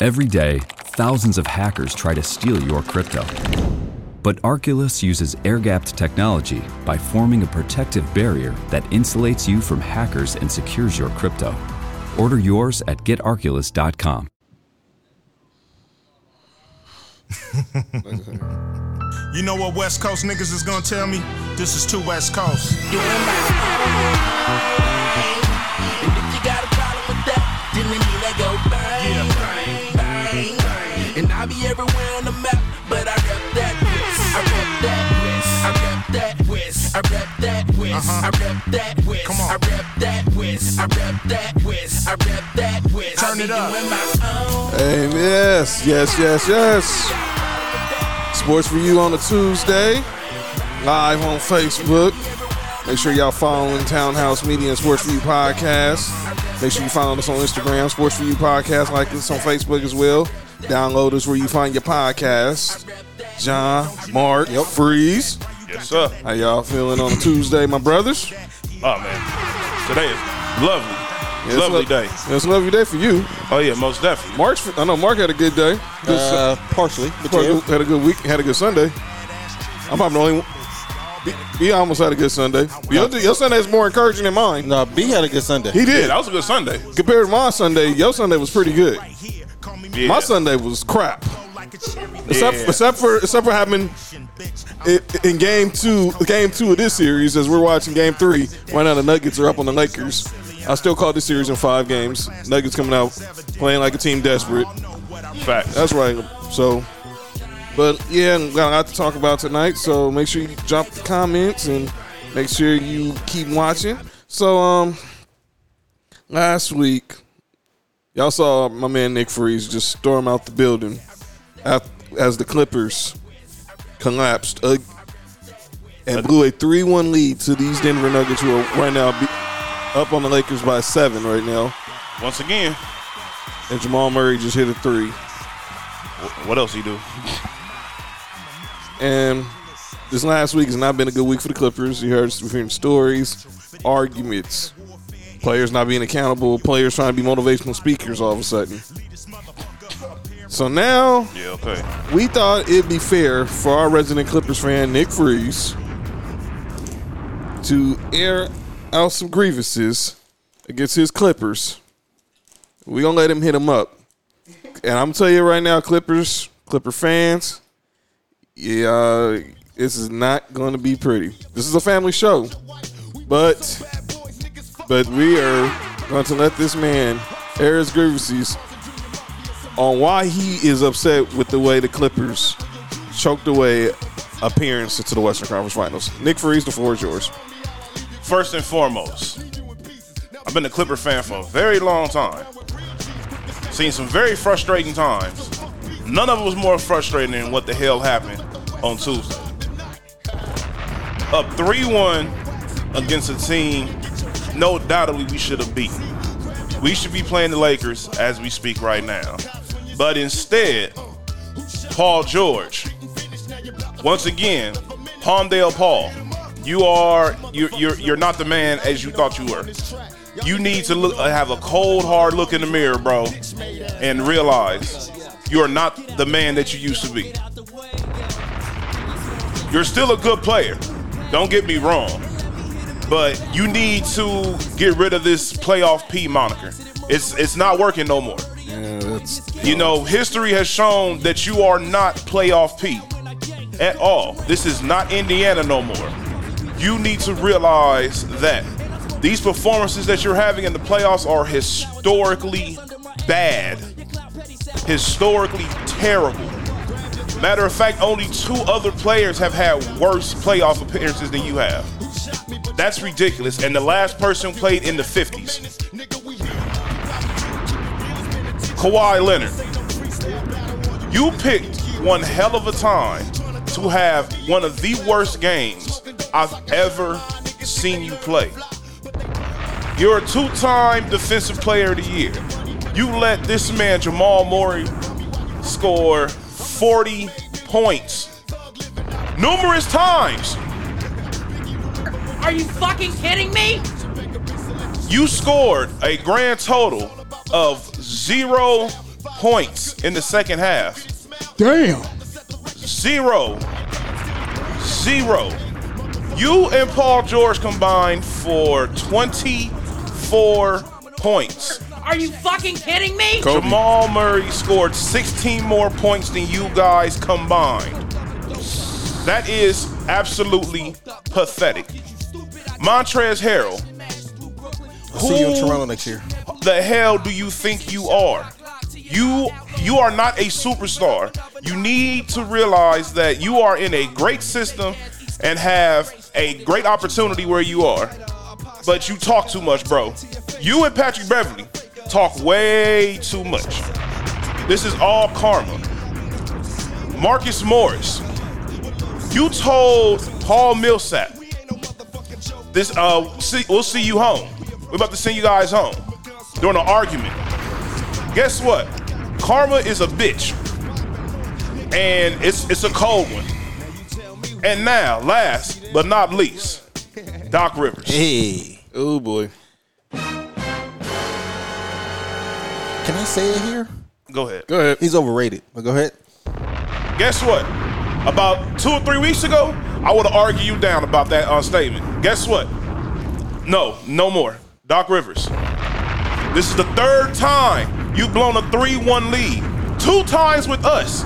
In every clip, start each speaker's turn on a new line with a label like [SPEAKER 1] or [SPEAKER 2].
[SPEAKER 1] Every day, thousands of hackers try to steal your crypto. But Arculus uses air gapped technology by forming a protective barrier that insulates you from hackers and secures your crypto. Order yours at getarculus.com.
[SPEAKER 2] You know what West Coast niggas is gonna tell me? This is too West Coast.
[SPEAKER 3] If you got a problem with that, then we need to go bang, bang, bang, And I be everywhere on the map, but I rep that west. I rep that west. I rep that west. I rep that west. I rep that west. I rep that west. I rep that west. I rep that west.
[SPEAKER 2] Turn it up.
[SPEAKER 3] I be doing my own.
[SPEAKER 4] Hey, yes, yes, yes, yes. Sports for you on a Tuesday, live on Facebook. Make sure y'all following Townhouse Media and Sports for You podcast. Make sure you follow us on Instagram, Sports for You podcast, like us on Facebook as well. Download us where you find your podcast. John, Mark, Freeze.
[SPEAKER 5] Yes, sir.
[SPEAKER 4] How y'all feeling on a Tuesday, my brothers?
[SPEAKER 5] Oh man, today is lovely, lovely
[SPEAKER 4] lo-
[SPEAKER 5] day.
[SPEAKER 4] It's a lovely day for you.
[SPEAKER 5] Oh yeah, most definitely.
[SPEAKER 4] Mark's, I know Mark had a good day. Good Sun-
[SPEAKER 6] Uh, partially. But
[SPEAKER 4] Had a
[SPEAKER 6] yeah.
[SPEAKER 4] good- had a good week. Had a good Sunday. I'm probably the only one. B, B almost had a good Sunday. Your, your Sunday is more encouraging than mine.
[SPEAKER 6] No, B had a good Sunday.
[SPEAKER 4] He
[SPEAKER 5] Yeah,
[SPEAKER 4] did.
[SPEAKER 5] that was a good Sunday.
[SPEAKER 4] Compared to my Sunday, your Sunday was pretty good.
[SPEAKER 5] Yeah.
[SPEAKER 4] My Sunday was crap. Except,
[SPEAKER 5] Yeah.
[SPEAKER 4] except for except for having it, in game two, game two of this series, as we're watching game three, right now the Nuggets are up on the Lakers. I still call this series in five games. Nuggets coming out playing like a team desperate.
[SPEAKER 5] Facts.
[SPEAKER 4] That's right. So, but yeah, we got a lot to talk about tonight. So make sure you drop the comments and make sure you keep watching. So, um, last week, y'all saw my man Nick Freeze just storm out the building af- as the Clippers collapsed uh, and blew a three-one lead to these Denver Nuggets, who are right now be- up on the Lakers by seven right now.
[SPEAKER 5] Once again,
[SPEAKER 4] And Jamal Murray just hit a three.
[SPEAKER 5] wh- what else he do?
[SPEAKER 4] And this last week has not been a good week for the Clippers. You heard we're hearing stories, arguments, players not being accountable, players trying to be motivational speakers all of a sudden. So now
[SPEAKER 5] Yeah, okay.
[SPEAKER 4] we thought it'd be fair for our resident Clippers fan, Nick Freeze, to air out some grievances against his Clippers. we going to let him hit him up. And I'm going to tell you right now, Clippers, Clipper fans, yeah, this is not going to be pretty. This is a family show. But but we are going to let this man air his grievances on why he is upset with the way the Clippers choked away appearance to the Western Conference Finals. Nick Freeze, the floor is yours.
[SPEAKER 5] First and foremost, I've been a Clipper fan for a very long time. Seen some very frustrating times. None of it was more frustrating than what the hell happened on Tuesday. Up 3 1 against a team, no doubtably, we should have beaten. We should be playing the Lakers as we speak right now. But instead, Paul George once again, Palmdale Paul, you are you're, you're you're not the man as you thought you were. You need to look uh, have a cold hard look in the mirror, bro, and realize you are not the man that you used to be. You're still a good player. Don't get me wrong. But you need to get rid of this playoff P moniker. It's it's not working no more. You know, history has shown that you are not playoff P at all. This is not Indiana no more. You need to realize that these performances that you're having in the playoffs are historically bad, historically terrible. Matter of fact, only two other players have had worse playoff appearances than you have. That's ridiculous. And the last person played in the 50s. Kawhi Leonard. You picked one hell of a time to have one of the worst games I've ever seen you play. You're a two time defensive player of the year. You let this man, Jamal Murray, score 40 points numerous times.
[SPEAKER 7] Are you fucking kidding me?
[SPEAKER 5] You scored a grand total of 0.0 points in the second half.
[SPEAKER 6] Damn.
[SPEAKER 5] Zero. Zero. You and Paul George combined for 24 points.
[SPEAKER 7] Are you fucking kidding me?
[SPEAKER 5] Jamal Murray scored 16 more points than you guys combined. That is absolutely pathetic. Montrez Harrell,
[SPEAKER 8] See you in
[SPEAKER 5] Who-
[SPEAKER 8] Toronto next year.
[SPEAKER 5] the hell do you think you are? You you are not a superstar. You need to realize that you are in a great system and have a great opportunity where you are. But you talk too much, bro. You and Patrick Beverly talk way too much. This is all karma. Marcus Morris, you told Paul Millsap this uh see, we'll see you home. We're about to send you guys home during an argument. Guess what? Karma is a bitch. And it's it's a cold one. And now, last but not least, Doc Rivers.
[SPEAKER 8] Hey,
[SPEAKER 4] Oh boy.
[SPEAKER 8] can I say it here?
[SPEAKER 5] Go ahead.
[SPEAKER 4] Go ahead.
[SPEAKER 8] He's overrated. But go ahead.
[SPEAKER 5] Guess what? About two or three weeks ago, I would have argued you down about that uh, statement. Guess what? No, no more. Doc Rivers. This is the third time you've blown a 3 1 lead. Two times with us.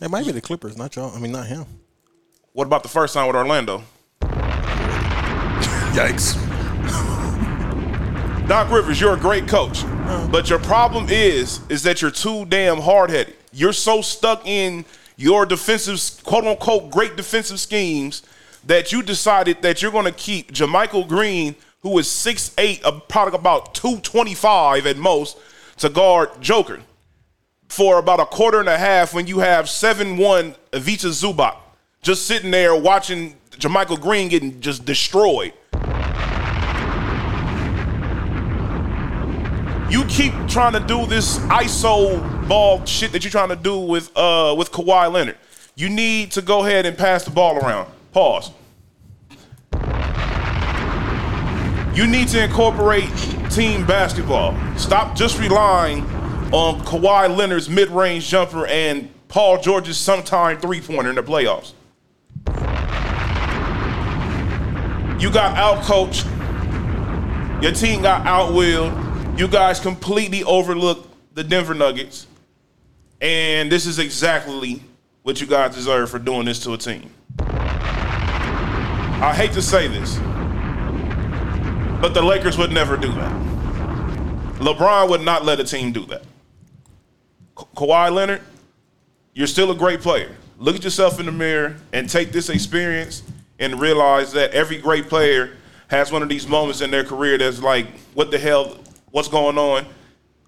[SPEAKER 8] It might be the Clippers, not y'all. I mean, not him.
[SPEAKER 5] What about the first time with Orlando?
[SPEAKER 4] Yikes.
[SPEAKER 5] Doc Rivers, you're a great coach, but your problem is is that you're too damn hard headed. You're so stuck in your defensive, quote unquote, great defensive schemes that you decided that you're going to keep Jamichael Green, who is 6'8", a product about 225 at most, to guard Joker for about a quarter and a half when you have 7-1 Avita Zubac just sitting there watching Jamichael Green getting just destroyed. you keep trying to do this ISO ball shit that you're trying to do with uh with Kawhi Leonard. You need to go ahead and pass the ball around. Pause. You need to incorporate team basketball. Stop just relying on Kawhi Leonard's mid-range jumper and Paul George's sometime three-pointer in the playoffs. You got out-coached. Your team got outwilled. You guys completely overlooked the Denver Nuggets. And this is exactly what you guys deserve for doing this to a team. I hate to say this, but the Lakers would never do that. LeBron would not let a team do that. Ka- Kawhi Leonard, you're still a great player. Look at yourself in the mirror and take this experience and realize that every great player has one of these moments in their career that's like, what the hell, what's going on?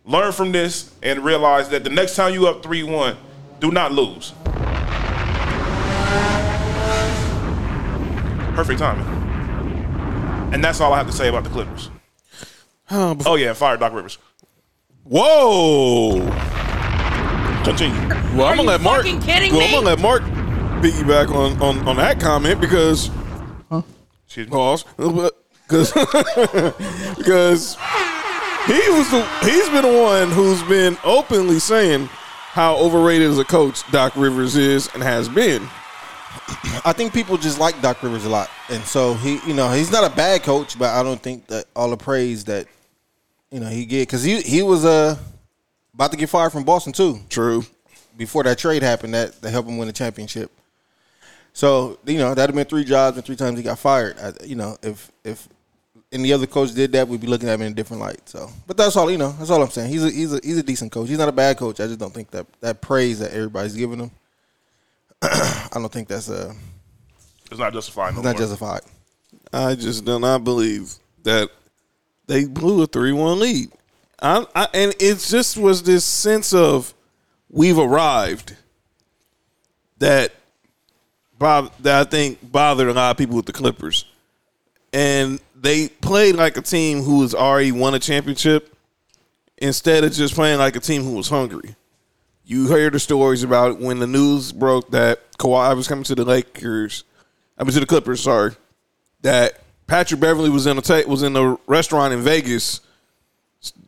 [SPEAKER 5] Learn from this and realize that the next time you up 3 1, do not lose. Perfect timing. And that's all I have to say about the Clippers. Oh, yeah, fire Doc Rivers.
[SPEAKER 4] Whoa.
[SPEAKER 5] Continue.
[SPEAKER 4] Well, I'm
[SPEAKER 7] you
[SPEAKER 4] gonna let Mark.
[SPEAKER 7] fucking kidding
[SPEAKER 4] well,
[SPEAKER 7] me?
[SPEAKER 4] I'm gonna let Mark piggyback on on on that comment because
[SPEAKER 5] Excuse me.
[SPEAKER 4] pause because because he was the he's been the one who's been openly saying how overrated as a coach Doc Rivers is and has been.
[SPEAKER 8] I think people just like Doc Rivers a lot, and so he, you know, he's not a bad coach, but I don't think that all the praise that you know he get because he he was uh about to get fired from Boston too
[SPEAKER 4] True.
[SPEAKER 8] before that trade happened that that helped him win the championship. So you know that'd have been three jobs and three times he got fired. I, you know if if any other coach did that, we'd be looking at him in a different light. So, but that's all you know. That's all I'm saying. He's a he's a he's a decent coach. He's not a bad coach. I just don't think that that praise that everybody's giving him. I don't think that's uh
[SPEAKER 5] It's not justified. No
[SPEAKER 8] not
[SPEAKER 5] more.
[SPEAKER 8] justified.
[SPEAKER 4] I just do not believe that they blew a three-one lead. I, I and it just was this sense of we've arrived that Bob that I think bothered a lot of people with the Clippers, and they played like a team who has already won a championship instead of just playing like a team who was hungry. You heard the stories about when the news broke that Kawhi was coming to the Lakers. I mean to the Clippers. Sorry that Patrick Beverly was in a ta- was in a restaurant in Vegas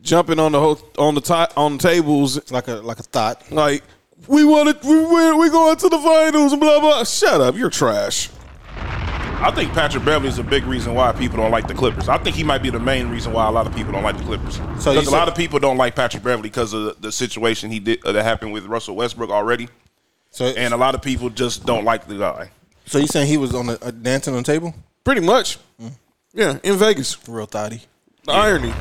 [SPEAKER 4] jumping on the whole, on the ti- on the tables
[SPEAKER 8] It's like a like a thought.
[SPEAKER 4] like we wanted we win, we going to the finals and blah blah. Shut up, you're trash.
[SPEAKER 5] I think Patrick Beverly is a big reason why people don't like the Clippers. I think he might be the main reason why a lot of people don't like the Clippers.
[SPEAKER 8] So you
[SPEAKER 5] Because a lot
[SPEAKER 8] said-
[SPEAKER 5] of people don't like Patrick Beverly because of the- the situation he did uh, that happened with Russell Westbrook already,
[SPEAKER 8] So
[SPEAKER 5] and a lot of people just don't like the guy.
[SPEAKER 8] so you saying he was on a, a dancing on the table?
[SPEAKER 4] Pretty much. Yeah, in Vegas.
[SPEAKER 8] Real thotty.
[SPEAKER 4] The irony.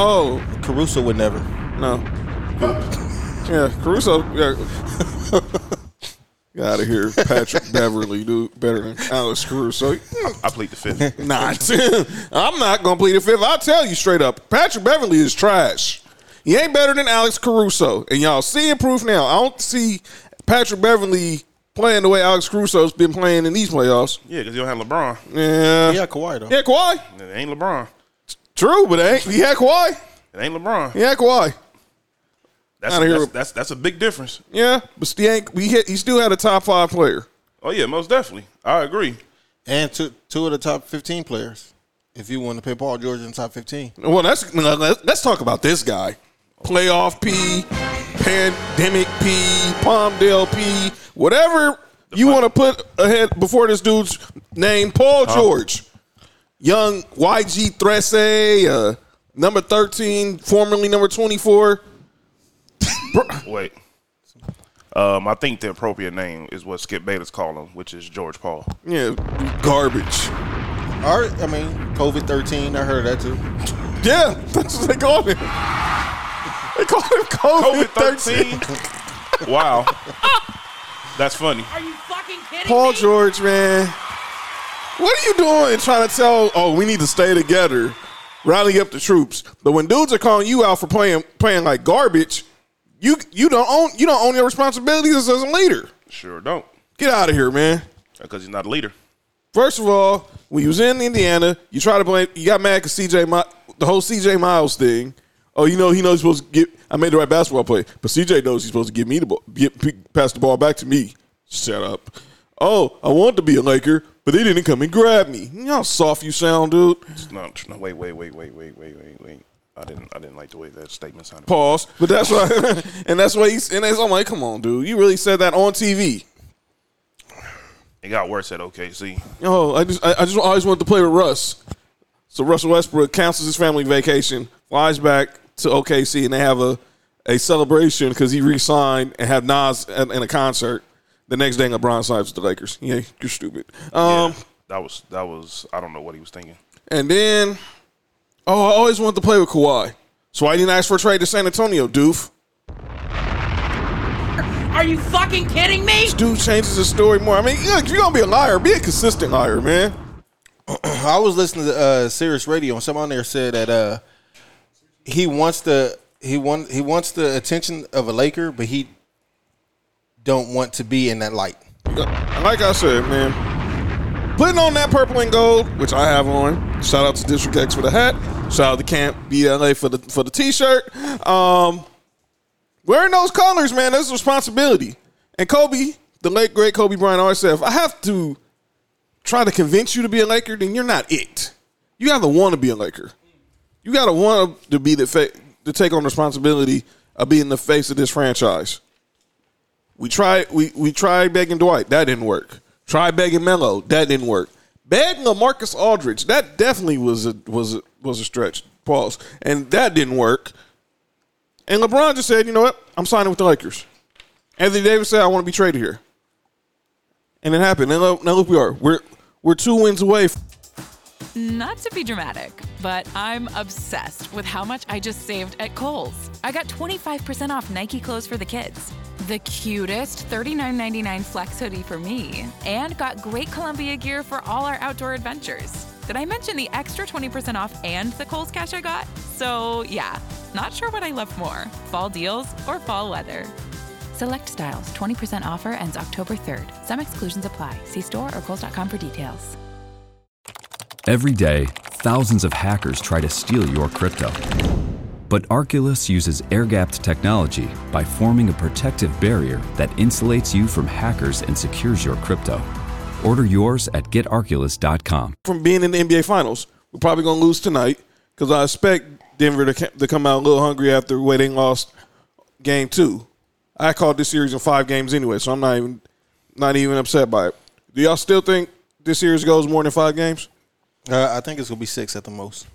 [SPEAKER 4] Oh
[SPEAKER 8] Caruso would never.
[SPEAKER 4] no. Yeah, Caruso. Yeah. Get out of here, Patrick Beverly, dude. Better than Alex Caruso.
[SPEAKER 5] I plead the fifth.
[SPEAKER 4] Not. I'm not gonna plead the fifth. I'll tell you straight up. Patrick Beverly is trash. He ain't better than Alex Caruso, and y'all seeing proof now. I don't see Patrick Beverly playing the way Alex Caruso's been playing in these playoffs.
[SPEAKER 5] yeah, because you don't have LeBron.
[SPEAKER 4] Yeah.
[SPEAKER 8] Yeah, Kawhi though.
[SPEAKER 4] Yeah, Kawhi.
[SPEAKER 5] It ain't LeBron.
[SPEAKER 4] True, but it ain't. He had Kawhi.
[SPEAKER 5] It ain't LeBron.
[SPEAKER 4] He had Kawhi.
[SPEAKER 5] that's,
[SPEAKER 4] outta here.
[SPEAKER 5] that's, that's that's a big difference.
[SPEAKER 4] Yeah, but he ain't. He, hit, he still had a top five player.
[SPEAKER 5] Oh yeah, most definitely. I agree.
[SPEAKER 8] And two two of the top fifteen players. If you want to pay Paul George in the top fifteen.
[SPEAKER 4] Well, that's well, let- let's talk about this guy. Playoff P, pandemic P, Palmdale P, whatever you want to put ahead before this dude's name, Paul George, young YG Thresse, uh, number thirteen, formerly number twenty-four.
[SPEAKER 5] Wait. Um, I think the appropriate name is what Skip Bayless called him, which is George Paul.
[SPEAKER 4] Yeah, garbage.
[SPEAKER 8] All right, I mean COVID thirteen. I heard that too.
[SPEAKER 4] Yeah, that's what they called him. They called him COVID
[SPEAKER 5] COVID
[SPEAKER 4] thirteen.
[SPEAKER 5] thirteen. wow, that's funny.
[SPEAKER 7] Are you fucking kidding
[SPEAKER 4] Paul
[SPEAKER 7] me?
[SPEAKER 4] George, man. What are you doing trying to tell, oh, we need to stay together, rally up the troops. But when dudes are calling you out for playing playing like garbage, you you don't own you don't own your responsibilities as a leader.
[SPEAKER 5] Sure don't,
[SPEAKER 4] Get out of here, man.
[SPEAKER 5] because he's not a leader.
[SPEAKER 4] First of all, when you was in Indiana, you try to blame you got mad because CJ Mi- the whole CJ Miles thing. Oh, you know he knows he's supposed to get. I made the right basketball play, but CJ knows he's supposed to give me the ball, get, p- pass the ball back to me. Shut up. Oh, I want to be a Laker, but they didn't come and grab me. You know how soft you sound, dude.
[SPEAKER 5] It's not. No, wait, wait, wait, wait, wait, wait, wait, wait. I didn't. I didn't like the way that statement sounded.
[SPEAKER 4] Pause. But that's why, and that's why he's. And that's, I'm like, come on, dude. You really said that on TV.
[SPEAKER 5] It got worse at OKC.
[SPEAKER 4] Oh, I just I, I just always wanted to play with Russ. So Russell Westbrook cancels his family vacation, flies back to OKC, and they have a, a celebration because he re-signed and had Nas in, in a concert. The next day, LeBron signs with the Lakers. Yeah, you're stupid. Um,
[SPEAKER 5] Yeah, that was that was. I don't know what he was thinking.
[SPEAKER 4] and then, oh, I always wanted to play with Kawhi. So I didn't ask for a trade to San Antonio, doof.
[SPEAKER 7] Are you fucking kidding me?
[SPEAKER 4] Dude changes his story more. I mean, look, if you're gonna be a liar, be a consistent liar, man.
[SPEAKER 8] I was listening to uh, Sirius Radio, and someone there said that uh, he wants the he want he wants the attention of a Laker, but he don't want to be in that light.
[SPEAKER 4] like I said, man, putting on that purple and gold, which I have on. Shout out to District X for the hat. Shout out to Camp BLA for the for the t-shirt. Um, wearing those colors, man, that's a responsibility. And Kobe, the late great Kobe Bryant, always said, if I have to try to convince you to be a Laker, then you're not it. You got to want to be a Laker. You got to want to be the fa- to take on responsibility of being the face of this franchise. We tried we we tried begging Dwight, that didn't work. Tried begging Melo, that didn't work. Begging Lamarcus Aldridge, that definitely was a was a, was a stretch. Pause, and that didn't work. And LeBron just said, you know what, I'm signing with the Lakers. Anthony Davis said, I want to be traded here, and it happened. And look- now look, we are we're we're two wins away. f-
[SPEAKER 6] Not to be dramatic, but I'm obsessed with how much I just saved at Kohl's. I got 25% off Nike clothes for the kids, the cutest $39.99 flex hoodie for me, and got great Columbia gear for all our outdoor adventures. Did I mention the extra 20% off and the Kohl's cash I got? So, yeah, not sure what I love more fall deals or fall weather. Select styles, 20% offer ends October 3rd. Some exclusions apply. See store or Kohl's.com for details.
[SPEAKER 1] Every day, thousands of hackers try to steal your crypto. But Arculus uses air gapped technology by forming a protective barrier that insulates you from hackers and secures your crypto. Order yours at getarculus.com.
[SPEAKER 4] from being in the NBA Finals. We're probably going to lose tonight. because I expect Denver to, ca- to come out a little hungry after the way they lost game two. I called this series in five games anyway, so I'm not even not even upset by it. Do y'all still think this series goes more than five games?
[SPEAKER 8] Uh, I think it's gonna be six at the most.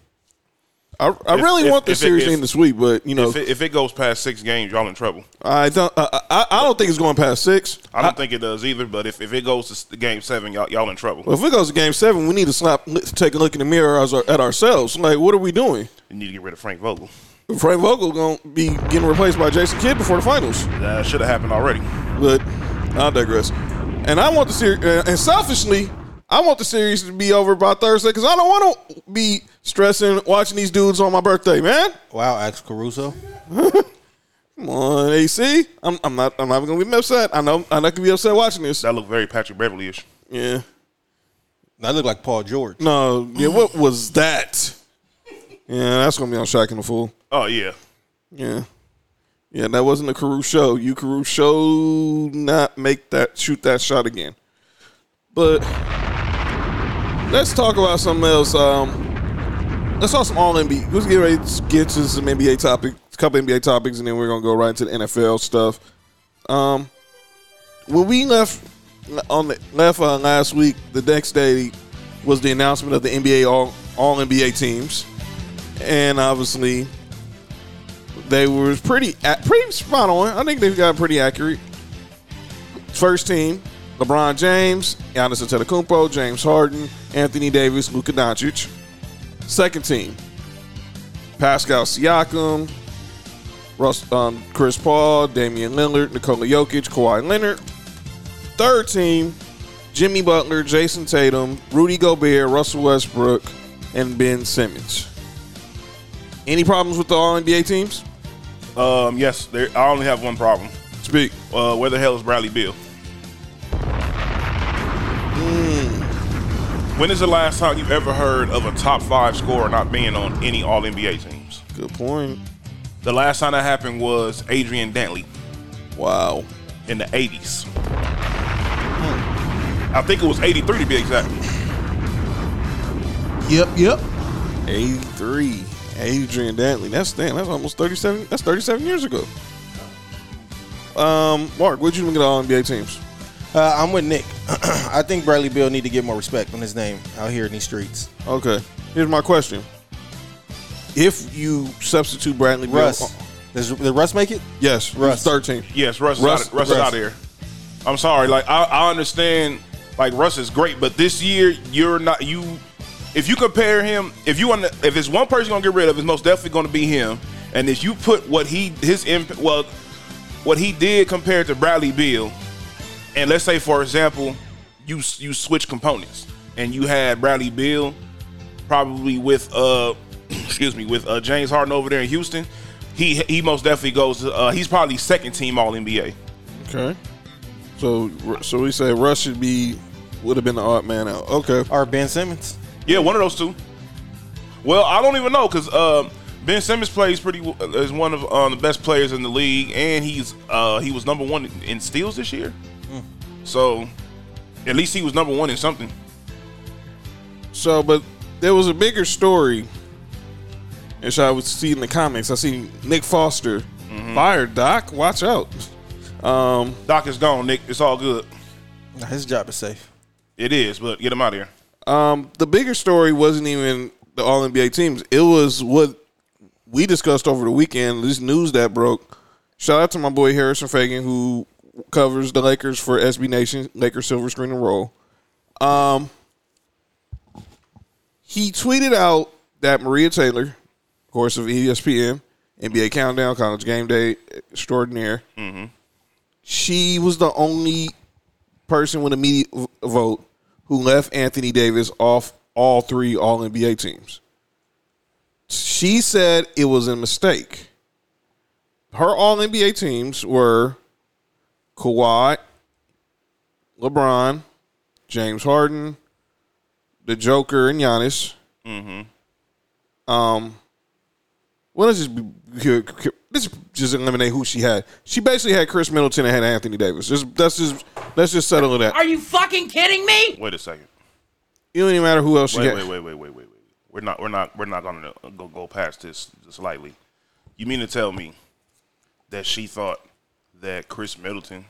[SPEAKER 4] I, I
[SPEAKER 5] If-
[SPEAKER 4] really
[SPEAKER 5] if-
[SPEAKER 4] want this
[SPEAKER 5] if it-
[SPEAKER 4] series
[SPEAKER 5] if-
[SPEAKER 4] in the sweep, but you know,
[SPEAKER 5] If it, if it goes past six games, y'all in trouble.
[SPEAKER 4] I don't. I, I, I don't think it's going past six.
[SPEAKER 5] I don't think it does either. But if, if it goes to s- game seven, y'all y'all in trouble.
[SPEAKER 4] Well, if it goes to game seven, we need to slap, take a look in the mirror as our, at ourselves. Like, what are we doing?
[SPEAKER 5] You need to get rid of Frank Vogel.
[SPEAKER 4] Frank Vogel gonna be getting replaced by Jason Kidd before the finals.
[SPEAKER 5] That should have happened already.
[SPEAKER 4] But I digress. And I want the series. And selfishly, I want the series to be over by Thursday because I don't want to be stressing watching these dudes on my birthday, man.
[SPEAKER 8] Wow, Ax Caruso.
[SPEAKER 4] Come on, AC. I'm, I'm not. I'm not gonna be upset. I know. I'm not gonna be upset watching this.
[SPEAKER 5] That looked very Patrick Beverly ish.
[SPEAKER 4] Yeah.
[SPEAKER 8] That look like Paul George.
[SPEAKER 4] No. Yeah. What was that? Yeah, that's gonna be on Shaq and the Fool.
[SPEAKER 5] Oh yeah,
[SPEAKER 4] Yeah. Yeah, that wasn't a Caruso. You Caruso not make that shoot that shot again. But let's talk about something else. Um, let's talk some all NBA. Let's get ready to get to some NBA topic, a couple NBA topics, and then we're gonna go right into the NFL stuff. Um, when we left on the, left uh, last week, the next day was the announcement of the NBA all all NBA teams, and obviously they were pretty a- pretty spot on. I think they've got pretty accurate. First team: LeBron James, Giannis Antetokounmpo, James Harden, Anthony Davis, Luka Doncic. Second team: Pascal Siakam, Russ, um, Chris Paul, Damian Lillard, Nikola Jokic, Kawhi Leonard. Third team: Jimmy Butler, Jason Tatum, Rudy Gobert, Russell Westbrook, and Ben Simmons. Any problems with the All NBA teams?
[SPEAKER 5] um, yes. There, I only have one problem.
[SPEAKER 4] Speak.
[SPEAKER 5] Uh, where the hell is Bradley Bill? When is the last time you've ever heard of a top five scorer not being on any All NBA teams?
[SPEAKER 4] Good point.
[SPEAKER 5] The last time that happened was Adrian Dantley
[SPEAKER 4] Wow.
[SPEAKER 5] in the 80s. I think it was 83 to be exact.
[SPEAKER 8] Yep, yep.
[SPEAKER 4] 83. Adrian Dantley. That's damn. That's almost 37. That's 37 years ago. Um, Mark, what'd you think of the All NBA teams?
[SPEAKER 8] Uh, I'm with Nick. I think Bradley Bill need to get more respect on his name out here in these streets.
[SPEAKER 4] Okay. Here's my question. If you substitute Bradley Beal-
[SPEAKER 8] Russ, does, did Russ make it?
[SPEAKER 4] yes,
[SPEAKER 8] Russ.
[SPEAKER 4] Russ, 13.
[SPEAKER 5] Yes, Russ,
[SPEAKER 4] Russ-
[SPEAKER 5] is out, Russ, is
[SPEAKER 4] Russ.
[SPEAKER 5] out of here. I'm sorry. Like I, I understand. Like Russ is great, but this year you're not you. If you compare him, if you want, if it's one person gonna get rid of, it's most definitely gonna be him. And if you put what he his imp, well, what he did compared to Bradley Beal, and let's say for example, you s- you switch components and you had Bradley Beal probably with uh excuse me with uh James Harden over there in Houston, he he most definitely goes. to, Uh, he's probably second team All NBA.
[SPEAKER 4] Okay. So, so we say Russ should be would have been the odd man out. Okay.
[SPEAKER 8] Or Ben Simmons?
[SPEAKER 5] Yeah, one of those two. Well, I don't even know because uh, Ben Simmons plays pretty w- is one of um, the best players in the league, and he's uh, he was number one in steals this year. So at least he was number one in something.
[SPEAKER 4] So, but there was a bigger story, which I would see in the comments. I see Nick Foster fired. Doc, watch out. Um,
[SPEAKER 5] Doc is gone, Nick. It's all good.
[SPEAKER 8] Nah, his job is safe.
[SPEAKER 5] It is, but get him out of here.
[SPEAKER 4] um, the bigger story wasn't even the All NBA teams. It was what we discussed over the weekend. This news that broke. Shout out to my boy Harrison Fagan who covers the Lakers for SB Nation, Lakers Silver Screen and Roll. Um, he tweeted out that Maria Taylor, of course of E ESPN, NBA Countdown, College Game Day extraordinaire, she was the only person with a media v- vote who left Anthony Davis off all three All NBA teams. She said it was a mistake. Her All NBA teams were Kawhi, LeBron, James Harden, the Joker, and Giannis. Mm-hmm. Um, well, let's just be, let's just eliminate who she had. She basically had Chris Middleton and had Anthony Davis. Just, that's just let's just settle it out.
[SPEAKER 7] Are you fucking kidding me?
[SPEAKER 5] Wait a second.
[SPEAKER 4] It don't even matter who else she
[SPEAKER 5] Wait,
[SPEAKER 4] had.
[SPEAKER 5] wait, wait, wait, wait, wait, wait. We're not we're not we're not gonna uh, go go past this just lightly. You mean to tell me that she thought that Chris Middleton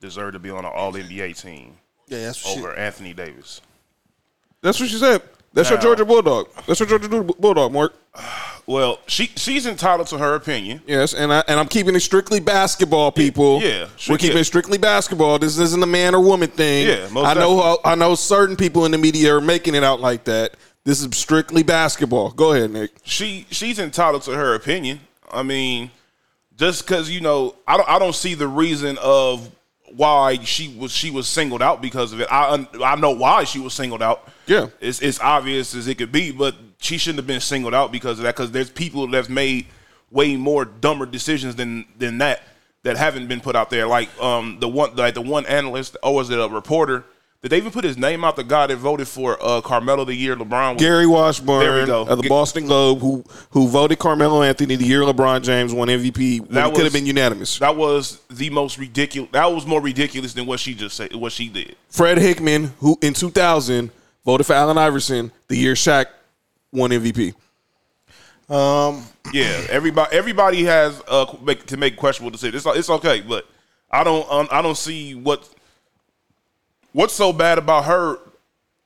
[SPEAKER 5] deserved to be on an All NBA team
[SPEAKER 8] Yeah, that's what she-
[SPEAKER 5] over Anthony Davis?
[SPEAKER 4] That's what she said. That's your
[SPEAKER 5] Now-
[SPEAKER 4] Georgia Bulldog. That's your Georgia Bull- Bulldog, Mark.
[SPEAKER 5] Well, she she's entitled to her opinion.
[SPEAKER 4] Yes, and I and I'm keeping it strictly basketball, people.
[SPEAKER 5] yeah, sure,
[SPEAKER 4] we're keeping
[SPEAKER 5] yeah.
[SPEAKER 4] it strictly basketball. This isn't a man or woman thing.
[SPEAKER 5] Yeah, most
[SPEAKER 4] I know. How, I know certain people in the media are making it out like that. This is strictly basketball. Go ahead, Nick.
[SPEAKER 5] she she's entitled to her opinion. I mean, just because you know, I don't I don't see the reason of why she was she was singled out because of it. I un- I know why she was singled out.
[SPEAKER 4] Yeah.
[SPEAKER 5] it's it's obvious as it could be, but she shouldn't have been singled out because of that. Because there's people that's made way more dumber decisions than than that that haven't been put out there. Like um the one like the one analyst or was it a reporter? Did they even put his name out? The guy that voted for uh, Carmelo the year LeBron was
[SPEAKER 4] Gary Washburn
[SPEAKER 5] There we go.
[SPEAKER 4] of the
[SPEAKER 5] Ge-
[SPEAKER 4] Boston Globe, who who voted Carmelo Anthony the year LeBron James won MVP. when
[SPEAKER 5] That
[SPEAKER 4] it could have
[SPEAKER 5] was-
[SPEAKER 4] been unanimous.
[SPEAKER 5] That was the most ridiculous. That was more ridiculous than what she just said. What she did.
[SPEAKER 4] Fred Hickman, who in 2000 voted for Allen Iverson the year Shaq won MVP.
[SPEAKER 8] Um,
[SPEAKER 5] Yeah, everybody. Everybody has uh, qu- make, to make questionable decisions. It's, it's okay, but I don't. Um, I don't see what what's so bad about her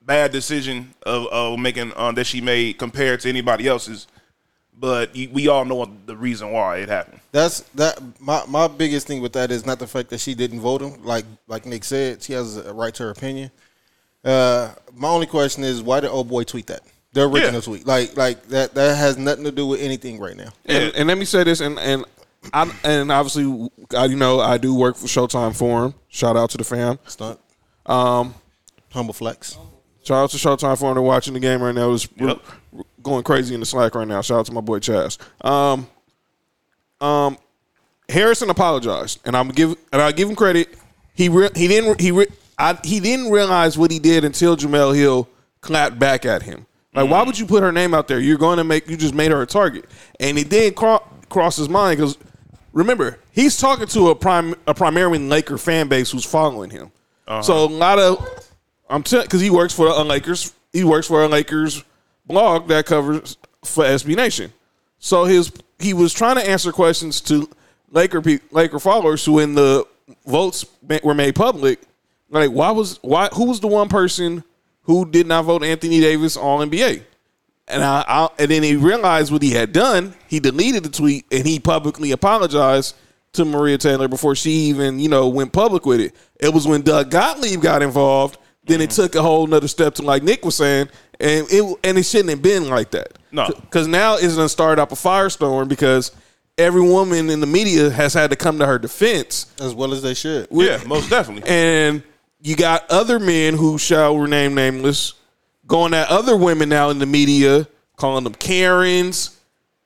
[SPEAKER 5] bad decision of, of making um, that she made compared to anybody else's. But you, we all know the reason why it happened.
[SPEAKER 8] That's that. My my biggest thing with that is not the fact that she didn't vote him. Like like Nick said, she has a right to her opinion. Uh, my only question is why did old boy tweet that? The original
[SPEAKER 5] Yeah.
[SPEAKER 8] tweet, like like that that has nothing to do with anything right now.
[SPEAKER 4] And, and let me say this, and and I and obviously, I, you know, I do work for Showtime Forum. Shout out to the fam.
[SPEAKER 8] It's not
[SPEAKER 4] Um,
[SPEAKER 8] humble flex.
[SPEAKER 4] shout out to Showtime Forum. They're watching the game right now. It's we're-
[SPEAKER 5] Yep.
[SPEAKER 4] we're going crazy in the Slack right now. Shout out to my boy Chaz. Um, um, Harrison apologized, and I'm give and I give him credit. He re, he didn't he re, I, he didn't realize what he did until Jamel Hill clapped back at him. Like, why would you put her name out there? You're going to make you just made her a target, and it didn't cro- cross his mind because remember he's talking to a prime a primarily Laker fan base who's following him. So a lot of I'm because he works for a Lakers he works for a Lakers blog that covers for SB Nation. So his he was trying to answer questions to Laker pe- Laker followers who, in the votes ma- were made public, like why was why who was the one person who did not vote Anthony Davis All NBA? And I, I and then he realized what he had done. He deleted the tweet and he publicly apologized to Maria Taylor before she even you know went public with it. It was when Doug Gottlieb got involved. Then it took a whole nother step to like Nick was saying, and it and it shouldn't have been like that.
[SPEAKER 5] No.
[SPEAKER 4] Because now it's going to start up a firestorm because every woman in the media has had to come to her defense.
[SPEAKER 8] As well as they should.
[SPEAKER 5] yeah, most definitely.
[SPEAKER 4] And you got other men who shall remain nameless going at other women now in the media, calling them Karens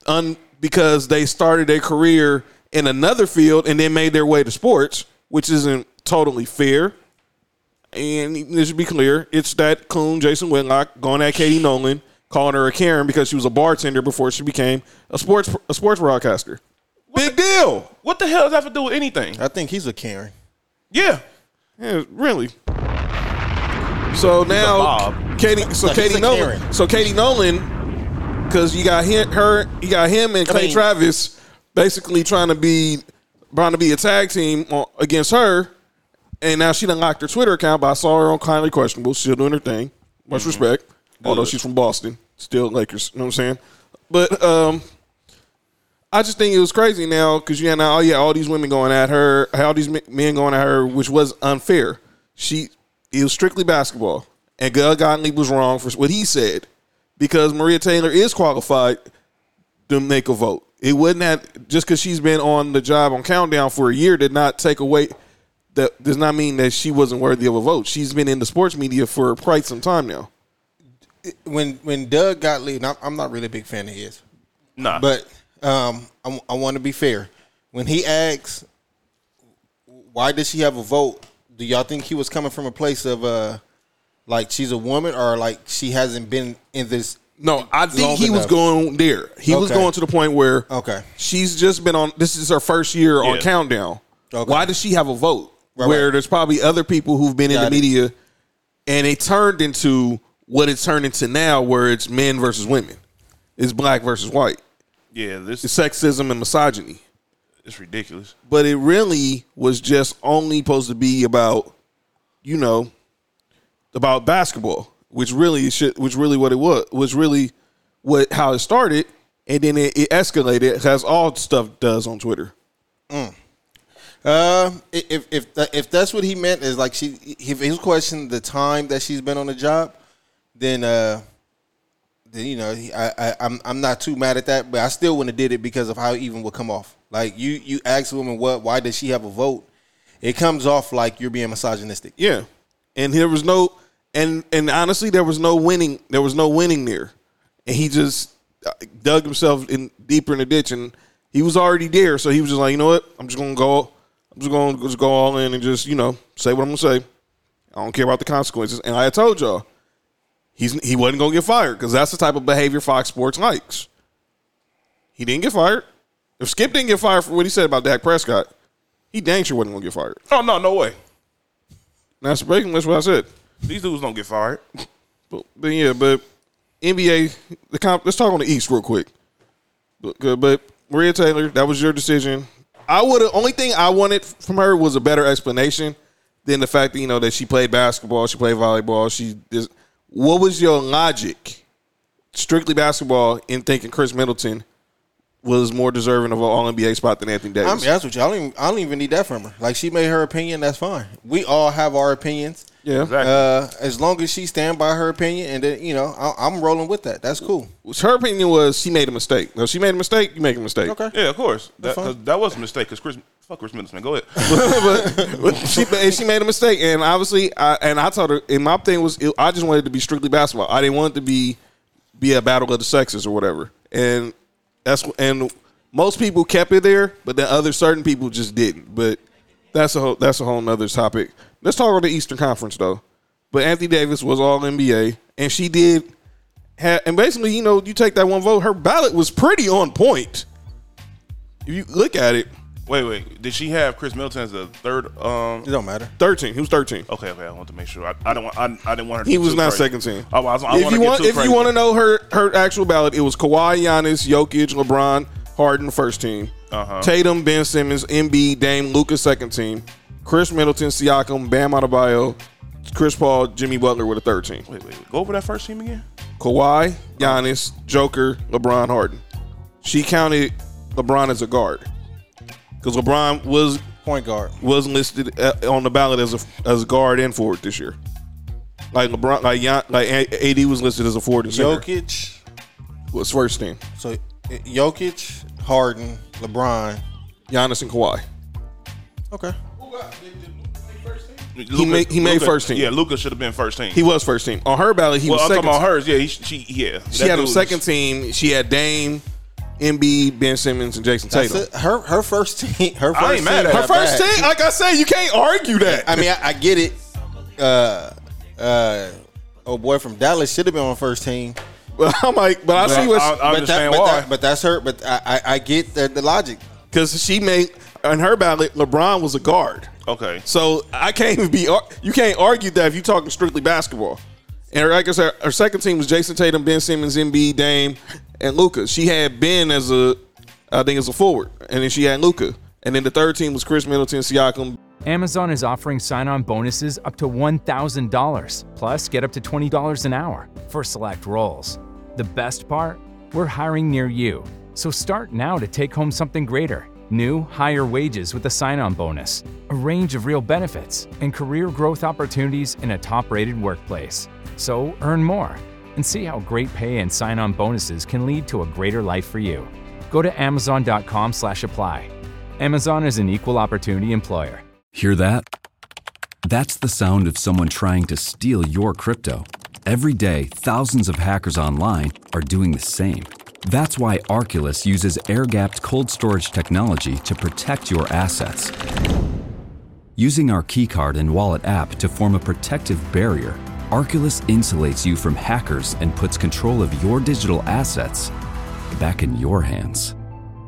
[SPEAKER 4] un, because they started their career in another field and then made their way to sports, which isn't totally fair. And this should be clear, it's that coon Jason Whitlock going at Katie Nolan, calling her a Karen because she was a bartender before she became a sports a sports broadcaster. Big deal.
[SPEAKER 5] What the hell does that have to do with anything?
[SPEAKER 8] I think he's a Karen.
[SPEAKER 5] Yeah,
[SPEAKER 4] Yeah, really. So now,
[SPEAKER 5] Bob.
[SPEAKER 4] Katie. So
[SPEAKER 8] No, he's
[SPEAKER 4] Katie
[SPEAKER 8] a
[SPEAKER 4] Nolan.
[SPEAKER 8] Karen.
[SPEAKER 4] So Katie Nolan, because you got him, her, you got him and Clay
[SPEAKER 8] mean-
[SPEAKER 4] Travis, basically trying to be, trying to be a tag team on- against her, and now she done locked her Twitter account. But I saw her on kindly questionable. She's still doing her thing.
[SPEAKER 8] Mm-hmm.
[SPEAKER 4] Much respect, although she's from Boston, still Lakers. You know what I'm saying? But um, I just think it was crazy now because you had now, oh yeah, all these women going at her, all these me- men going at her, which was unfair. She it was strictly basketball, and Gil Gottlieb was wrong for what he said because Maria Taylor is qualified to make a vote. It wouldn't have just because she's been on the job on Countdown for a year did not take away that does not mean that she wasn't worthy of a vote. She's been in the sports media for quite some time now.
[SPEAKER 8] When when Doug Gottlieb, and I'm, I'm not really a big fan of his,
[SPEAKER 5] nah.
[SPEAKER 8] but um, I, want to be fair. When he asks, why did she have a vote? Do y'all think he was coming from a place of uh, like she's a woman or like she hasn't been in this?
[SPEAKER 4] No, I
[SPEAKER 8] long
[SPEAKER 4] think he was
[SPEAKER 8] enough?
[SPEAKER 4] going there. He was
[SPEAKER 8] Okay.
[SPEAKER 4] going to the point where
[SPEAKER 8] Okay.
[SPEAKER 4] she's just been on. This is her first year on
[SPEAKER 5] Yeah.
[SPEAKER 4] Countdown.
[SPEAKER 8] Okay.
[SPEAKER 4] Why does she have a vote?
[SPEAKER 8] Right,
[SPEAKER 4] where
[SPEAKER 8] right.
[SPEAKER 4] there's probably other people who've been in
[SPEAKER 8] Got
[SPEAKER 4] the
[SPEAKER 8] it.
[SPEAKER 4] media, and it turned into what it's turned into now, where it's men versus women, it's black versus white,
[SPEAKER 5] Yeah, this
[SPEAKER 4] it's
[SPEAKER 5] is
[SPEAKER 4] sexism and misogyny.
[SPEAKER 5] it's ridiculous.
[SPEAKER 4] But it really was just only supposed to be about, you know, about basketball, which really should, which really what it was, was really what how it started, and then it, it escalated, as all stuff does on Twitter.
[SPEAKER 8] Uh, i- if if tha- if that's what he meant is like she, if he was questioning the time that she's been on the job, then uh, then you know he- I, I I'm I'm not too mad at that, but I still wouldn't have did it because of how it even would come off. Like you you ask a woman what why does she have a vote, it comes off like you're being misogynistic.
[SPEAKER 4] Yeah, and there was no, and and honestly, there was no winning. There was no winning there, and he just uh, dug himself in deeper in the ditch, and he was already there. So he was just like, you know what, I'm just gonna go, I'm just gonna just go all in and just you know say what I'm gonna say. I don't care about the consequences. And I had told y'all, he's he wasn't gonna get fired because that's the type of behavior Fox Sports likes. He didn't get fired. If Skip didn't get fired for what he said about Dak Prescott, he dang sure wasn't gonna get fired.
[SPEAKER 5] Oh no, no way.
[SPEAKER 4] And that's breaking. That's what I said.
[SPEAKER 5] These dudes don't get fired.
[SPEAKER 4] But, but yeah, but NBA. The comp, let's talk on the East real quick. But, good, but Maria Taylor, that was your decision. I would. have Only thing I wanted from her was a better explanation than the fact that you know that she played basketball, she played volleyball, she. This, what was your logic, strictly basketball, in thinking Chris Middleton was more deserving of an All NBA spot than Anthony Davis?
[SPEAKER 8] I'm be honest with you, I don't even I don't even need that from her. Like she made her opinion, that's fine. We all have our opinions.
[SPEAKER 4] yeah,
[SPEAKER 5] Exactly.
[SPEAKER 8] Uh, as long as she stand by her opinion, and then you know I, I'm rolling with that. That's cool.
[SPEAKER 4] her opinion was she made a mistake. No, she made a mistake. You make a mistake.
[SPEAKER 8] Okay.
[SPEAKER 5] yeah, of course. That,
[SPEAKER 8] fine.
[SPEAKER 5] 'cause that was a mistake because Chris, fuck Chris Middleton. Go ahead.
[SPEAKER 4] but, but she and she made a mistake, and obviously, I, and I told her. And my thing was, it, I just wanted it to be strictly basketball. I didn't want it to be be a battle of the sexes or whatever. And that's and most people kept it there, but then other certain people just didn't. But that's a whole that's a whole nother topic. Let's talk on the Eastern Conference though. But Anthony Davis was All NBA, and she did. Have, and basically, you know, you take that one vote. Her ballot was pretty on point. If you look at it,
[SPEAKER 5] Wait, wait. Did she have Chris Middleton as the third? Um.
[SPEAKER 8] It don't matter.
[SPEAKER 4] thirteen. He was thirteen.
[SPEAKER 5] Okay, okay. I want to make sure. I, I don't want. I, I didn't want her. To
[SPEAKER 4] He
[SPEAKER 5] get
[SPEAKER 4] was
[SPEAKER 5] too
[SPEAKER 4] not
[SPEAKER 5] crazy. Oh,
[SPEAKER 4] second team.
[SPEAKER 5] I, was. I
[SPEAKER 4] if you want, if you want to know her her actual ballot, it was Kawhi, Giannis, Jokic, LeBron, Harden, first team.
[SPEAKER 5] Uh-huh.
[SPEAKER 4] Tatum, Ben Simmons, MB, Dame, Lucas, second team. Chris Middleton, Siakam, Bam Adebayo, Chris Paul, Jimmy Butler with a third team.
[SPEAKER 5] wait, wait, wait. Go over that first team again.
[SPEAKER 4] Kawhi, Giannis, Joker, LeBron, Harden. She counted LeBron as a guard because LeBron was
[SPEAKER 8] Point guard.
[SPEAKER 4] was listed uh, on the ballot as a as a guard and forward this year. Like LeBron, like Gian, like A- AD was listed as a forward and center.
[SPEAKER 8] Jokic.
[SPEAKER 4] was first team.
[SPEAKER 8] So eh, Jokic, Harden, LeBron.
[SPEAKER 4] Giannis and Kawhi.
[SPEAKER 8] Okay.
[SPEAKER 5] Luka-
[SPEAKER 4] made- he made
[SPEAKER 5] Luka-
[SPEAKER 4] first team.
[SPEAKER 5] Yeah, Luca should have been first team.
[SPEAKER 4] He was first team. On her ballot, he
[SPEAKER 5] well,
[SPEAKER 4] was
[SPEAKER 5] I'm
[SPEAKER 4] second.
[SPEAKER 5] talking about hers. Yeah, he, she, yeah.
[SPEAKER 4] She had him second team. She had Dame, MB, Ben Simmons, and Jason
[SPEAKER 8] That's
[SPEAKER 4] Tatum.
[SPEAKER 8] it. Her her first team. Her first
[SPEAKER 5] I ain't mad
[SPEAKER 8] team
[SPEAKER 5] at
[SPEAKER 8] got
[SPEAKER 4] Her first
[SPEAKER 8] bad.
[SPEAKER 4] team, like I said, you can't argue that.
[SPEAKER 8] I mean, I, I get it. Uh, uh, oh boy from Dallas should have been on first team.
[SPEAKER 4] but I'm like, but I see
[SPEAKER 5] I,
[SPEAKER 4] what's
[SPEAKER 5] I
[SPEAKER 8] but, that,
[SPEAKER 5] understand
[SPEAKER 8] but,
[SPEAKER 5] why.
[SPEAKER 8] that- but that's her. But I I, I get the, the logic.
[SPEAKER 4] because she made on her ballot. LeBron was a guard,
[SPEAKER 5] okay.
[SPEAKER 4] so I can't even be. ar- You can't argue that if you're talking strictly basketball. And like I said, her second team was Jason Tatum, Ben Simmons, MB, Dame, and Luca. She had Ben as a, I think as a forward, and then she had Luca. And then the third team was Chris Middleton, Siakam,
[SPEAKER 9] Amazon is offering sign on bonuses up to $1,000, plus get up to $20 an hour for select roles. The best part? We're hiring near you. So start now to take home something greater new, higher wages with a sign on bonus, a range of real benefits, and career growth opportunities in a top rated workplace. So earn more and see how great pay and sign on bonuses can lead to a greater life for you. Go to amazon.com slash apply. Amazon is an equal opportunity employer.
[SPEAKER 1] Hear that? That's the sound of someone trying to steal your crypto. Every day, thousands of hackers online are doing the same. That's why Arculus uses air gapped cold storage technology to protect your assets. Using our keycard and wallet app to form a protective barrier, Arculus insulates you from hackers and puts control of your digital assets back in your hands.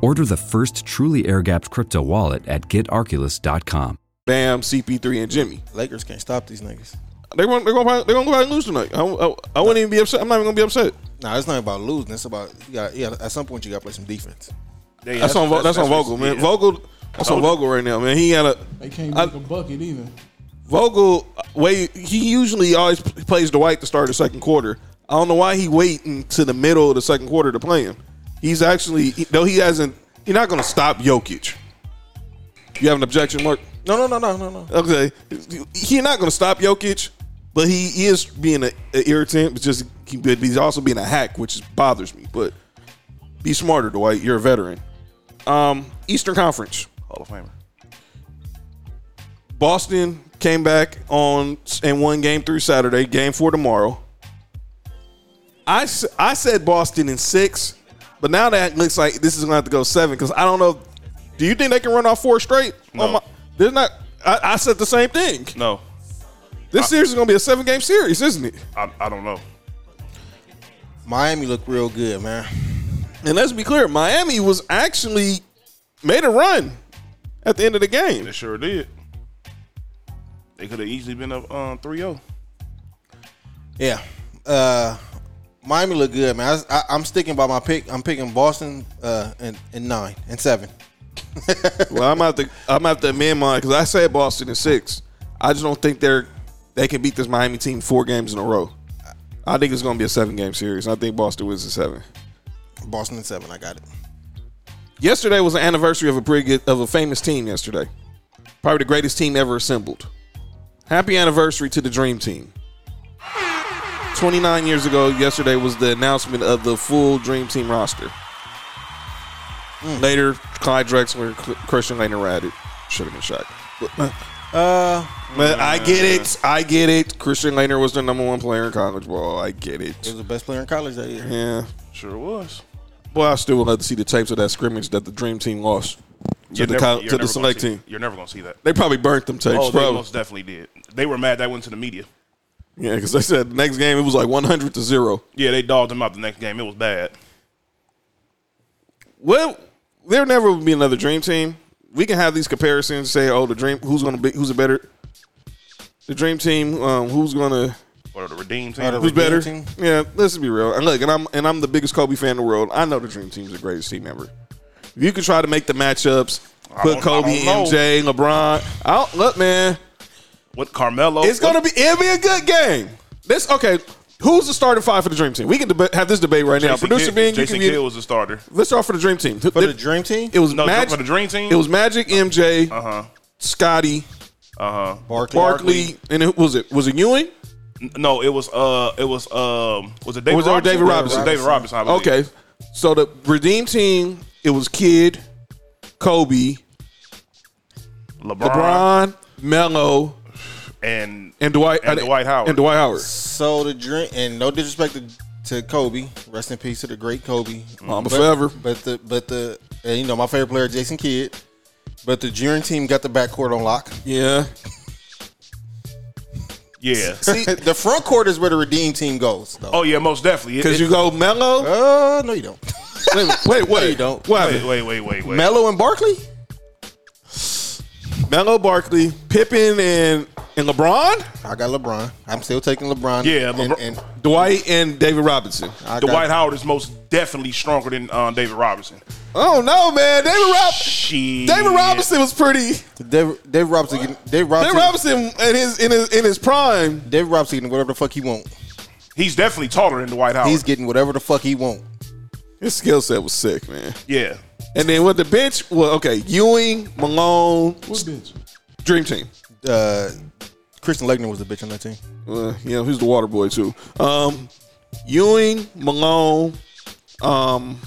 [SPEAKER 1] Order the first truly air gapped crypto wallet at getarculus.com.
[SPEAKER 4] Bam, CP3, and Jimmy.
[SPEAKER 8] Lakers can't stop these niggas.
[SPEAKER 4] They won't. They're gonna. They're gonna go out and lose tonight. I, I, I wouldn't even be upset. I'm not even gonna be upset.
[SPEAKER 8] Nah, it's not about losing. It's about you got. Yeah, at some point you got to play some defense.
[SPEAKER 5] Yeah,
[SPEAKER 4] that's, on. Vo- That's, on Vogel, man.
[SPEAKER 5] yeah.
[SPEAKER 4] Vogel. That's
[SPEAKER 8] Oh.
[SPEAKER 4] on Vogel right now, man. He had a
[SPEAKER 10] They can't
[SPEAKER 4] I-
[SPEAKER 10] make a bucket either.
[SPEAKER 4] Vogel uh, wait. He usually always p- plays Dwight to start the second quarter. I don't know why he waiting to the middle of the second quarter to play him. He's actually he- though he hasn't. He's not gonna stop Jokic. You have an objection, Mark?
[SPEAKER 8] No, no, no, no, no, no.
[SPEAKER 4] Okay, he's not going to stop Jokic, but he is being an irritant. But just he, but he's also being a hack, which is, bothers me. But be smarter, Dwight. You're a veteran. Um, Eastern Conference.
[SPEAKER 5] Hall of Famer.
[SPEAKER 4] Boston came back on and won Game Three Saturday. Game Four tomorrow. I s- I said Boston in six, but now that looks like this is going to have to go seven because I don't know. Do you think they can run off four straight?
[SPEAKER 5] No.
[SPEAKER 4] there's not. I, I said the same thing.
[SPEAKER 5] No,
[SPEAKER 4] This series is going to be a seven game series, isn't it?
[SPEAKER 5] I, I don't know.
[SPEAKER 8] Miami looked real good, man.
[SPEAKER 4] And let's be clear, Miami was actually made a run at the end of the
[SPEAKER 5] They
[SPEAKER 4] game.
[SPEAKER 5] sure did. They could have easily been up um, 3-0.
[SPEAKER 8] Yeah. Uh, Miami looked good, man. I, I, I'm sticking by my pick. I'm picking Boston uh, in, in nine and seven.
[SPEAKER 4] well, I'm out to I'm out to amend mine because I said Boston in six. I just don't think they're they can beat this Miami team four games in a row. I think it's going to be a seven game series. I think Boston wins in seven.
[SPEAKER 8] Boston in seven. I got it.
[SPEAKER 4] Yesterday was the anniversary of a pretty good, of a famous team. Yesterday, probably the greatest team ever assembled. Happy anniversary to the Dream Team. 29 years ago, yesterday was the announcement of the full Dream Team roster. Later, Clyde Drexler, Cl- Christian Laettner added. Should have been shot. But, but I get it. I get it. Christian Laettner was the number one player in college ball. I get
[SPEAKER 8] He
[SPEAKER 4] it.
[SPEAKER 8] was the best player in college that year.
[SPEAKER 4] Yeah.
[SPEAKER 5] Sure was.
[SPEAKER 4] Boy, I still would love to see the tapes of that scrimmage that the Dream Team lost to
[SPEAKER 5] You're
[SPEAKER 4] the,
[SPEAKER 5] never-
[SPEAKER 4] col- to the
[SPEAKER 5] you're never gonna
[SPEAKER 4] select
[SPEAKER 5] see-
[SPEAKER 4] team.
[SPEAKER 5] You're never gonna see that.
[SPEAKER 4] They probably burnt them tapes,
[SPEAKER 5] Oh, they
[SPEAKER 4] probably.
[SPEAKER 5] most definitely did. They were mad that went to the media.
[SPEAKER 4] Yeah, because they said the next game it was like 100 to zero.
[SPEAKER 5] Yeah, they dogged them out the next game. It was bad.
[SPEAKER 4] Well, there never will be another dream team. We can have these comparisons. Say, oh, the dream. Who's gonna be? Who's a better? The dream team. Um, who's gonna?
[SPEAKER 5] Or the redeemed team.
[SPEAKER 8] Or the
[SPEAKER 4] Who's
[SPEAKER 8] Dream
[SPEAKER 4] better?
[SPEAKER 8] team?
[SPEAKER 4] Yeah, let's be real. And look, and I'm and I'm the biggest Kobe fan in the world. I know the dream team's the greatest team ever. If you can try to make the matchups, put
[SPEAKER 5] don't- I
[SPEAKER 4] Kobe,
[SPEAKER 5] don't know.
[SPEAKER 4] MJ, LeBron. I don't, look, man.
[SPEAKER 5] What Carmelo?
[SPEAKER 4] It's gonna be it'll be a good game. This okay. Who's the starting five for the dream team? We can deba- have this debate right now.
[SPEAKER 5] Jason
[SPEAKER 4] Producer
[SPEAKER 5] Kidd-
[SPEAKER 4] being you
[SPEAKER 5] Jason
[SPEAKER 4] can
[SPEAKER 5] Kidd
[SPEAKER 4] get,
[SPEAKER 5] was the starter.
[SPEAKER 4] let's start for the dream team.
[SPEAKER 8] For the dream team,
[SPEAKER 4] it was
[SPEAKER 5] No,
[SPEAKER 4] Magic
[SPEAKER 5] for the dream team.
[SPEAKER 4] It was Magic, MJ,
[SPEAKER 5] uh huh,
[SPEAKER 4] Scotty,
[SPEAKER 5] uh huh.
[SPEAKER 8] Barkley.
[SPEAKER 4] Barkley, and it was it was it Ewing?
[SPEAKER 5] No, it was uh, it was um, was it David?
[SPEAKER 4] was it
[SPEAKER 5] Robinson?
[SPEAKER 4] David Robinson?
[SPEAKER 5] It was David Robinson. I believe.
[SPEAKER 4] Okay, so the redeem team it was Kidd, Kobe,
[SPEAKER 5] LeBron,
[SPEAKER 4] LeBron, Melo,
[SPEAKER 5] and
[SPEAKER 4] and Dwight
[SPEAKER 5] And Dwight Howard.
[SPEAKER 4] and Dwight Howard.
[SPEAKER 8] So the dream, and no disrespect to, to Kobe, rest in peace to the great Kobe,
[SPEAKER 4] Mamba
[SPEAKER 8] but,
[SPEAKER 4] forever.
[SPEAKER 8] But the but the and you know my favorite player Jason Kidd, but the dream team got the backcourt on lock.
[SPEAKER 4] Yeah,
[SPEAKER 5] yeah.
[SPEAKER 8] See, the front court is where the redeem team goes. Though.
[SPEAKER 5] Oh yeah, most definitely. It-
[SPEAKER 4] because
[SPEAKER 5] it-
[SPEAKER 4] you go Melo.
[SPEAKER 8] Oh, uh, no, you don't.
[SPEAKER 4] Wait, wait, wait.
[SPEAKER 8] you don't.
[SPEAKER 4] What
[SPEAKER 5] wait,
[SPEAKER 4] happened?
[SPEAKER 5] wait, wait, wait, wait.
[SPEAKER 8] Melo and Barkley.
[SPEAKER 4] Melo, Barkley, Pippen, and and LeBron,
[SPEAKER 8] I got LeBron. I'm still taking LeBron.
[SPEAKER 5] Yeah,
[SPEAKER 8] and-
[SPEAKER 5] LeBron-
[SPEAKER 8] And,
[SPEAKER 4] Dwight, and David Robinson.
[SPEAKER 8] I got-
[SPEAKER 5] Dwight Howard is most definitely stronger than um, David Robinson.
[SPEAKER 4] Oh no, man, David Rob.
[SPEAKER 5] Shit.
[SPEAKER 4] David Robinson was pretty.
[SPEAKER 8] Dave, Dave Robinson. getting- Dave
[SPEAKER 4] David
[SPEAKER 8] Robinson.
[SPEAKER 4] Robinson in his in his in his prime
[SPEAKER 8] Dave Robinson getting whatever the fuck he want.
[SPEAKER 5] He's definitely taller than Dwight Howard.
[SPEAKER 8] He's getting whatever the fuck he want.
[SPEAKER 4] His skill set was sick, man.
[SPEAKER 5] yeah.
[SPEAKER 4] And then with the bench, well, okay, Ewing, Malone,
[SPEAKER 10] What bitch?
[SPEAKER 4] Dream Team.
[SPEAKER 8] Uh, Christian Legner was the bitch on that team.
[SPEAKER 4] Uh, yeah, he's the water boy too. Um, Ewing, Malone, um,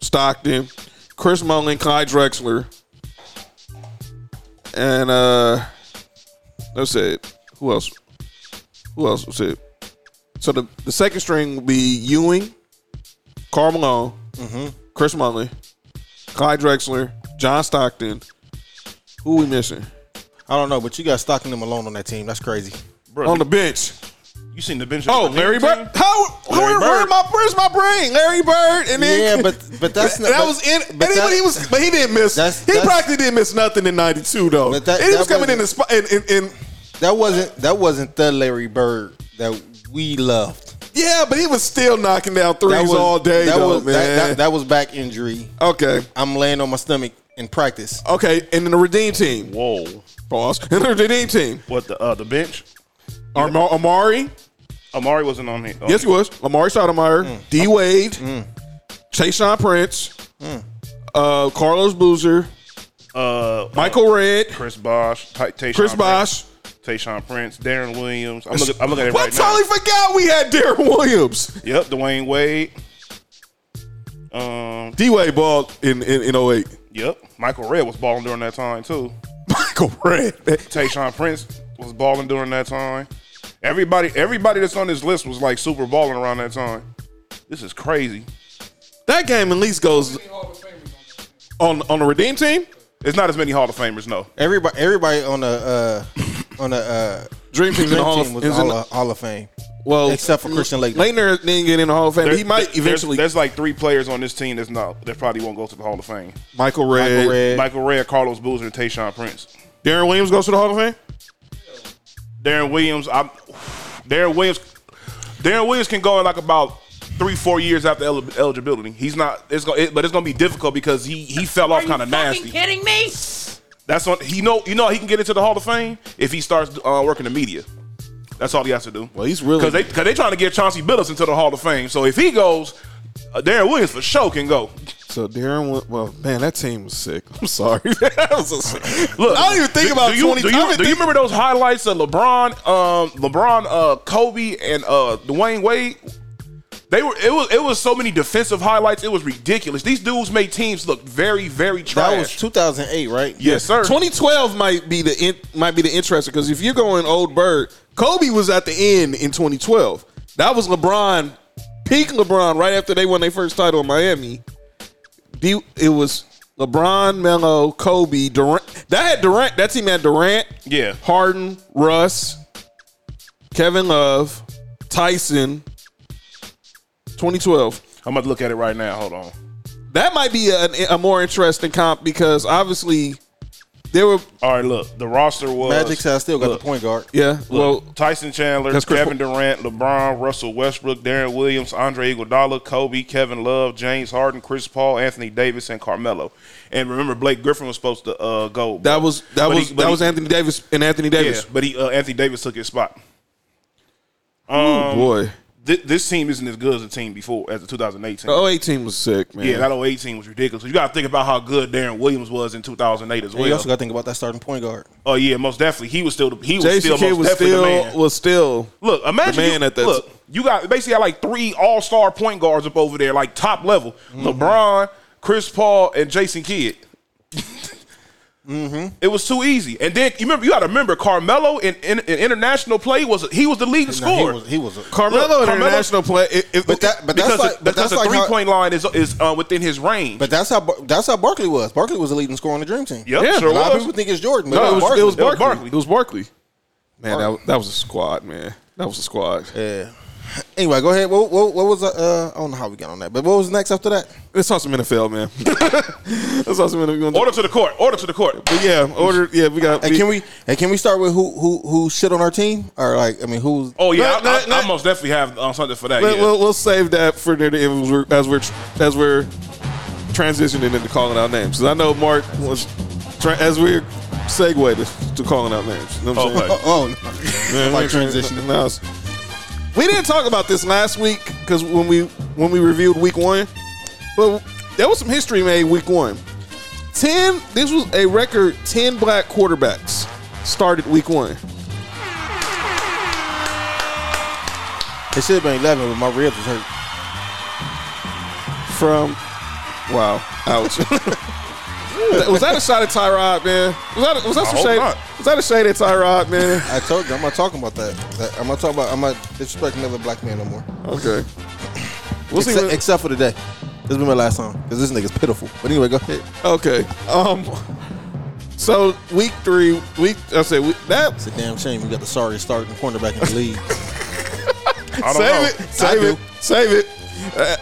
[SPEAKER 4] Stockton, Chris Mullin, Clyde Drexler, and uh, that's it. Who else? Who else was it? So the, the second string will be Ewing, Carl Malone, Chris Mullin, Clyde Drexler, John Stockton. Who we missing
[SPEAKER 8] I don't know, but you got Stockton and Malone on that team. That's crazy.
[SPEAKER 5] Bro,
[SPEAKER 4] on the bench?
[SPEAKER 5] you seen the bench? of
[SPEAKER 4] Oh,
[SPEAKER 5] the
[SPEAKER 4] Larry
[SPEAKER 5] team?
[SPEAKER 4] Bird. How? who-
[SPEAKER 5] Larry
[SPEAKER 4] Where,
[SPEAKER 5] Bird.
[SPEAKER 4] my, where's my brain? Larry Bird, and then
[SPEAKER 8] Yeah, but- but that's
[SPEAKER 4] that,
[SPEAKER 8] not- but-
[SPEAKER 4] was in. But
[SPEAKER 8] but
[SPEAKER 4] he,
[SPEAKER 8] that-
[SPEAKER 4] he was, but he didn't miss.
[SPEAKER 8] That's-
[SPEAKER 4] he
[SPEAKER 8] that's-
[SPEAKER 4] practically didn't miss nothing in '92 though.
[SPEAKER 8] But that-
[SPEAKER 4] And he
[SPEAKER 8] that
[SPEAKER 4] was coming in the spot in, in, in
[SPEAKER 8] that wasn't that wasn't the Larry Bird that we loved.
[SPEAKER 4] Yeah, but he was still knocking down threes
[SPEAKER 8] That was
[SPEAKER 4] all day,
[SPEAKER 8] That
[SPEAKER 4] though,
[SPEAKER 8] was
[SPEAKER 4] man. Oh.
[SPEAKER 8] That, that, that was back injury.
[SPEAKER 4] okay,
[SPEAKER 8] I'm laying on my stomach in practice.
[SPEAKER 4] okay, and then the redeem team,
[SPEAKER 5] Whoa.
[SPEAKER 4] pause. And the redeem team,
[SPEAKER 5] What the uh, the bench?
[SPEAKER 4] Am- Amari,
[SPEAKER 5] Amari wasn't on here. Oh.
[SPEAKER 4] yes, he was. Amari Sotomayor,
[SPEAKER 8] Mm.
[SPEAKER 4] D Wade, Tayshawn Prince,
[SPEAKER 8] Mm.
[SPEAKER 4] uh, Carlos Boozer,
[SPEAKER 5] Uh,
[SPEAKER 4] Michael Red,
[SPEAKER 5] Chris Bosh, Ty- Tayshaun
[SPEAKER 4] Chris Bosh.
[SPEAKER 5] Prince, Tayshaun Prince, Darren Williams. I'm looking. I'm looking at it
[SPEAKER 4] What?
[SPEAKER 5] right
[SPEAKER 4] totally forgot we had Darren Williams.
[SPEAKER 5] now. Yep, Dwayne Wade. Um.
[SPEAKER 4] D Wade balled in in, oh in 08.
[SPEAKER 5] Yep. Michael Red was balling during that time too.
[SPEAKER 4] Michael Red. man.
[SPEAKER 5] Tayshawn Prince was balling during that time. Everybody, everybody that's on this list was like super balling around that time. This is crazy.
[SPEAKER 4] That game at least goes on on the redeem team.
[SPEAKER 5] It's not as many Hall of Famers, no.
[SPEAKER 8] Everybody everybody on the uh, on the uh,
[SPEAKER 4] Dream team in the
[SPEAKER 8] Dream
[SPEAKER 4] Hall
[SPEAKER 8] team
[SPEAKER 4] of
[SPEAKER 8] was
[SPEAKER 4] is in
[SPEAKER 8] Hall,
[SPEAKER 4] the-
[SPEAKER 8] of, Hall of Fame.
[SPEAKER 4] Well,
[SPEAKER 8] Except for Christian Laettner.
[SPEAKER 4] Laettner didn't get in the Hall of Fame.
[SPEAKER 5] There-
[SPEAKER 4] he might
[SPEAKER 5] there's-
[SPEAKER 4] eventually.
[SPEAKER 5] There's, like three players on this team that's not that probably won't go to the Hall of Fame.
[SPEAKER 4] Michael Red.
[SPEAKER 8] Michael Red.
[SPEAKER 5] Michael Red, Carlos Boozer, and Tayshawn Prince.
[SPEAKER 4] Darren Williams goes to the Hall of Fame.
[SPEAKER 5] Darren Williams, I'm Darren Williams. Darren Williams can go in like about three, four years after el- eligibility. He's not. It's going, it, but it's gonna be difficult because he he fell
[SPEAKER 7] Are
[SPEAKER 5] off
[SPEAKER 7] you
[SPEAKER 5] kind of
[SPEAKER 7] fucking
[SPEAKER 5] nasty.
[SPEAKER 7] kidding me?
[SPEAKER 5] That's what he know. You know he can get into the Hall of Fame if he starts uh, working the media. That's all he has to do.
[SPEAKER 4] Well, he's really-
[SPEAKER 5] because they because they trying to get Chauncey Billups into the Hall of Fame. So if he goes, uh, Darren Williams for sure can go.
[SPEAKER 4] So Darren, Wi- well, man, that team was sick. I'm sorry, that was so sick.
[SPEAKER 5] Look,
[SPEAKER 4] I don't even think
[SPEAKER 5] do-
[SPEAKER 4] about
[SPEAKER 5] do you,
[SPEAKER 4] 20.
[SPEAKER 5] Do
[SPEAKER 4] I
[SPEAKER 5] you,
[SPEAKER 4] don't even
[SPEAKER 5] do you
[SPEAKER 4] think-
[SPEAKER 5] remember those highlights of LeBron, um, LeBron, uh, Kobe, and uh, Dwayne Wade? They were it was it was so many defensive highlights. It was ridiculous. These dudes made teams look very very trash.
[SPEAKER 8] That was 2008, right?
[SPEAKER 5] yes, sir.
[SPEAKER 4] 2012 might be the in, might be the interesting because if you're going old bird, Kobe was at the end in 2012. That was LeBron, peak LeBron, right after they won their first title in Miami. D- It was LeBron, Melo, Kobe, Durant. That had Durant. That team had Durant,
[SPEAKER 5] Yeah.
[SPEAKER 4] Harden, Russ, Kevin Love, Tyson. 2012.
[SPEAKER 5] I'm about to look at it right now. Hold on.
[SPEAKER 4] That might be a, a more interesting comp because obviously there were
[SPEAKER 5] All right, look. The roster was
[SPEAKER 8] Magic said I still got
[SPEAKER 5] look.
[SPEAKER 8] the point guard.
[SPEAKER 4] yeah.
[SPEAKER 5] Look,
[SPEAKER 4] Well,
[SPEAKER 5] Tyson Chandler,
[SPEAKER 4] That's Chris
[SPEAKER 5] Kevin Durant, LeBron, Russell Westbrook, Darren Williams, Andre Iguodala, Kobe, Kevin Love, James Harden, Chris Paul, Anthony Davis, and Carmelo. And remember, Blake Griffin was supposed to uh, go.
[SPEAKER 4] That was that
[SPEAKER 5] But he-
[SPEAKER 4] was
[SPEAKER 5] but
[SPEAKER 4] that
[SPEAKER 5] he-
[SPEAKER 4] was Anthony Davis and Anthony
[SPEAKER 5] yeah,
[SPEAKER 4] Davis.
[SPEAKER 5] but he uh, Anthony Davis took his spot.
[SPEAKER 4] Oh
[SPEAKER 5] um,
[SPEAKER 4] boy,
[SPEAKER 5] Th- this team isn't as good as the team before as the 2018.
[SPEAKER 4] the 08 team was sick, man.
[SPEAKER 5] yeah, that 08 team was ridiculous. You got to think about how good Darren Williams was in 2008 as
[SPEAKER 8] And
[SPEAKER 5] well.
[SPEAKER 8] you also got to think about that starting point guard.
[SPEAKER 5] oh yeah, most definitely. He was still the, he was still
[SPEAKER 4] JCK
[SPEAKER 5] most
[SPEAKER 4] was
[SPEAKER 5] definitely
[SPEAKER 4] still
[SPEAKER 5] the man.
[SPEAKER 4] was still.
[SPEAKER 5] Look, imagine
[SPEAKER 4] The man
[SPEAKER 5] you,
[SPEAKER 4] at that-
[SPEAKER 5] look, you got basically got like three all star point guards up over there, like top level.
[SPEAKER 8] Mm-hmm.
[SPEAKER 5] LeBron, Chris Paul, and Jason Kidd.
[SPEAKER 8] Mm-hmm.
[SPEAKER 5] It was too easy, and then you remember you got to remember Carmelo in, in, in international play was he was the leading
[SPEAKER 8] Nah, he
[SPEAKER 5] scorer.
[SPEAKER 8] was he was a
[SPEAKER 4] Carmelo
[SPEAKER 5] Look,
[SPEAKER 4] in international play, it, it-
[SPEAKER 8] But that- but that's
[SPEAKER 5] because
[SPEAKER 8] like-
[SPEAKER 5] the,
[SPEAKER 8] but
[SPEAKER 5] because
[SPEAKER 8] that's
[SPEAKER 5] the
[SPEAKER 8] like
[SPEAKER 5] three
[SPEAKER 8] how-
[SPEAKER 5] point line is is uh, within his range.
[SPEAKER 8] But that's how Bar- that's how Barkley was. Barkley was the leading scorer on the Dream Team.
[SPEAKER 5] Yep,
[SPEAKER 4] yeah,
[SPEAKER 5] sure
[SPEAKER 8] A lot of
[SPEAKER 5] was.
[SPEAKER 8] people think it's Jordan, but
[SPEAKER 4] no, it was
[SPEAKER 8] Barkley.
[SPEAKER 4] it was
[SPEAKER 5] It was
[SPEAKER 4] Barkley.
[SPEAKER 5] Barkley.
[SPEAKER 4] It was Barkley. Man, that, that was a squad, man. That was a squad.
[SPEAKER 8] Yeah. Anyway, go ahead. What, what, what was uh, I don't know how we got on that, but what was next after that?
[SPEAKER 4] Let's talk some NFL, man. Let's talk some NFL.
[SPEAKER 5] order to the court. Order to the court.
[SPEAKER 4] But yeah, order. Yeah, we got.
[SPEAKER 8] And can we and can we start with who who who shit on our team or like I mean who's
[SPEAKER 5] Oh yeah,
[SPEAKER 4] Not-
[SPEAKER 5] I, I-
[SPEAKER 4] not- not-
[SPEAKER 5] I most definitely have uh, something for that.
[SPEAKER 4] But
[SPEAKER 5] yeah.
[SPEAKER 4] we'll, we'll save that for near the end as we're as we're, as we're transitioning into calling out names. 'Cause I know Mark was tra- as we're segued to, to calling out names. You know what I'm
[SPEAKER 5] Okay.
[SPEAKER 4] saying?
[SPEAKER 8] oh no. like transition.
[SPEAKER 4] No, it's- we didn't talk about this last week because when we when we reviewed week one, but there was some history made week one. Ten. This was a record. Ten black quarterbacks started week one.
[SPEAKER 8] It should have been eleven, but my ribs was hurt.
[SPEAKER 4] from wow ouch was that a shot at Tyrod man was that was that some
[SPEAKER 5] hope
[SPEAKER 4] shade
[SPEAKER 5] not.
[SPEAKER 4] was that a shade at Tyrod man
[SPEAKER 8] I told you I'm not talking about that. That- I'm not talking about I'm not disrespecting another black man no more.
[SPEAKER 4] okay we'll see
[SPEAKER 8] except,
[SPEAKER 4] when-
[SPEAKER 8] except for today. This will be my last song because this nigga's pitiful. But anyway, go ahead.
[SPEAKER 4] okay um so week three week I said week, that
[SPEAKER 8] It's a damn shame you got the sorriest starting cornerback in the league.
[SPEAKER 5] I don't know.
[SPEAKER 4] save it save
[SPEAKER 8] I
[SPEAKER 4] it
[SPEAKER 8] do.
[SPEAKER 4] save it Uh,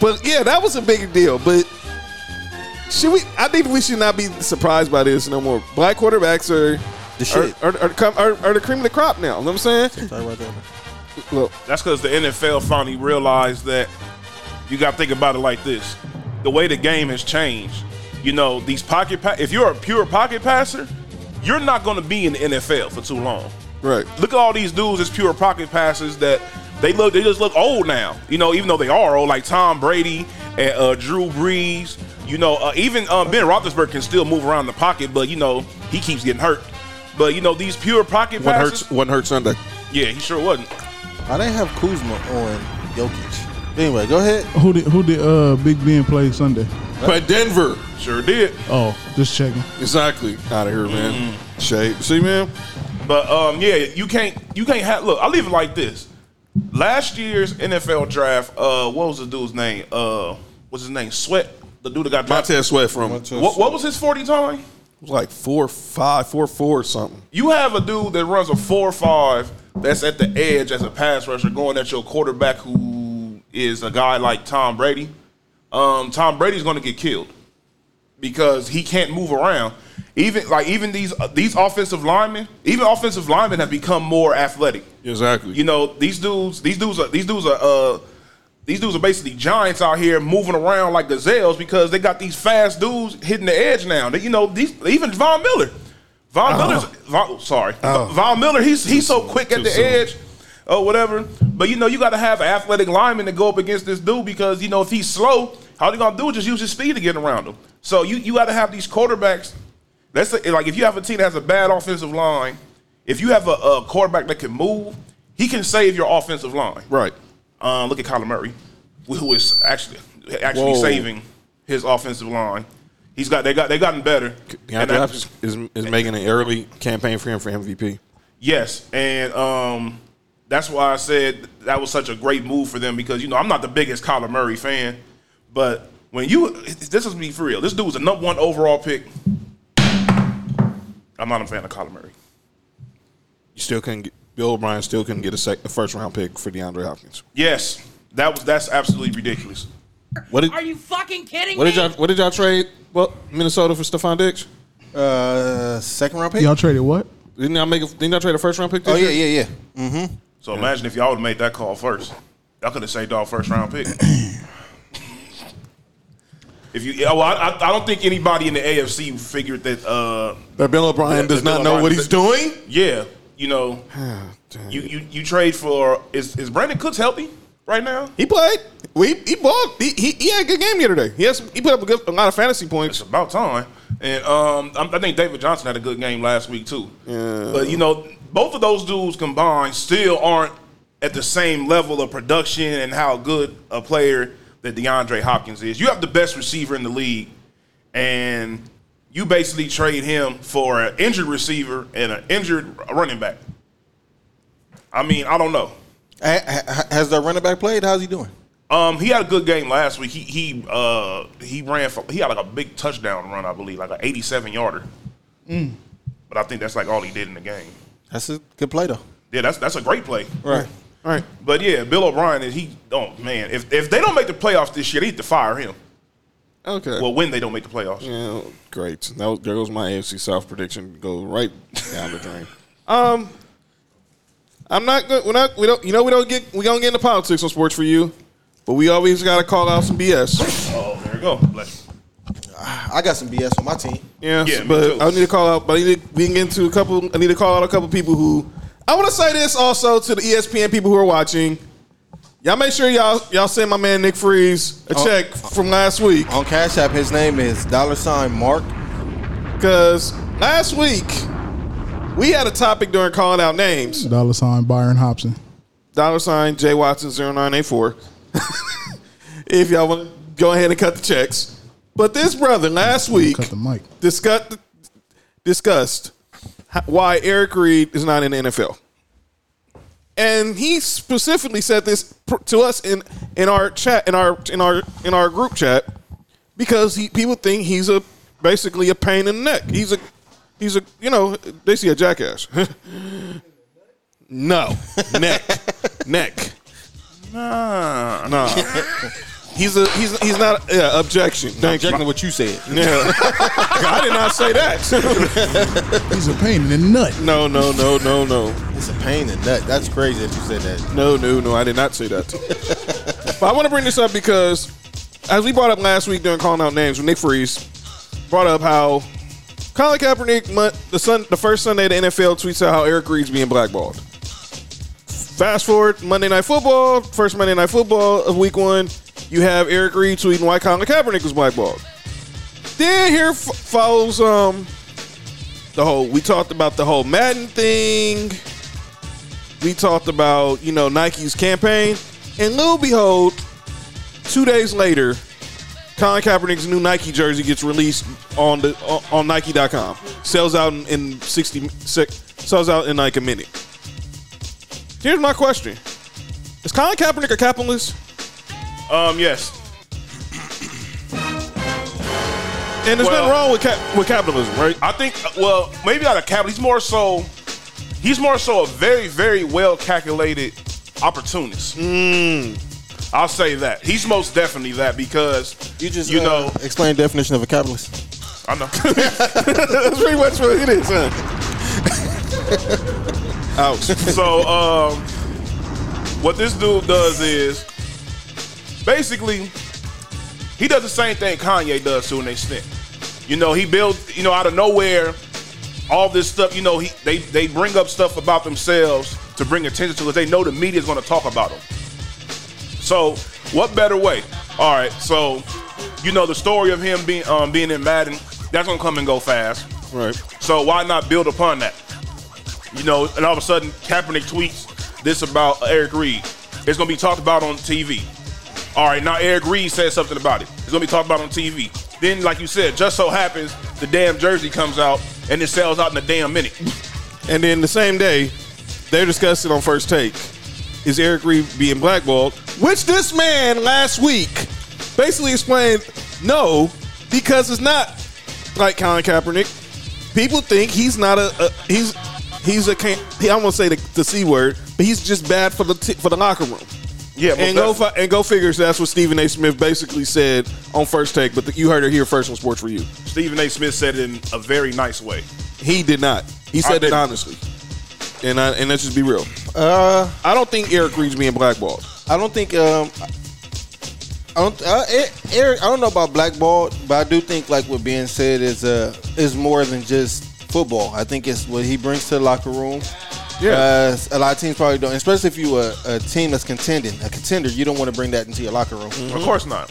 [SPEAKER 4] but yeah that was a big deal but should we I think we should not be surprised by this no more black quarterbacks are
[SPEAKER 8] The
[SPEAKER 4] Are,
[SPEAKER 8] shit.
[SPEAKER 4] are, are, the com- are, are the cream of the crop now. You know what I'm saying?
[SPEAKER 8] Sorry about that.
[SPEAKER 4] Look,
[SPEAKER 5] That's because the NFL finally realized that you got to think about it like this: the way the game has changed. You know, these pocket. Pa- if you're a pure pocket passer, you're not going to be in the NFL for too long.
[SPEAKER 4] right.
[SPEAKER 5] Look at all these dudes as pure pocket passers that they look. They just look old now. You know, even though they are old, like Tom Brady and uh, Drew Brees. You know, uh, even um, Ben Roethlisberger can still move around the pocket, but you know he keeps getting hurt. But you know these pure pocket
[SPEAKER 4] One
[SPEAKER 5] passes.
[SPEAKER 4] hurts. One hurts Sunday.
[SPEAKER 5] Yeah, he sure wasn't.
[SPEAKER 8] I didn't have Kuzma on Jokic. Anyway, go ahead.
[SPEAKER 10] Who did who did uh, Big Ben play Sunday?
[SPEAKER 4] But Denver,
[SPEAKER 5] Sure did.
[SPEAKER 10] Oh, just checking.
[SPEAKER 4] exactly. Out of here, man. Shape. See, man.
[SPEAKER 5] But um, yeah, you can't you can't have look. I leave it like this. Last year's NFL draft, uh, what was the dude's name? Uh, what's his name? Sweat, the dude that got drafted.
[SPEAKER 4] Montez Sweat from it
[SPEAKER 8] Montez-
[SPEAKER 5] What, what was his forty time?
[SPEAKER 4] was like four, five, four, four, or something.
[SPEAKER 5] You have a dude that runs a four five that's at the edge as a pass rusher going at your quarterback who is a guy like Tom Brady. Um, Tom Brady's going to get killed because he can't move around. Even like even these these offensive linemen, even offensive linemen have become more athletic.
[SPEAKER 4] Exactly.
[SPEAKER 5] You know, these dudes, these dudes are these dudes are uh these dudes are basically giants out here moving around like gazelles because they got these fast dudes hitting the edge now. They- You know, these even Von Miller. Von Miller's Von, sorry. Von Miller, he's he's so quick
[SPEAKER 4] Uh-huh.
[SPEAKER 5] at
[SPEAKER 4] Too
[SPEAKER 5] the
[SPEAKER 4] soon.
[SPEAKER 5] edge or whatever. But you know, you gotta have an athletic lineman to go up against this dude because you know if he's slow, all they gonna do is just use his speed to get around him. So you you gotta have these quarterbacks. That's the- like if you have a team that has a bad offensive line, if you have a, a quarterback that can move, he can save your offensive line.
[SPEAKER 4] right.
[SPEAKER 5] Uh, look at Kyler Murray, who is actually actually
[SPEAKER 4] Whoa.
[SPEAKER 5] saving his offensive line. He's got they got they gotten better. And
[SPEAKER 4] DeAndre
[SPEAKER 5] I-
[SPEAKER 4] Hopkins is, is making an early campaign for him for MVP.
[SPEAKER 5] yes, and um, that's why I said that was such a great move for them because you know I'm not the biggest Kyler Murray fan, but when you this is me for real, this dude was the number one overall pick. I'm not a fan of Kyler Murray.
[SPEAKER 4] You still couldn't get Bill O'Brien still couldn't get a, sec, a first round pick for DeAndre Hopkins.
[SPEAKER 5] Yes, that was that's absolutely ridiculous.
[SPEAKER 4] What did
[SPEAKER 7] Are you fucking kidding
[SPEAKER 4] what
[SPEAKER 7] me?
[SPEAKER 4] did y'all what did y'all trade? Well, Minnesota for Stephon Diggs.
[SPEAKER 8] Uh, second round pick.
[SPEAKER 10] Y'all traded what?
[SPEAKER 4] Didn't y'all make? A, didn't y'all trade a first round pick? This
[SPEAKER 8] oh yeah,
[SPEAKER 4] year?
[SPEAKER 8] yeah, yeah.
[SPEAKER 5] So imagine if y'all would have made that call first. Y'all could have saved our first round pick. if you, yeah, well, I, I, I don't think anybody in the AFC figured that. Uh,
[SPEAKER 4] That Bill O'Brien
[SPEAKER 5] Yeah,
[SPEAKER 4] does
[SPEAKER 5] Bill
[SPEAKER 4] not know
[SPEAKER 5] O'Brien-
[SPEAKER 4] what he's doing.
[SPEAKER 5] yeah, you know, you, you you trade for is is Brandon Cooks healthy right now?
[SPEAKER 4] He played. We he balled. He, he he had a good game the other day. He has he put up a, good, a lot of fantasy points.
[SPEAKER 5] It's about time. And um, I'm- I think David Johnson had a good game last week too. But you know, both of those dudes combined still aren't at the same level of production and how good a player that DeAndre Hopkins is. You have the best receiver in the league, and you basically trade him for an injured receiver and an injured running back. I mean, I don't know.
[SPEAKER 8] Ha- ha- Has the running back played? How's he doing?
[SPEAKER 5] Um, he had a good game last week. He he uh he ran for he had like a big touchdown run, I believe, like an eighty-seven yarder. But I think that's like all he did in the game.
[SPEAKER 8] That's a good play though.
[SPEAKER 5] Yeah, that's that's a great play.
[SPEAKER 8] Right.
[SPEAKER 4] All right.
[SPEAKER 5] But yeah, Bill O'Brien is he? Oh man, if if they don't make the playoffs this year, they need to fire him.
[SPEAKER 4] Okay.
[SPEAKER 5] Well, when they don't make the playoffs,
[SPEAKER 4] Yeah, great. That was, there goes my AFC South prediction. Go right down the drain. Um, I'm not good. We're not. We don't. You know, we don't get. We don't get into politics on sports for you, but we always got to call out some BS.
[SPEAKER 5] oh there you go. Bless you.
[SPEAKER 8] Ah, I got some BS on my team.
[SPEAKER 4] Yes,
[SPEAKER 5] Yeah, me
[SPEAKER 4] but
[SPEAKER 5] too.
[SPEAKER 4] I need to call out. But I need to, we can get into a couple. I need to call out a couple people who. I want to say this also to the E ESPN people who are watching. Y'all make sure y'all y'all send my man Nick Freeze
[SPEAKER 5] Oh.
[SPEAKER 4] a check from last week.
[SPEAKER 8] On Cash App, his name is dollar sign Mark.
[SPEAKER 4] Because last week, we had a topic during calling out names.
[SPEAKER 10] Dollar sign Byron Hobson.
[SPEAKER 4] Dollar sign Jay Watson 0984. if y'all want to go ahead and cut the checks. But this brother last week
[SPEAKER 10] Cut the mic.
[SPEAKER 4] discussed, discussed ho- why Eric Reed is not in the NFL. And he specifically said this pr- to us in, in our chat in our in our in our group chat because he, people think he's a basically a pain in the neck. He's a he's a you know they see a jackass. no neck neck.
[SPEAKER 5] Nah,
[SPEAKER 4] Nah. He's a he's he's not yeah, objection. Thank
[SPEAKER 8] Objecting
[SPEAKER 4] you.
[SPEAKER 8] to what you said.
[SPEAKER 4] Yeah. I did not say that.
[SPEAKER 10] He's a pain in the nut.
[SPEAKER 4] no, no, no, no, no.
[SPEAKER 8] It's a pain in the nut. That's crazy that you said that.
[SPEAKER 4] No, no, no, I did not say that. but I want to bring this up because, as we brought up last week during calling out names, when Nick Freeze brought up how Colin Kaepernick, mon- the sun, the first Sunday of the NFL, tweets out how Eric Reed's being blackballed. Fast forward Monday Night Football, first Monday Night Football of Week One, you have Eric Reed tweeting why Colin Kaepernick was blackballed. Then here f- follows um the whole we talked about the whole Madden thing. We talked about, you know, Nike's campaign. And lo and behold, two days later, Colin Kaepernick's new Nike jersey gets released on the uh, on on Nike.com. Sells out in, in 60 sec, sells out in like a minute. Here's my question. Is Colin Kaepernick a capitalist?
[SPEAKER 5] Um, yes.
[SPEAKER 4] And there's nothing
[SPEAKER 5] Well-
[SPEAKER 4] wrong with cap, with capitalism, right?
[SPEAKER 5] I think. uh, Well, maybe not a capital. He's more so. He's more so a very, very well calculated opportunist.
[SPEAKER 8] Hmm.
[SPEAKER 5] I'll say that. He's most definitely that because
[SPEAKER 8] You just,
[SPEAKER 5] you
[SPEAKER 8] uh,
[SPEAKER 5] know,
[SPEAKER 8] explain definition of a capitalist.
[SPEAKER 5] I know.
[SPEAKER 4] That's pretty much what it is, huh? Ouch.
[SPEAKER 5] so um, what this dude does is basically he does the same thing Kanye does to an extent. You know, he builds, you know, out of nowhere, all this stuff, you know, he they, they bring up stuff about themselves to bring attention to because they know the media is gonna talk about them. So, what better way? All right, so you know the story of him being um, being in Madden, that's gonna come and go fast.
[SPEAKER 4] Right.
[SPEAKER 5] So why not build upon that? You know, and all of a sudden Kaepernick tweets this about Eric Reed. It's gonna be talked about on TV. All right, now Eric Reed says something about it. It's gonna be talked about on TV. Then, like you said, just so happens the damn jersey comes out and it sells out in a damn minute.
[SPEAKER 4] And then the same day, they're discussing on first take is Eric Reed being blackballed, which this man last week basically explained no, because it's not like Colin Kaepernick. People think he's not a, a he's he's a can I won't say the, the c word, but he's just bad for the t- for the locker room.
[SPEAKER 5] Yeah, most
[SPEAKER 4] and go
[SPEAKER 5] definitely.
[SPEAKER 4] fi- and go figures. That's what Stephen A. Smith basically said on first take. But the, you heard it here first on Sports for You.
[SPEAKER 5] Stephen A. Smith said it in a very nice way.
[SPEAKER 4] He did not. He said it
[SPEAKER 5] didn't.
[SPEAKER 4] honestly. And I, and let's just be real.
[SPEAKER 8] Uh,
[SPEAKER 4] I don't think Eric Reed's being blackballed.
[SPEAKER 8] I don't think. Um, I don't. Uh, E- Eric, I don't know about blackball, but I do think like what being said is uh is more than just football. I think it's what he brings to the locker room.
[SPEAKER 4] Yeah.
[SPEAKER 8] Uh, a lot of teams probably don't, especially if you a, a team that's contending, a contender. You don't want to bring that into your locker room.
[SPEAKER 5] Of course not.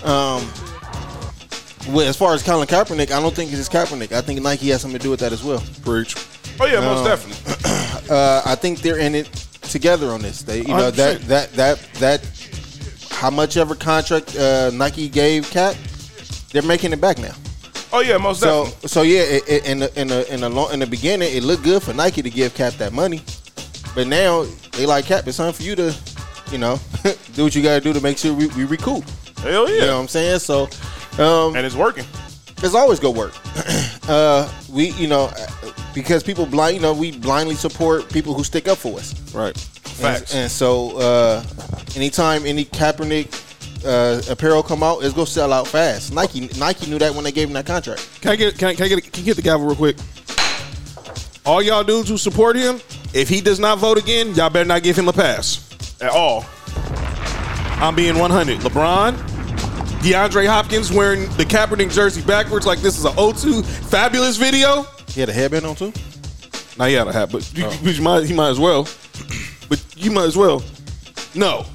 [SPEAKER 8] Well, as far as Colin Kaepernick, I don't think it's just Kaepernick. I think Nike has something to do with that as well.
[SPEAKER 4] Preach.
[SPEAKER 5] oh yeah, most definitely.
[SPEAKER 8] Uh, I think they're in it together on this. They, you know, that
[SPEAKER 4] 100%.
[SPEAKER 8] that that that how much ever contract uh, Nike gave Cap, they're making it back now.
[SPEAKER 5] Oh yeah, most
[SPEAKER 8] So
[SPEAKER 5] definitely.
[SPEAKER 8] so yeah, it, it, in the in the in the, long, in the beginning, it looked good for Nike to give Cap that money, but now they like Cap. It's time for you to, you know, do what you got to do to make sure we, we recoup.
[SPEAKER 5] Hell yeah,
[SPEAKER 8] You know what I'm saying? So. Um,
[SPEAKER 5] and it's working.
[SPEAKER 8] it's always good work. uh, we, you know, uh, because people blind, you know, we blindly support people who stick up for us.
[SPEAKER 4] Right.
[SPEAKER 8] And,
[SPEAKER 5] Facts.
[SPEAKER 8] and so, uh, anytime any Kaepernick uh, apparel come out, it's gonna sell out fast. Nike, Nike knew that when they gave him that contract.
[SPEAKER 4] Can I get can I, can I get can you get the gavel real quick? All y'all dudes who support him, if he does not vote again, y'all better not give him a pass.
[SPEAKER 5] At all.
[SPEAKER 4] I'm being 100. LeBron, DeAndre Hopkins wearing the Kaepernick jersey backwards like this is an O2 fabulous video.
[SPEAKER 8] He had a headband on too.
[SPEAKER 4] Now he had a hat, but you, you- you might, he might as well. But you might as well. No.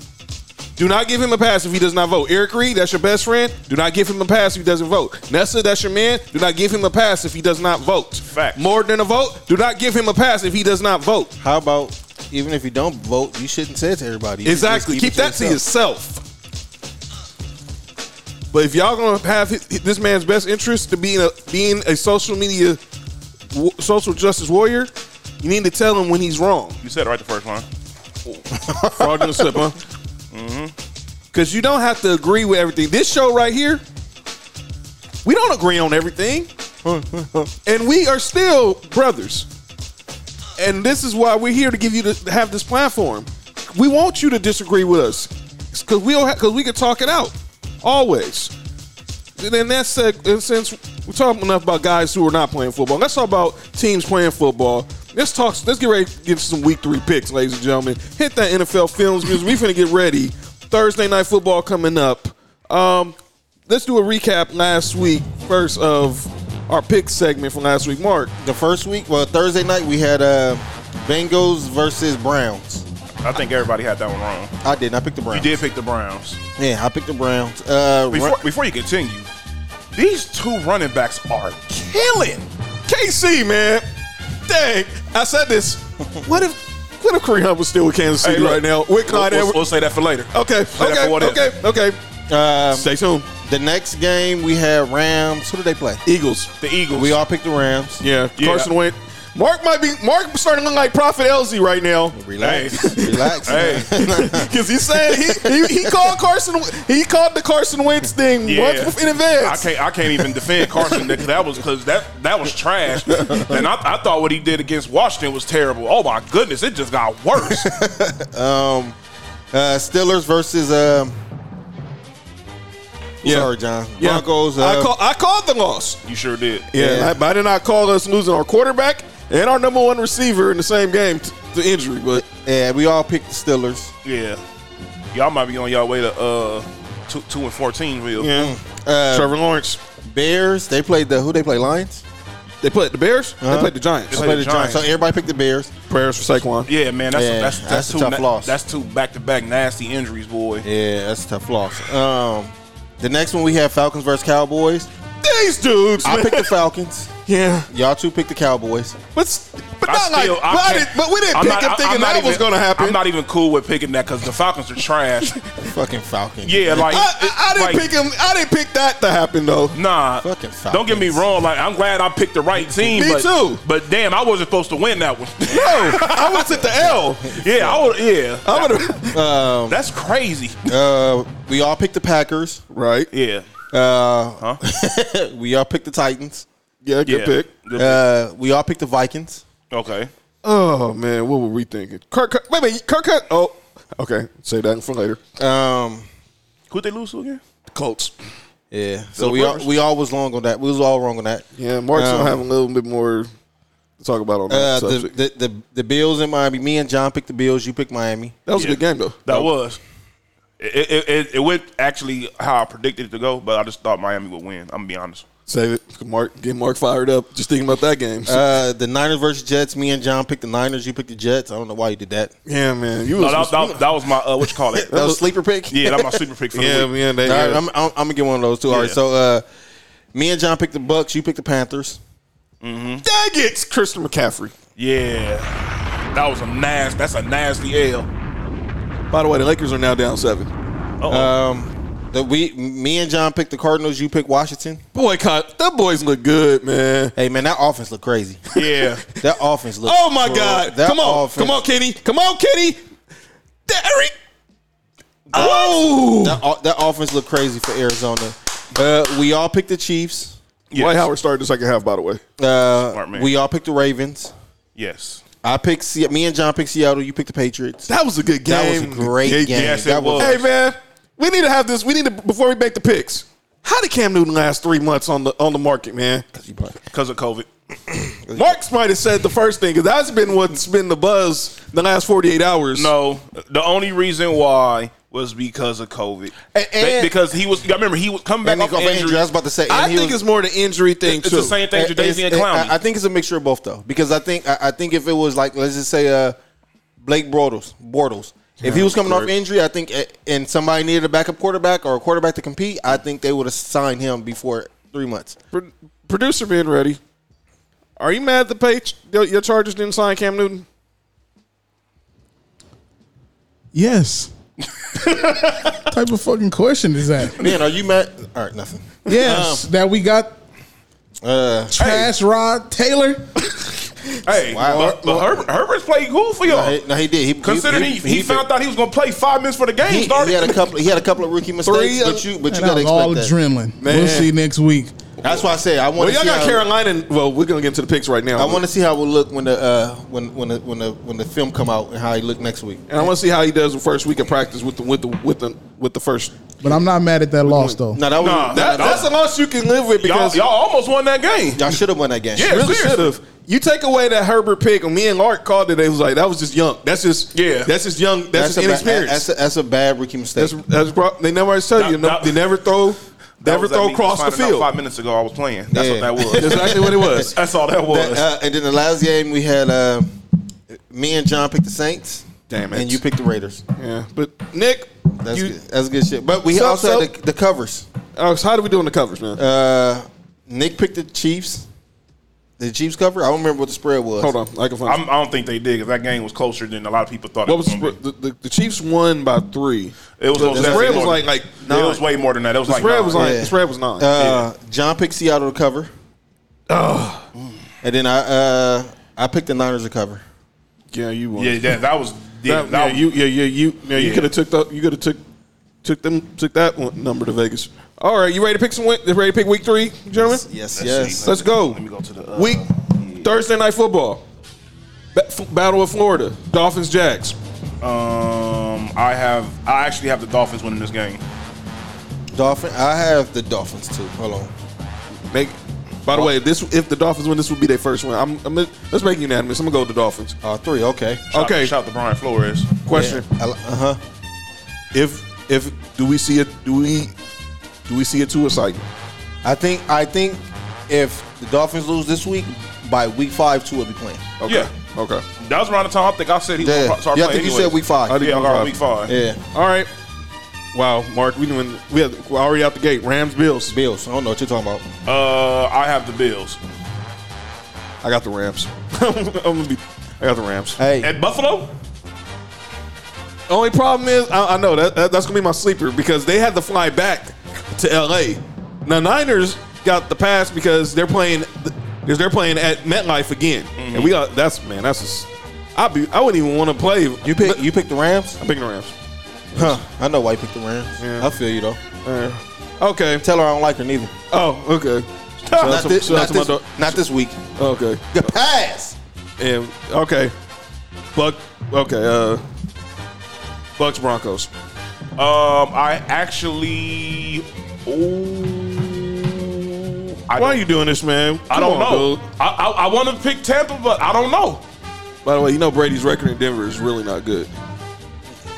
[SPEAKER 4] Do not give him a pass if he does not vote. Eric Reed, that's your best friend. Do not give him a pass if he doesn't vote. Nessa, that's your man. Do not give him a pass if he does not vote.
[SPEAKER 5] Fact.
[SPEAKER 4] More than a vote, do not give him a pass if he does not vote.
[SPEAKER 8] How about even if you don't vote, you shouldn't say it to everybody. You should just
[SPEAKER 4] Exactly. Keep
[SPEAKER 8] it
[SPEAKER 4] that to yourself. But if y'all gonna have hi- this man's best interest to being a being a social media wa- social justice warrior, you need to tell him when he's wrong.
[SPEAKER 5] You said it right the first one.
[SPEAKER 4] fraudulent slip, huh? Because you don't have to agree with everything. This show right here, we don't agree on everything, and we are still brothers. And this is why we're here to give you to have this platform. We want you to disagree with us because we don't because we can talk it out. Always. And then that's uh, and since we're talking enough about guys who are not playing football, let's talk about teams playing football. Let's talk. Let's get ready to give some week three picks, ladies and gentlemen. Hit that NFL films because we finna get ready. Thursday night football coming up. Um, let's do a recap last week first of our pick segment from last week. Mark,
[SPEAKER 8] the first week, well, Thursday night we had uh, Bengals versus Browns.
[SPEAKER 5] I think everybody had that one wrong.
[SPEAKER 8] I didn't. I picked the
[SPEAKER 5] You
[SPEAKER 8] Browns.
[SPEAKER 5] did pick the Browns.
[SPEAKER 8] Yeah, I picked the Browns. Uh,
[SPEAKER 5] Before,
[SPEAKER 8] Ru-
[SPEAKER 5] before you continue, these two running backs are killing.
[SPEAKER 4] KC, man. Dang, I said this. What if what if Kareem Hunt was still with Kansas City
[SPEAKER 5] Hey, look,
[SPEAKER 4] right now? With Clyde
[SPEAKER 5] we'll, we'll,
[SPEAKER 4] Edwards.
[SPEAKER 5] we'll say that for later.
[SPEAKER 4] Okay,
[SPEAKER 5] Say that
[SPEAKER 4] okay,
[SPEAKER 5] for what it is.
[SPEAKER 4] okay, okay.
[SPEAKER 8] um,
[SPEAKER 4] Stay tuned.
[SPEAKER 8] the next game we had Rams. Who did they play?
[SPEAKER 4] Eagles.
[SPEAKER 5] The Eagles.
[SPEAKER 8] We all picked the Rams.
[SPEAKER 4] Yeah,
[SPEAKER 5] Yeah.
[SPEAKER 4] Carson Wentz. Mark might be Mark starting to look like Prophet Elsie right now
[SPEAKER 8] Relax.
[SPEAKER 5] Hey.
[SPEAKER 8] Relax.
[SPEAKER 5] Hey.
[SPEAKER 4] because he's saying he, he he called Carson he called the Carson Wentz thing
[SPEAKER 5] Yeah.
[SPEAKER 4] once in advance.
[SPEAKER 5] I can't. I can't even defend Carson. that, that was because that that was trash. And I, I thought what he did against Washington was terrible. Oh my goodness, it just got worse.
[SPEAKER 8] Uh, Steelers versus. Um, Sorry, John.
[SPEAKER 4] Yeah.
[SPEAKER 8] Broncos. Uh,
[SPEAKER 4] I, call, I called the loss.
[SPEAKER 5] you sure did.
[SPEAKER 4] Yeah, I, but I did not call us losing our quarterback and our number one receiver in the same game t- to injury. But
[SPEAKER 8] yeah, we all picked the Steelers.
[SPEAKER 5] Yeah. Y'all might be on y'all way to uh two, two and fourteen real.
[SPEAKER 4] yeah,
[SPEAKER 8] Uh,
[SPEAKER 4] Trevor Lawrence.
[SPEAKER 8] Bears. They played the who? They played Lions.
[SPEAKER 4] They played the Bears.
[SPEAKER 8] Uh-huh.
[SPEAKER 4] They played the Giants.
[SPEAKER 8] They
[SPEAKER 5] played the Giants.
[SPEAKER 8] So everybody picked the Bears.
[SPEAKER 4] Prayers for Saquon.
[SPEAKER 5] Yeah, man, that's
[SPEAKER 8] Yeah,
[SPEAKER 5] that's, that's,
[SPEAKER 8] that's a
[SPEAKER 5] two
[SPEAKER 8] tough loss.
[SPEAKER 5] That's two back to back nasty injuries, boy.
[SPEAKER 8] Yeah, that's a tough loss. Um, the next one we have Falcons versus Cowboys.
[SPEAKER 4] These dudes.
[SPEAKER 8] I
[SPEAKER 4] man.
[SPEAKER 8] picked the Falcons.
[SPEAKER 4] yeah,
[SPEAKER 8] Y'all two picked the Cowboys.
[SPEAKER 4] but s- but
[SPEAKER 5] I
[SPEAKER 4] not
[SPEAKER 5] still-
[SPEAKER 4] like
[SPEAKER 5] I
[SPEAKER 4] but, I
[SPEAKER 5] can't-
[SPEAKER 4] didn't, but we didn't
[SPEAKER 5] I'm
[SPEAKER 4] pick
[SPEAKER 5] not-
[SPEAKER 4] him
[SPEAKER 5] I-
[SPEAKER 4] thinking
[SPEAKER 5] I'm not
[SPEAKER 4] that was
[SPEAKER 5] even-
[SPEAKER 4] going to happen.
[SPEAKER 5] I'm not even cool with picking that because the Falcons are trash.
[SPEAKER 8] Fucking Falcons.
[SPEAKER 5] yeah, like
[SPEAKER 4] I, I, I didn't
[SPEAKER 5] like,
[SPEAKER 4] pick him. I didn't pick that to happen though.
[SPEAKER 5] Nah,
[SPEAKER 8] Fucking
[SPEAKER 5] don't get me
[SPEAKER 8] Falcons.
[SPEAKER 5] wrong. Like I'm glad I picked the right team.
[SPEAKER 4] Me
[SPEAKER 5] but,
[SPEAKER 4] too.
[SPEAKER 5] But damn, I wasn't supposed to win that one.
[SPEAKER 4] No, I would have took the L.
[SPEAKER 5] yeah, I would. Yeah,
[SPEAKER 4] I would have.
[SPEAKER 5] that's crazy.
[SPEAKER 8] Uh, we all picked the Packers.
[SPEAKER 4] right.
[SPEAKER 5] Yeah,
[SPEAKER 8] Uh,
[SPEAKER 5] huh?
[SPEAKER 8] we all picked the Titans.
[SPEAKER 4] Yeah. Good
[SPEAKER 5] Yeah.
[SPEAKER 4] pick.
[SPEAKER 8] Uh, we all picked the Vikings.
[SPEAKER 5] okay.
[SPEAKER 4] Oh man, what were we thinking? Kirk. Cous- Wait, wait. Kirk. Cous- Oh, okay. Say that for later.
[SPEAKER 8] Um,
[SPEAKER 5] Who'd they lose to again?
[SPEAKER 4] Colts.
[SPEAKER 8] yeah. So
[SPEAKER 5] Philip
[SPEAKER 8] we all,
[SPEAKER 5] Rivers.
[SPEAKER 8] we all was long on that. We was all wrong on that.
[SPEAKER 4] Yeah, Mark's
[SPEAKER 8] Um,
[SPEAKER 4] gonna have a little bit more to talk about on
[SPEAKER 8] Uh,
[SPEAKER 4] that
[SPEAKER 8] the,
[SPEAKER 4] subject.
[SPEAKER 8] the the the Bills in Miami. Me and John picked the Bills. You picked Miami.
[SPEAKER 4] that was a
[SPEAKER 5] Yeah.
[SPEAKER 4] good game though.
[SPEAKER 5] That was. It, it, it, it went actually how I predicted it to go, but I just thought Miami would win. I'm gonna be honest.
[SPEAKER 4] Save it. Mark, get Mark fired up. Just thinking about that game.
[SPEAKER 8] Uh, the Niners versus Jets. Me and John picked the Niners. You picked the Jets. I don't know why you did that.
[SPEAKER 4] yeah, man. You
[SPEAKER 5] No,
[SPEAKER 4] was.
[SPEAKER 5] that, that, that was my uh, what you call it?
[SPEAKER 8] That was sleeper pick.
[SPEAKER 5] yeah, that's my sleeper pick for
[SPEAKER 4] yeah,
[SPEAKER 5] the week.
[SPEAKER 4] man. They,
[SPEAKER 8] All right, I'm, I'm, I'm gonna get one of those too. All right,
[SPEAKER 5] Yeah.
[SPEAKER 8] so uh, me and John picked the Bucks. You picked the Panthers.
[SPEAKER 4] dang it, Christian McCaffrey.
[SPEAKER 5] Yeah, that was a nasty. That's a nasty L.
[SPEAKER 4] By the way, the Lakers are now down seven.
[SPEAKER 5] Uh,
[SPEAKER 8] Um, the we me and John picked the Cardinals. You picked Washington.
[SPEAKER 4] Boycott. That boys look good, man.
[SPEAKER 8] Hey man, that offense looked crazy.
[SPEAKER 5] Yeah,
[SPEAKER 8] That offense looked.
[SPEAKER 4] Oh my
[SPEAKER 8] bro,
[SPEAKER 4] God!
[SPEAKER 8] that
[SPEAKER 4] Come on,
[SPEAKER 8] offense-
[SPEAKER 4] come on, Kenny! Come on, Kenny! Derek. Oh,
[SPEAKER 8] That, o- that offense looked crazy for Arizona. Uh, we all picked the Chiefs.
[SPEAKER 5] yes.
[SPEAKER 4] Dwight Howard started the second half. By the way,
[SPEAKER 8] Uh,
[SPEAKER 5] Smart man.
[SPEAKER 8] we all picked the Ravens.
[SPEAKER 5] Yes,
[SPEAKER 8] I picked. Se- Me and John picked Seattle. You picked the Patriots.
[SPEAKER 4] that was a good game.
[SPEAKER 8] That was a great
[SPEAKER 4] Good
[SPEAKER 8] game.
[SPEAKER 5] Yes, it
[SPEAKER 8] that
[SPEAKER 5] was.
[SPEAKER 4] Hey man, we need to have this. We need to before we make the picks. How did Cam Newton last three months on the on the market, man?
[SPEAKER 5] because of COVID.
[SPEAKER 4] Marks might have said the first thing because that's been what's been the buzz the last forty eight hours.
[SPEAKER 5] No, the only reason why was because of COVID.
[SPEAKER 4] And- and-
[SPEAKER 5] because he was. I remember he was coming back
[SPEAKER 8] And he
[SPEAKER 5] off
[SPEAKER 8] got injured.
[SPEAKER 5] injury.
[SPEAKER 8] I was about to say. and
[SPEAKER 4] I
[SPEAKER 8] he
[SPEAKER 4] think
[SPEAKER 8] was-
[SPEAKER 4] it's more the injury thing
[SPEAKER 5] It's
[SPEAKER 4] too.
[SPEAKER 5] the same thing,
[SPEAKER 8] It's-
[SPEAKER 5] Jadavian and
[SPEAKER 8] it-
[SPEAKER 5] Clowney.
[SPEAKER 8] I, I think it's a mixture of both though, because I think I, I think if it was like let's just say uh, Blake Bortles, Bortles, if he was coming off injury, I think uh, and somebody needed a backup quarterback or a quarterback to compete, I think they would have signed him before three months.
[SPEAKER 4] Pro- producer being ready. Are you mad the page your, your Chargers didn't sign Cam Newton?
[SPEAKER 10] Yes. what type of fucking question is that?
[SPEAKER 8] Man, are you mad? All right, nothing.
[SPEAKER 10] Yes, that we got
[SPEAKER 8] Um, Uh,
[SPEAKER 10] Trash Rod Taylor.
[SPEAKER 5] hey,
[SPEAKER 8] Wow.
[SPEAKER 5] but, but Herbert, Herbert's played cool for
[SPEAKER 8] no,
[SPEAKER 5] y'all.
[SPEAKER 8] he, no, he did. He,
[SPEAKER 5] Considering he, he, found out he was going to play five minutes for the game
[SPEAKER 8] he, he
[SPEAKER 5] started.
[SPEAKER 8] had a couple. He had a couple of rookie mistakes,
[SPEAKER 4] Three of-
[SPEAKER 8] but you but
[SPEAKER 10] that
[SPEAKER 8] you gotta
[SPEAKER 10] was
[SPEAKER 8] expect
[SPEAKER 10] all
[SPEAKER 8] that.
[SPEAKER 10] adrenaline.
[SPEAKER 4] Man.
[SPEAKER 10] We'll see next week.
[SPEAKER 8] That's why I say I
[SPEAKER 4] Well,
[SPEAKER 8] want. to
[SPEAKER 4] y'all
[SPEAKER 8] see
[SPEAKER 4] got
[SPEAKER 8] how-
[SPEAKER 4] Carolina. Well, we're gonna get into the picks right now.
[SPEAKER 8] I want to see how it will look when the uh, when when the, when the when the film come out and how he look next week.
[SPEAKER 4] and I want to see how he does the first week of practice with the with the with the with the first
[SPEAKER 10] But I'm not mad at that loss though.
[SPEAKER 8] No, that was
[SPEAKER 5] Nah,
[SPEAKER 8] that,
[SPEAKER 5] nah.
[SPEAKER 8] that's a loss you can live with
[SPEAKER 5] Y'all,
[SPEAKER 8] because
[SPEAKER 5] y'all almost won that game.
[SPEAKER 8] y'all should have won that game.
[SPEAKER 5] Yeah,
[SPEAKER 4] really
[SPEAKER 5] seriously.
[SPEAKER 4] should have. You take away that Herbert pick, and me and Lark called today. Was like that was just young. That's just
[SPEAKER 5] Yeah.
[SPEAKER 4] That's just young. That's,
[SPEAKER 8] a
[SPEAKER 4] just
[SPEAKER 8] ba-
[SPEAKER 4] inexperience.
[SPEAKER 8] that's, a, that's a bad rookie mistake. Uh,
[SPEAKER 4] That's that's prob- they never always tell you.
[SPEAKER 5] That-
[SPEAKER 4] No,
[SPEAKER 5] that-
[SPEAKER 4] they never throw,
[SPEAKER 5] That
[SPEAKER 4] never
[SPEAKER 5] was at
[SPEAKER 4] throw
[SPEAKER 5] me
[SPEAKER 4] across the
[SPEAKER 5] finding out
[SPEAKER 4] field.
[SPEAKER 5] Five minutes ago, I was playing. That's
[SPEAKER 8] Yeah.
[SPEAKER 5] what that was.
[SPEAKER 4] That's exactly what it was.
[SPEAKER 5] That's all that was.
[SPEAKER 8] That, uh, and then the last game we had, uh, me and John picked the Saints.
[SPEAKER 4] Damn it.
[SPEAKER 8] And you picked the Raiders.
[SPEAKER 4] Yeah, but Nick,
[SPEAKER 8] That's
[SPEAKER 4] you,
[SPEAKER 8] good. that's good shit. But we
[SPEAKER 4] So-
[SPEAKER 8] also
[SPEAKER 4] so-
[SPEAKER 8] had the, the covers.
[SPEAKER 4] Alex, how do we do on the covers, man?
[SPEAKER 8] Uh, Nick picked the Chiefs. The Chiefs cover. I don't remember what the spread was.
[SPEAKER 4] Hold on, I can find.
[SPEAKER 5] I'm, I don't think they did because that game was closer than a lot of people thought.
[SPEAKER 4] what
[SPEAKER 5] it
[SPEAKER 4] was the,
[SPEAKER 5] gonna be.
[SPEAKER 4] spread? the, the, the Chiefs won by three?
[SPEAKER 5] It was
[SPEAKER 4] the,
[SPEAKER 5] most
[SPEAKER 4] the
[SPEAKER 5] definitely
[SPEAKER 4] spread was
[SPEAKER 5] more
[SPEAKER 4] like
[SPEAKER 5] than-
[SPEAKER 4] like
[SPEAKER 5] It
[SPEAKER 4] nine.
[SPEAKER 5] was way more than that. It was
[SPEAKER 4] The
[SPEAKER 5] like
[SPEAKER 4] spread
[SPEAKER 5] nine.
[SPEAKER 4] was like
[SPEAKER 8] Yeah.
[SPEAKER 4] the spread was nine.
[SPEAKER 8] Uh, John picked Seattle to cover. And then I uh, I picked the Niners to cover.
[SPEAKER 4] yeah, you won.
[SPEAKER 5] yeah, yeah, that was yeah,
[SPEAKER 4] That- yeah,
[SPEAKER 5] that,
[SPEAKER 4] you, yeah, yeah, you, yeah, you
[SPEAKER 5] Yeah.
[SPEAKER 4] could have took the, you could have took, took them, took that one number to Vegas. All right, you ready to pick some? win- Ready to pick week three, gentlemen?
[SPEAKER 8] Yes,
[SPEAKER 5] Let's
[SPEAKER 8] yes.
[SPEAKER 5] see.
[SPEAKER 4] Let's go.
[SPEAKER 5] Let me go to the, uh,
[SPEAKER 4] week
[SPEAKER 5] yeah.
[SPEAKER 4] Thursday night football. Ba- F- Battle of Florida, Dolphins, Jags.
[SPEAKER 5] um, I have I actually have the Dolphins winning this game.
[SPEAKER 8] Dolphin. I have the Dolphins too. Hold on.
[SPEAKER 4] Make. By the way, this if the Dolphins win, this will be their first win. I'm, I'm let's make it unanimous. I'm gonna go with the Dolphins.
[SPEAKER 8] Uh, three. Okay.
[SPEAKER 5] Shout-
[SPEAKER 4] Okay.
[SPEAKER 5] shout out to Brian Flores.
[SPEAKER 4] Question:
[SPEAKER 8] Uh huh.
[SPEAKER 4] If if do we see it? Do we do we see it to a cycle?
[SPEAKER 8] I think I think if the Dolphins lose this week, by week five, two will be playing.
[SPEAKER 4] Okay.
[SPEAKER 5] Yeah.
[SPEAKER 4] Okay.
[SPEAKER 5] That was around the time I think I said he
[SPEAKER 8] Yeah.
[SPEAKER 5] was gonna start
[SPEAKER 8] Yeah, I
[SPEAKER 5] playing
[SPEAKER 8] think you
[SPEAKER 5] anyways.
[SPEAKER 8] said week five.
[SPEAKER 4] I think
[SPEAKER 5] yeah,
[SPEAKER 4] week
[SPEAKER 5] all right,
[SPEAKER 4] five.
[SPEAKER 5] week five.
[SPEAKER 8] Yeah.
[SPEAKER 4] All right. Wow, Mark, we doing we had we're already out the gate. Rams, Bills.
[SPEAKER 8] Bills. I don't know what you're talking about.
[SPEAKER 5] Uh, I have the Bills
[SPEAKER 4] I got the Rams. I'm gonna be. I got the Rams.
[SPEAKER 8] Hey,
[SPEAKER 5] at Buffalo.
[SPEAKER 4] Only problem is, I, I know that, that that's gonna be my sleeper because they had to fly back to L.A. Now Niners got the pass because they're playing because they're playing at MetLife again, and we got that's man, that's just I be I wouldn't even want to play.
[SPEAKER 8] you pick you picked the Rams.
[SPEAKER 4] I'm picking the Rams.
[SPEAKER 8] Huh. I know why you picked the Rams.
[SPEAKER 4] Yeah.
[SPEAKER 8] I feel you though.
[SPEAKER 4] Okay.
[SPEAKER 8] Tell her I don't like her neither.
[SPEAKER 4] Uh, Oh, okay.
[SPEAKER 8] Not,
[SPEAKER 4] Shout out to-
[SPEAKER 8] this,
[SPEAKER 4] shout out
[SPEAKER 8] not,
[SPEAKER 4] to my
[SPEAKER 8] this,
[SPEAKER 4] dog.
[SPEAKER 8] not this week.
[SPEAKER 4] Okay.
[SPEAKER 8] The pass.
[SPEAKER 4] And okay, Buck. Okay, uh, Bucks Broncos.
[SPEAKER 5] Um, I actually. Ooh, I
[SPEAKER 4] Why are
[SPEAKER 5] don't-
[SPEAKER 4] you doing this, man?
[SPEAKER 5] I
[SPEAKER 4] Come
[SPEAKER 5] don't
[SPEAKER 4] on,
[SPEAKER 5] know.
[SPEAKER 4] dude.
[SPEAKER 5] I, I, I want to pick Tampa, but I don't know.
[SPEAKER 4] By the way, you know Brady's record in Denver is really not good.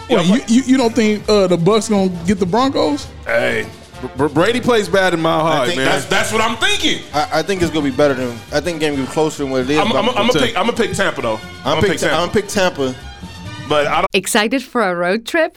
[SPEAKER 10] Wait, you, you, you don't think uh, the Bucks gonna get the Broncos?
[SPEAKER 5] Hey,
[SPEAKER 4] Br- Brady plays bad in Mile High,
[SPEAKER 8] think
[SPEAKER 4] man.
[SPEAKER 5] that's that's what I'm thinking.
[SPEAKER 8] I, I think it's gonna be better than. I think the game gonna be closer than what it is.
[SPEAKER 5] I'm
[SPEAKER 8] but
[SPEAKER 5] gonna
[SPEAKER 8] gonna
[SPEAKER 5] pick. I'm gonna pick Tampa though.
[SPEAKER 8] I'm, pick, I'm gonna pick Tampa.
[SPEAKER 5] but I don't.
[SPEAKER 11] Excited for a road trip?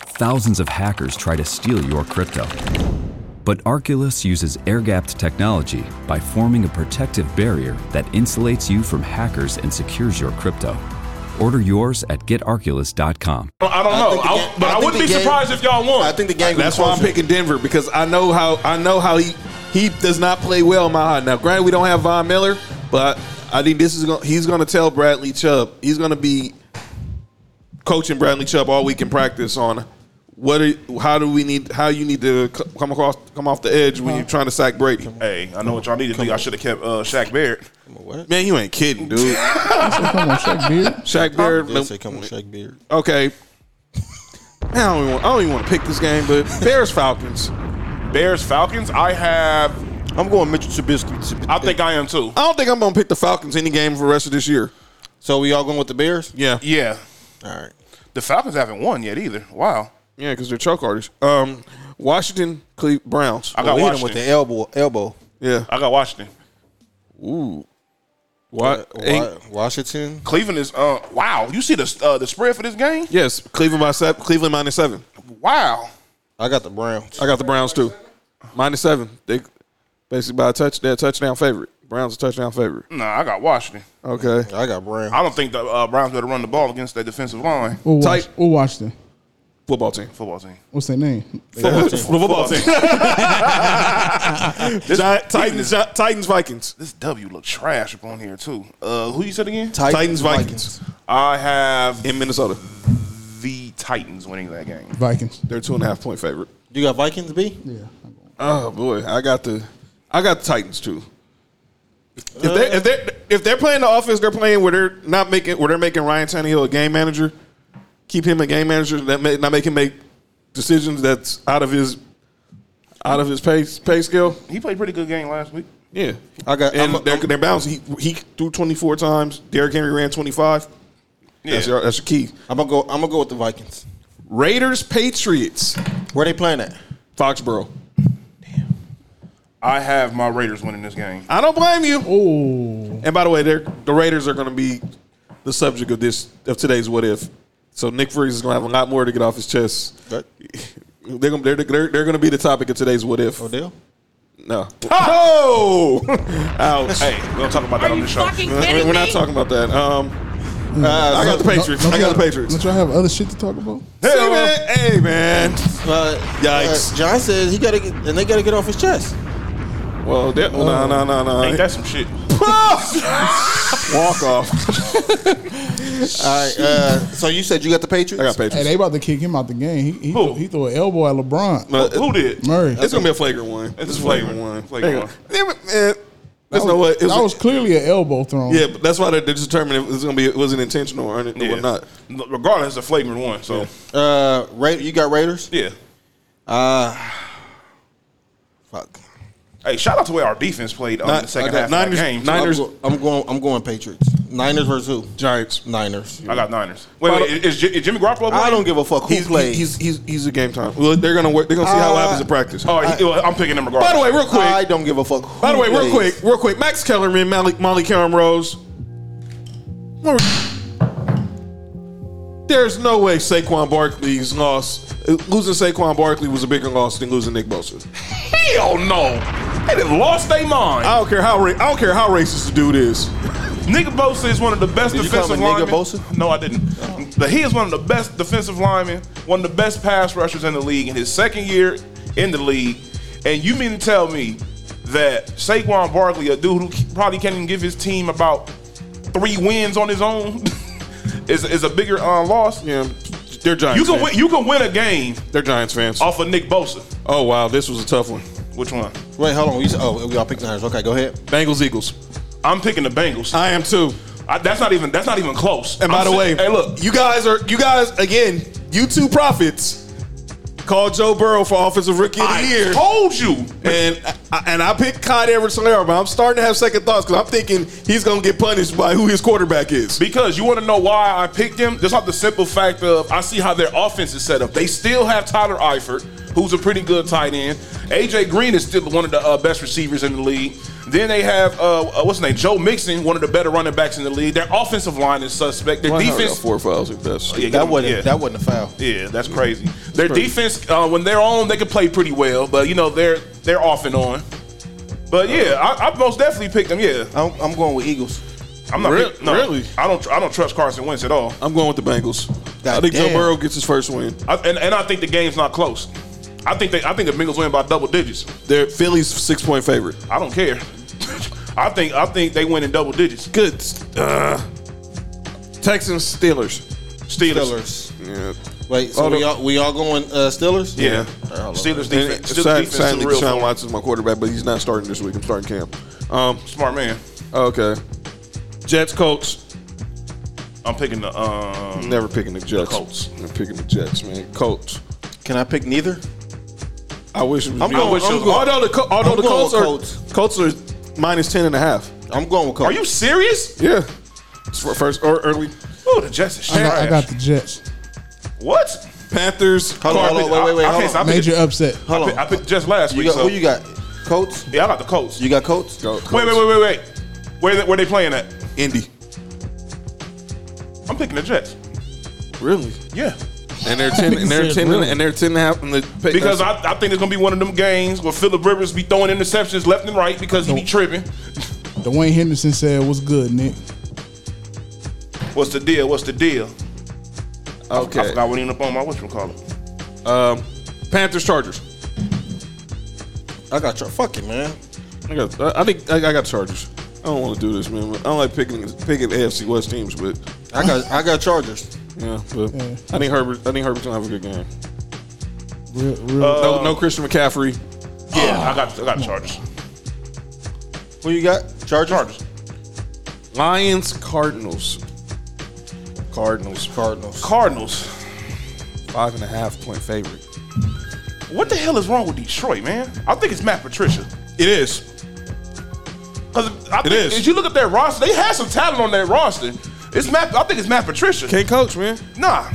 [SPEAKER 1] thousands of hackers try to steal your crypto. But Arculus uses air gapped technology by forming a protective barrier that insulates you from hackers and secures your crypto. Order yours at getarculus.com.
[SPEAKER 5] I don't
[SPEAKER 8] I
[SPEAKER 5] know.
[SPEAKER 8] think the
[SPEAKER 5] I-
[SPEAKER 8] game-
[SPEAKER 5] but I,
[SPEAKER 8] I think
[SPEAKER 5] wouldn't
[SPEAKER 8] the
[SPEAKER 5] be
[SPEAKER 8] game-
[SPEAKER 5] surprised if y'all won.
[SPEAKER 8] I think the game.
[SPEAKER 4] That's
[SPEAKER 8] gonna
[SPEAKER 4] why I'm
[SPEAKER 8] be closer.
[SPEAKER 4] picking Denver because I know how I know how he he does not play well in Mile High. Now, granted, we don't have Von Miller, but I think this is going he's going to tell Bradley Chubb he's going to be coaching Bradley Chubb all week in practice on what are, how do we need how you need to c- come across come off the edge when you're trying to sack Brady.
[SPEAKER 5] hey, I know what y'all need to think. I should have kept uh, Shaq Barrett.
[SPEAKER 4] Man, you ain't kidding, dude.
[SPEAKER 10] Come on, Shaq Beard.
[SPEAKER 4] Shaq Barrett.
[SPEAKER 8] They say come on, Shaq Beard.
[SPEAKER 4] Okay. I don't even want, I don't even want to pick this game, but Bears Falcons.
[SPEAKER 5] Bears Falcons. I have.
[SPEAKER 8] I'm going Mitchell Trubisky.
[SPEAKER 5] I think I am too.
[SPEAKER 4] I don't think I'm gonna pick the Falcons any game for the rest of this year.
[SPEAKER 8] So we all going with the Bears?
[SPEAKER 4] Yeah,
[SPEAKER 5] Yeah,
[SPEAKER 8] All right.
[SPEAKER 5] the Falcons haven't won yet either. Wow.
[SPEAKER 4] yeah, because they're choke artists. Um, Washington, Cle Browns.
[SPEAKER 5] I got
[SPEAKER 8] we hit him
[SPEAKER 5] Washington.
[SPEAKER 8] with the elbow. Elbow.
[SPEAKER 4] Yeah,
[SPEAKER 5] I got Washington.
[SPEAKER 4] what?
[SPEAKER 8] Wa- Washington.
[SPEAKER 5] Cleveland is. Uh, wow. You see the uh, the spread for this game?
[SPEAKER 4] Yes, Cleveland by seven. Cleveland minus seven.
[SPEAKER 5] Wow.
[SPEAKER 8] I got the Browns.
[SPEAKER 4] I got the Browns too, minus seven. They basically by a touch. They're a touchdown favorite. Browns a touchdown favorite.
[SPEAKER 5] Nah, I got Washington.
[SPEAKER 4] Okay,
[SPEAKER 8] I got Browns.
[SPEAKER 5] I don't think the uh, Browns better run the ball against their defensive line.
[SPEAKER 10] Or, Wash-
[SPEAKER 4] Tight.
[SPEAKER 10] or Washington.
[SPEAKER 5] Football team. Football team.
[SPEAKER 10] What's their name?
[SPEAKER 4] Football team. Football team.
[SPEAKER 5] This-
[SPEAKER 4] Gi- Titans, Gi- Titans, Vikings.
[SPEAKER 5] This W look trash up on here too. Uh, who you said again?
[SPEAKER 4] Titans, Vikings.
[SPEAKER 5] I have
[SPEAKER 4] in Minnesota.
[SPEAKER 5] The Titans winning that game.
[SPEAKER 10] Vikings.
[SPEAKER 4] They're two and a half point favorite.
[SPEAKER 8] You got Vikings B? Yeah.
[SPEAKER 4] Oh boy, I got the, I got the Titans too. If they if they if they're playing the offense they're playing where they're not making where they're making Ryan Tannehill a game manager, keep him a game manager that may, not make him make decisions that's out of his out of his pay pay scale.
[SPEAKER 5] He played pretty good game last week.
[SPEAKER 4] Yeah, I got and they're, they're balanced. He he threw twenty four times. Derrick Henry ran twenty five. That's
[SPEAKER 8] Yeah.
[SPEAKER 4] your that's your key.
[SPEAKER 8] I'm gonna go. I'm gonna go with the Vikings.
[SPEAKER 4] Raiders Patriots.
[SPEAKER 8] Where they playing at?
[SPEAKER 4] Foxborough.
[SPEAKER 5] I have my Raiders winning this game.
[SPEAKER 4] I don't blame you. Oh. And by the way, they're, the Raiders are going to be the subject of this of today's what if. So Nick Freeze is going to have a lot more to get off his chest. They're going to they're, they're, they're going to be the topic of today's what if.
[SPEAKER 8] Odell.
[SPEAKER 4] No. Oh. Ouch.
[SPEAKER 5] Hey, we don't talk about that on the show.
[SPEAKER 4] fucking kidding We're not me? talking about that. Um, uh, I got the
[SPEAKER 10] Don't-
[SPEAKER 4] Patriots.
[SPEAKER 10] don't
[SPEAKER 4] I got the
[SPEAKER 10] y'all-
[SPEAKER 4] Patriots.
[SPEAKER 10] Don't y'all have other shit to talk about?
[SPEAKER 4] Hey man. Hey man. Yikes.
[SPEAKER 8] Uh, John says he gotta get, and they gotta get off his chest.
[SPEAKER 4] Well, that, oh, no, no, no, no.
[SPEAKER 8] Ain't that
[SPEAKER 5] some shit?
[SPEAKER 4] Walk off.
[SPEAKER 8] All right. Uh, so you said you got the Patriots. I got
[SPEAKER 10] Hey, they about to kick him out the game. He he, threw, he threw an elbow at LeBron.
[SPEAKER 5] Who did?
[SPEAKER 10] Murray.
[SPEAKER 4] It's going to be a flagrant one. It's a flagrant one.
[SPEAKER 5] Flagrant one.
[SPEAKER 4] Damn it, man. Listen,
[SPEAKER 10] that was,
[SPEAKER 4] what? It was
[SPEAKER 10] that
[SPEAKER 4] a-
[SPEAKER 10] was clearly an elbow thrown.
[SPEAKER 4] Yeah, but that's why they they determined it was going to be it wasn't intentional or, anything, or not.
[SPEAKER 5] Regardless, it's a flagrant one. So
[SPEAKER 8] Uh, Ra- you got Raiders?
[SPEAKER 5] Yeah.
[SPEAKER 8] Uh, fuck.
[SPEAKER 5] Hey, shout out to where our defense played on the second half of that game. too.
[SPEAKER 8] I'm, go- I'm going. I'm going Patriots. Niners versus who?
[SPEAKER 4] Giants.
[SPEAKER 8] Niners.
[SPEAKER 5] I got Niners. Wait, wait is, Ji- is Jimmy Garoppolo?
[SPEAKER 8] I don't give a fuck who
[SPEAKER 4] He's,
[SPEAKER 8] plays.
[SPEAKER 4] he's he's he's a game time. Well, they're gonna work. They're gonna see how it
[SPEAKER 8] Uh,
[SPEAKER 4] happens in practice.
[SPEAKER 5] Oh, he- well, I'm picking them regardless.
[SPEAKER 4] By the way, real quick.
[SPEAKER 8] I don't give a fuck. Who
[SPEAKER 4] by the way, real
[SPEAKER 8] plays.
[SPEAKER 4] quick, real quick. Max Kellerman, Malik, Molly Karam Rose. What were- There's no way Saquon Barkley's loss, losing Saquon Barkley was a bigger loss than losing Nick Bosa.
[SPEAKER 5] Hell no. They done lost their mind.
[SPEAKER 4] I don't care how ra- I don't care how racist the dude is.
[SPEAKER 5] Nigga Bosa is one of the best
[SPEAKER 8] Did you call
[SPEAKER 5] defensive
[SPEAKER 8] him a nigga
[SPEAKER 5] linemen. No, I didn't. But he is one of the best defensive linemen, one of the best pass rushers in the league in his second year in the league. And you mean to tell me that Saquon Barkley, a dude who probably can't even give his team about three wins on his own, is, is a bigger uh, loss?
[SPEAKER 4] Yeah, they're Giants.
[SPEAKER 5] You can
[SPEAKER 4] fans.
[SPEAKER 5] win. You can win a game
[SPEAKER 4] They're Giants fans.
[SPEAKER 5] off of Nick Bosa.
[SPEAKER 4] Oh wow, this was a tough one.
[SPEAKER 5] Which one?
[SPEAKER 8] Wait, hold on. We said, oh, we all picked Niners. Okay, go ahead.
[SPEAKER 4] Bengals Eagles.
[SPEAKER 5] I'm picking the Bengals.
[SPEAKER 4] I am too.
[SPEAKER 5] I, that's not even. That's not even close.
[SPEAKER 4] Uh, And by
[SPEAKER 5] I'm
[SPEAKER 4] the
[SPEAKER 5] si-
[SPEAKER 4] way,
[SPEAKER 5] hey, look.
[SPEAKER 4] you guys are you guys again. You two prophets called Joe Burrow for offensive rookie of the
[SPEAKER 5] I
[SPEAKER 4] year,
[SPEAKER 5] told you.
[SPEAKER 4] and I, and I picked Clyde edwards helaire but I'm starting to have second thoughts because I'm thinking he's gonna get punished by who his quarterback is.
[SPEAKER 5] Because you want to know why I picked them? Just off the simple fact of I see how their offense is set up. They still have Tyler Eifert, who's a pretty good tight end. AJ Green is still one of the uh, best receivers in the league. Then they have uh, uh, what's his name, Joe Mixon, one of the better running backs in the league. Their offensive line is suspect. Their defense,
[SPEAKER 4] four fouls if that's
[SPEAKER 5] Yeah,
[SPEAKER 8] That
[SPEAKER 5] give-
[SPEAKER 8] wasn't.
[SPEAKER 5] yeah.
[SPEAKER 8] That wasn't a foul.
[SPEAKER 5] yeah, that's crazy. Their
[SPEAKER 4] crazy.
[SPEAKER 5] defense, uh, when they're on, they can play pretty well. But you know, they're they're off and on. But yeah,
[SPEAKER 8] Uh-huh.
[SPEAKER 5] I, I most definitely picked them. Yeah,
[SPEAKER 8] I'm, I'm going with Eagles.
[SPEAKER 5] I'm not
[SPEAKER 4] Re-
[SPEAKER 5] pick- no,
[SPEAKER 4] really?
[SPEAKER 5] I don't. I don't trust Carson Wentz at all.
[SPEAKER 4] I'm going with the Bengals. I
[SPEAKER 8] God
[SPEAKER 4] think Joe
[SPEAKER 8] damn.
[SPEAKER 4] Burrow gets his first win.
[SPEAKER 5] I, and, and I think the game's not close. I think they, I think the Bengals win by double digits.
[SPEAKER 4] They're Philly's six point favorite.
[SPEAKER 5] I don't care. I think I think they win in double digits.
[SPEAKER 4] Good. Uh, Texans Steelers.
[SPEAKER 5] Steelers.
[SPEAKER 8] Steelers.
[SPEAKER 4] Yeah.
[SPEAKER 8] Wait, so
[SPEAKER 4] Hold
[SPEAKER 8] we
[SPEAKER 4] up.
[SPEAKER 8] all, we all going uh, Steelers?
[SPEAKER 5] Yeah.
[SPEAKER 8] All right, hold on.
[SPEAKER 5] Steelers
[SPEAKER 4] And
[SPEAKER 5] defense. Steelers
[SPEAKER 4] sad-
[SPEAKER 5] defense is
[SPEAKER 4] sadly,
[SPEAKER 5] the real
[SPEAKER 4] Deshaun
[SPEAKER 5] thing.
[SPEAKER 4] Watson's my quarterback, but he's not starting this week. I'm starting camp. Um,
[SPEAKER 5] Smart man.
[SPEAKER 4] Okay. Jets, Colts.
[SPEAKER 5] I'm picking the um
[SPEAKER 4] Never picking the Jets.
[SPEAKER 5] Colts.
[SPEAKER 4] I'm picking the Jets, man. Colts.
[SPEAKER 8] Can I pick neither?
[SPEAKER 4] I wish it was
[SPEAKER 8] I'm
[SPEAKER 4] me.
[SPEAKER 8] going- I wish it
[SPEAKER 5] was-
[SPEAKER 4] although the, Co- although
[SPEAKER 8] I'm
[SPEAKER 4] the
[SPEAKER 8] going
[SPEAKER 4] Colts,
[SPEAKER 8] with
[SPEAKER 4] are,
[SPEAKER 8] Colts.
[SPEAKER 4] Colts are minus 10 and a half.
[SPEAKER 8] I'm going with Colts.
[SPEAKER 5] Are you serious?
[SPEAKER 4] Yeah. It's for first or early.
[SPEAKER 5] Oh, the Jets is
[SPEAKER 10] I got, I
[SPEAKER 5] trash.
[SPEAKER 10] got the Jets.
[SPEAKER 5] What?
[SPEAKER 4] Panthers.
[SPEAKER 8] Hold on, hold on, wait, wait, wait,
[SPEAKER 5] I- I
[SPEAKER 8] hold
[SPEAKER 5] can't-
[SPEAKER 8] on.
[SPEAKER 5] I picked-
[SPEAKER 10] Major upset.
[SPEAKER 5] I
[SPEAKER 8] Hold
[SPEAKER 5] picked- I
[SPEAKER 8] on.
[SPEAKER 5] picked the Jets last
[SPEAKER 8] You
[SPEAKER 5] week.
[SPEAKER 8] got,
[SPEAKER 5] so-
[SPEAKER 8] who you got? Colts.
[SPEAKER 5] Yeah, I got the Colts.
[SPEAKER 8] You got Colts.
[SPEAKER 4] Go, Colts.
[SPEAKER 5] Wait, wait, wait, wait, wait. Where they, where they playing at?
[SPEAKER 4] Indy.
[SPEAKER 5] I'm picking the Jets.
[SPEAKER 4] Really?
[SPEAKER 5] Yeah.
[SPEAKER 4] And they're 10 and they're
[SPEAKER 10] Said
[SPEAKER 4] 10
[SPEAKER 10] really.
[SPEAKER 4] and they're 10 and a half in the
[SPEAKER 5] Because I, I think it's gonna be one of them games where Philip Rivers be throwing interceptions left and right because he be tripping.
[SPEAKER 10] Dwayne Henderson said, "What's good, Nick?"
[SPEAKER 5] What's the deal? What's the deal? I
[SPEAKER 4] Okay.
[SPEAKER 5] forgot what he up on my whatchamacallit.
[SPEAKER 4] Um, Panthers Chargers.
[SPEAKER 8] I got your fuck it, man.
[SPEAKER 4] I got. I, I think I, I got Chargers. I don't want to do this, man. I don't like picking picking AFC West teams, but
[SPEAKER 8] I got I got Chargers.
[SPEAKER 4] Yeah, but
[SPEAKER 8] Yeah.
[SPEAKER 4] I think Herbert. I think Herbert's gonna have a good game.
[SPEAKER 10] Real, real.
[SPEAKER 4] no, no Christian McCaffrey.
[SPEAKER 5] Yeah,
[SPEAKER 4] Ah.
[SPEAKER 5] I got I got Chargers.
[SPEAKER 8] Who you got? Chargers.
[SPEAKER 5] Chargers.
[SPEAKER 4] Lions Cardinals. Cardinals.
[SPEAKER 8] Cardinals.
[SPEAKER 5] Cardinals.
[SPEAKER 4] Five and a half point favorite.
[SPEAKER 5] What the hell is wrong with Detroit, man? I think it's Matt Patricia.
[SPEAKER 4] It is.
[SPEAKER 5] Because I think
[SPEAKER 4] is.
[SPEAKER 5] if you look at their roster, they had some talent on their roster. It's Matt. I think it's Matt Patricia.
[SPEAKER 4] Can't coach, man.
[SPEAKER 5] Nah,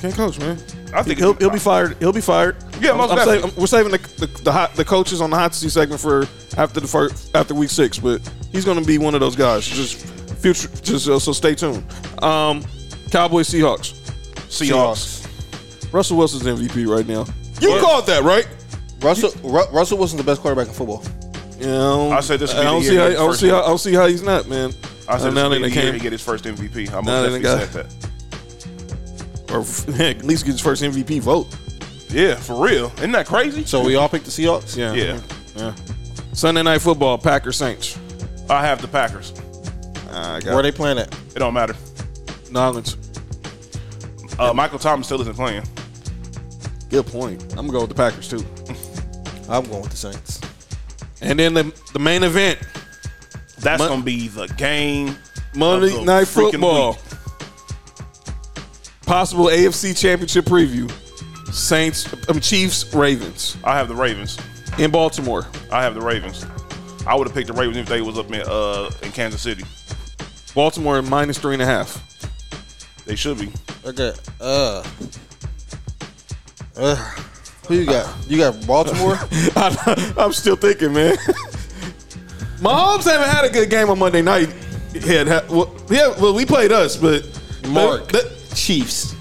[SPEAKER 4] Can't coach, man.
[SPEAKER 5] I think
[SPEAKER 4] he'll he'll be fired. He'll be fired.
[SPEAKER 5] Yeah,
[SPEAKER 4] I'm-
[SPEAKER 5] most
[SPEAKER 4] I'm
[SPEAKER 5] definitely.
[SPEAKER 4] saving- We're saving the the, the, hot, the coaches on the hot seat segment for after the first, after week six, but he's going to be one of those guys. Just future. Just uh, so stay tuned. Um, Cowboys Seahawks.
[SPEAKER 5] Seahawks.
[SPEAKER 4] Russell Wilson's MVP right now. You
[SPEAKER 8] Yeah.
[SPEAKER 4] called that right?
[SPEAKER 8] Russell Ru- Russell Wilson's the best quarterback in football.
[SPEAKER 4] Yeah, I, don't,
[SPEAKER 5] I said this will
[SPEAKER 4] I
[SPEAKER 5] be
[SPEAKER 4] don't
[SPEAKER 5] the
[SPEAKER 4] see
[SPEAKER 5] year
[SPEAKER 4] how. I
[SPEAKER 5] he get
[SPEAKER 4] don't
[SPEAKER 5] his
[SPEAKER 4] see how,
[SPEAKER 5] first
[SPEAKER 4] I don't see how he's not man.
[SPEAKER 5] I said
[SPEAKER 4] And now
[SPEAKER 5] this will be
[SPEAKER 4] they done
[SPEAKER 5] the year
[SPEAKER 4] came-
[SPEAKER 5] he get his first MVP. I most
[SPEAKER 4] Now they
[SPEAKER 5] definitely
[SPEAKER 4] done
[SPEAKER 5] said that.
[SPEAKER 4] got- or heck, at least get his first MVP vote.
[SPEAKER 5] Yeah, for real. Isn't that crazy?
[SPEAKER 8] So we all picked the Seahawks.
[SPEAKER 4] Yeah.
[SPEAKER 5] Yeah.
[SPEAKER 4] Yeah. Sunday night football, Packers Saints.
[SPEAKER 5] I have the Packers.
[SPEAKER 4] I
[SPEAKER 8] Where they playing at?
[SPEAKER 5] It don't matter.
[SPEAKER 4] Noggins.
[SPEAKER 5] Uh, Michael Thomas still isn't playing.
[SPEAKER 4] Good point. I'm gonna go with the Packers too.
[SPEAKER 8] I'm going with the Saints.
[SPEAKER 4] And then the, the main event,
[SPEAKER 5] That's
[SPEAKER 4] Mon-
[SPEAKER 5] gonna be the game.
[SPEAKER 4] Monday
[SPEAKER 5] of the
[SPEAKER 4] night
[SPEAKER 5] freaking
[SPEAKER 4] football.
[SPEAKER 5] week.
[SPEAKER 4] Possible AFC Championship preview. Saints, I mean Chiefs, Ravens
[SPEAKER 5] I have the Ravens.
[SPEAKER 4] in Baltimore.
[SPEAKER 5] I have the Ravens. I would have picked the Ravens if they was up in uh in Kansas City.
[SPEAKER 4] Baltimore minus three and a half.
[SPEAKER 5] They should be.
[SPEAKER 8] I got uh, uh who you got? You got Baltimore?
[SPEAKER 4] I, am still thinking, man. Mahomes haven't had a good game on Monday night. Yeah, well, yeah, well, we played us, but
[SPEAKER 8] Mark.
[SPEAKER 4] that-
[SPEAKER 8] Chiefs.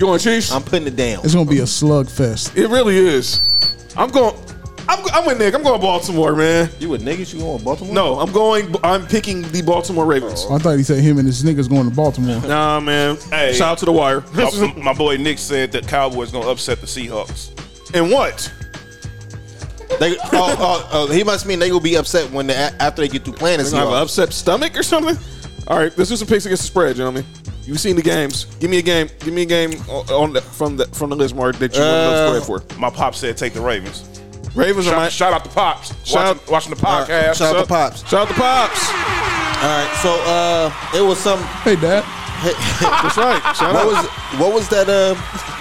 [SPEAKER 4] you want Chiefs?
[SPEAKER 8] I'm putting it down.
[SPEAKER 10] It's gonna be a slugfest.
[SPEAKER 4] It really is. I'm going. I'm, I'm with Nick. I'm going Baltimore, man.
[SPEAKER 8] You a niggas? You going Baltimore?
[SPEAKER 4] No, I'm going. I'm picking the Baltimore Ravens.
[SPEAKER 10] I thought he said him and his niggas going to Baltimore.
[SPEAKER 4] Nah, man.
[SPEAKER 5] Hey.
[SPEAKER 4] Shout out to the wire.
[SPEAKER 5] my, my boy Nick said that Cowboys gonna upset the Seahawks.
[SPEAKER 4] and what?
[SPEAKER 8] They, oh, oh, oh, he must mean they will be upset when they, after they get through playing the
[SPEAKER 4] They're gonna have an
[SPEAKER 8] Seahawks.
[SPEAKER 4] upset stomach or something. All right, let's do some picks against the spread, gentlemen. You've seen the games. Give me a game. Give me a game on on the, from the from the list, Mark, that you want to
[SPEAKER 8] Uh,
[SPEAKER 4] spread for.
[SPEAKER 5] My pop said take the Ravens.
[SPEAKER 4] Ravens are
[SPEAKER 5] Shout,
[SPEAKER 4] my
[SPEAKER 5] shout out to Pops.
[SPEAKER 4] Shout-
[SPEAKER 5] watching, watching the
[SPEAKER 8] All right,
[SPEAKER 5] podcast.
[SPEAKER 8] shout out to
[SPEAKER 5] What's up?
[SPEAKER 8] Pops.
[SPEAKER 4] Shout out to Pops.
[SPEAKER 8] All right, so uh, it was some.
[SPEAKER 10] Hey, Dad.
[SPEAKER 4] That's right. Shout out.
[SPEAKER 8] What was what was that? Uh,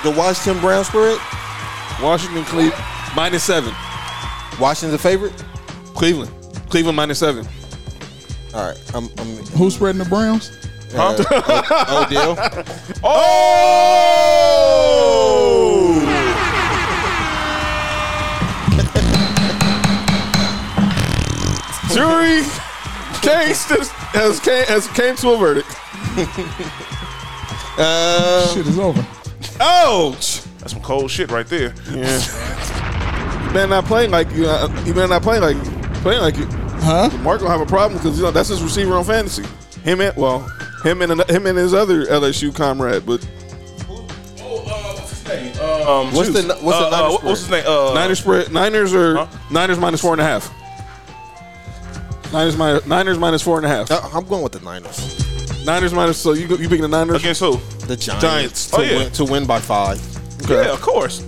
[SPEAKER 8] the Washington Brown spread.
[SPEAKER 4] Washington, Cleveland, minus seven.
[SPEAKER 8] Washington's a favorite.
[SPEAKER 4] Cleveland. Cleveland, minus seven.
[SPEAKER 8] All right, I'm. I'm
[SPEAKER 10] Who's spreading the Browns?
[SPEAKER 8] uh, O- Odell.
[SPEAKER 4] Oh! Jury case has, has, came, has came to a verdict.
[SPEAKER 8] Uh,
[SPEAKER 10] Shit is over.
[SPEAKER 4] Ouch!
[SPEAKER 5] That's some cold shit right there.
[SPEAKER 4] Yeah. You better not play like you. uh, You better not play like playing like you.
[SPEAKER 10] Huh?
[SPEAKER 4] Mark gonna have a problem because you know that's his receiver on fantasy. Him and well, him and him and his other LSU comrade, but
[SPEAKER 5] Um,
[SPEAKER 8] What's
[SPEAKER 5] shoot.
[SPEAKER 8] the- what's the
[SPEAKER 5] Uh, uh,
[SPEAKER 8] Niners
[SPEAKER 5] what- what's his name? Uh,
[SPEAKER 4] Niners spread. Niners are
[SPEAKER 5] Huh?
[SPEAKER 4] Niners minus four and a half. Niners minus Niners minus four and a half.
[SPEAKER 8] I- I'm going with the Niners.
[SPEAKER 4] Niners minus. So you go- you picking the Niners?
[SPEAKER 5] Against who?
[SPEAKER 8] The Giants,
[SPEAKER 4] Giants.
[SPEAKER 8] to,
[SPEAKER 5] Oh, yeah.
[SPEAKER 8] win, to win by five.
[SPEAKER 4] Okay.
[SPEAKER 5] Yeah, of course.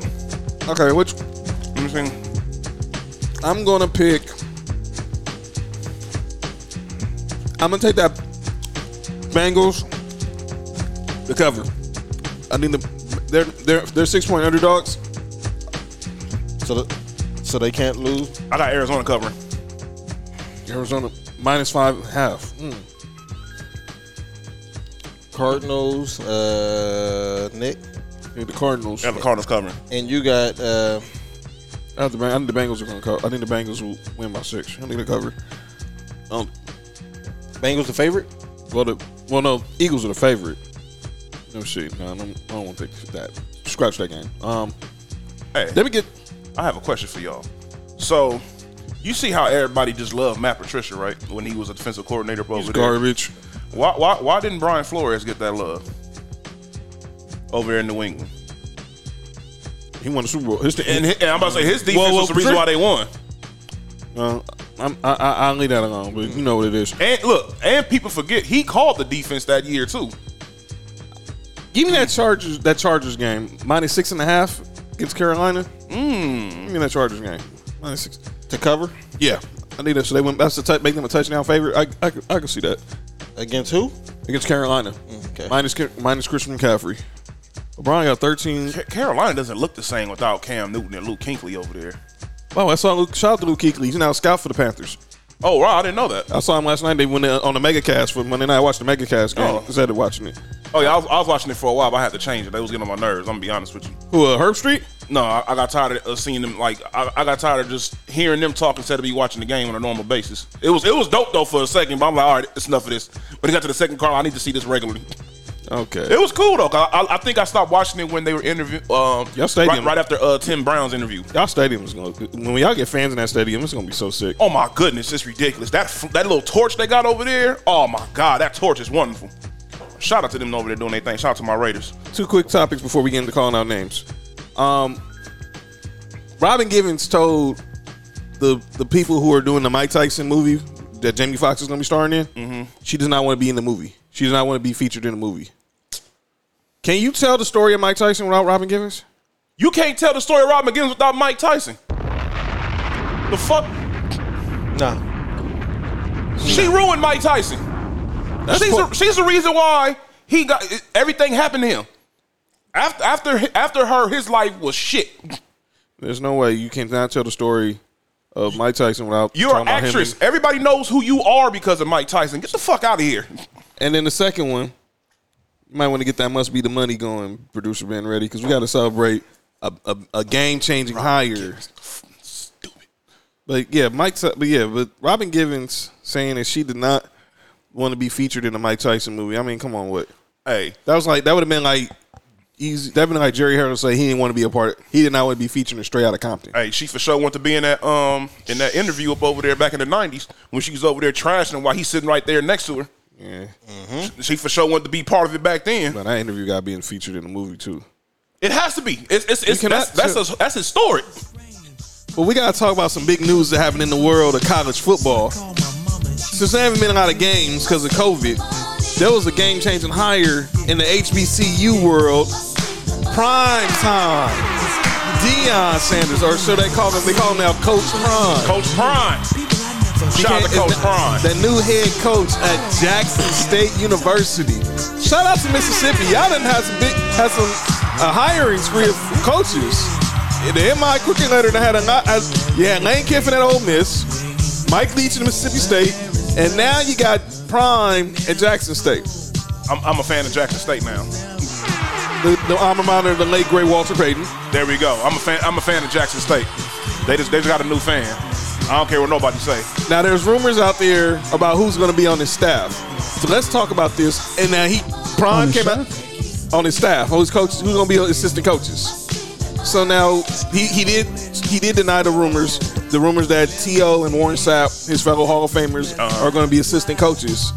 [SPEAKER 4] Okay. Which
[SPEAKER 5] You know what I'm saying?
[SPEAKER 4] I'm gonna pick. I'm gonna take that Bengals. The cover. I think the they're they're they're six point underdogs.
[SPEAKER 8] So, the, so they can't lose.
[SPEAKER 5] I got Arizona covering.
[SPEAKER 4] Arizona minus five and a half. Mm.
[SPEAKER 8] Cardinals. Uh, Nick
[SPEAKER 4] I think the Cardinals.
[SPEAKER 5] I have the Cardinals covering.
[SPEAKER 8] and you got. Uh,
[SPEAKER 4] I, think the, Beng- I think the Bengals are gonna cover. I think the Bengals will win by six. I think they cover. Um,
[SPEAKER 8] Bengals the favorite?
[SPEAKER 4] Well, the well, no, Eagles are the favorite. No shit, no, I don't, I don't want to pick that. Scratch that game. Um,
[SPEAKER 5] Hey,
[SPEAKER 4] let me get.
[SPEAKER 5] I have a question for y'all. So, you see how everybody just loved Matt Patricia, right? When he was a defensive coordinator over
[SPEAKER 4] It's
[SPEAKER 5] there.
[SPEAKER 4] garbage.
[SPEAKER 5] Why, why, why didn't Brian Flores get that love over there in New England?
[SPEAKER 4] He won the Super Bowl. His
[SPEAKER 5] And hi- and I'm about to say, his defense was the reason why they won.
[SPEAKER 4] Uh, I'm, I, I, I'll leave that alone, but you know what it is.
[SPEAKER 5] And look, and people forget he called the defense that year too.
[SPEAKER 4] Give me that Chargers that Chargers game minus six and a half against Carolina. Mm. Give me that Chargers game minus six
[SPEAKER 8] to cover.
[SPEAKER 4] Yeah, I need that. So they went. That's to t- make them a touchdown favorite. I, I, could- I can see that
[SPEAKER 8] against who?
[SPEAKER 4] Against Carolina.
[SPEAKER 8] Okay.
[SPEAKER 4] Minus Ca- minus Christian McCaffrey. LeBron got thirteen.
[SPEAKER 5] Carolina doesn't look the same without Cam Newton and Luke Kinkley over there.
[SPEAKER 4] Wow, Oh, I saw Luke. Shout out to Luke Kuechly. He's now a scout for the Panthers.
[SPEAKER 5] Oh wow, I didn't know that.
[SPEAKER 4] I saw him last night. They went uh, on the MegaCast for Monday night. I watched the MegaCast game
[SPEAKER 5] Oh.
[SPEAKER 4] instead of watching it.
[SPEAKER 5] Oh yeah, I was, I was watching it for a while. But I had to change it. They was getting on my nerves. I'm gonna be honest with you.
[SPEAKER 4] Who? Uh, Herb Street?
[SPEAKER 5] No, I, I got tired of seeing them. Like I, I got tired of just hearing them talk instead of me watching the game on a normal basis. It was it was dope though for a second, but I'm like, all right, it's enough of this. When it got to the second car, I need to see this regularly.
[SPEAKER 4] Okay.
[SPEAKER 5] It was cool though. 'cause I, I, I think I stopped watching it when they were interviewing. Um,
[SPEAKER 4] Y'all stadium.
[SPEAKER 5] right, right after uh, Tim Brown's interview.
[SPEAKER 4] Y'all stadium is going. to When y'all get fans in that stadium, it's going to be so sick.
[SPEAKER 5] Oh my goodness, it's ridiculous. That f- that little torch they got over there. Oh my god, that torch is wonderful. Shout out to them over there doing their thing. Shout out to my Raiders.
[SPEAKER 4] Two quick topics before we get into calling out names. Um, Robin Givens told the the people who are doing the Mike Tyson movie that Jamie Foxx is going to be starring in, she does not want to be in the movie. She does not want to be featured in the movie. Can you tell the story of Mike Tyson without Robin Givens?
[SPEAKER 5] You can't tell the story of Rob McGinnis without Mike Tyson. The fuck?
[SPEAKER 8] Nah.
[SPEAKER 5] She ruined Mike Tyson. she's, the, she's the reason why he got everything happened to him. After after after her, his life was shit.
[SPEAKER 4] There's no way you cannot tell the story of Mike Tyson without
[SPEAKER 5] You're
[SPEAKER 4] talking
[SPEAKER 5] an
[SPEAKER 4] about him
[SPEAKER 5] actress.
[SPEAKER 4] and-
[SPEAKER 5] Everybody knows who you are because of Mike Tyson. Get the fuck out of here.
[SPEAKER 4] And then the second one, you might want to get that must be the money going, producer Ben ready, because we got to celebrate a, a, a game changing hire. But yeah, Mike. Ty- But yeah, but Robin Givens saying that she did not want to be featured in the Mike Tyson movie. I mean, come on, what?
[SPEAKER 5] Hey,
[SPEAKER 4] that was like that would have been like easy. That would been like Jerry Harrell say he didn't want to be a part. He did not want to be featured in Straight Outta Compton.
[SPEAKER 5] Hey, she for sure wanted to be in that um in that interview up over there back in the nineties when she was over there trashing him while he's sitting right there next to her.
[SPEAKER 4] Yeah.
[SPEAKER 5] She, she for sure wanted to be part of it back then.
[SPEAKER 4] But that interview got being featured in the movie too.
[SPEAKER 5] It has to be. It's it's, it's that's
[SPEAKER 4] cannot
[SPEAKER 5] that's, a, that's historic.
[SPEAKER 4] But we gotta talk about some big news that happened in the world of college football. Since there haven't been a lot of games because of COVID, there was a game changing hire in the HBCU world. Prime time. Deion Sanders, or so they call him, they call him now Coach Prime.
[SPEAKER 5] Coach Prime. Shout out to Coach Prime.
[SPEAKER 4] The new head coach at Jackson State University. Shout out to Mississippi. Y'all done had some big had some uh, a hiring spree of coaches. The MI Cooking Letter that had a not as yeah, Lane Kiffin at Ole Miss, Mike Leach at Mississippi State, and now you got Prime at Jackson State.
[SPEAKER 5] I'm, I'm a fan of Jackson State now.
[SPEAKER 4] The, the alma mater of the late great Walter Payton.
[SPEAKER 5] There we go. I'm a fan. I'm a fan of Jackson State. They just they just got a new fan. I don't care what nobody say.
[SPEAKER 4] Now there's rumors out there about who's going to be on his staff. So let's talk about this. And now he Prime came out on his staff. Who's coach? Who's going to be assistant coaches? So now he, he did he did deny the rumors. The rumors that T.O. and Warren Sapp, his fellow Hall of Famers, are going to be assistant coaches.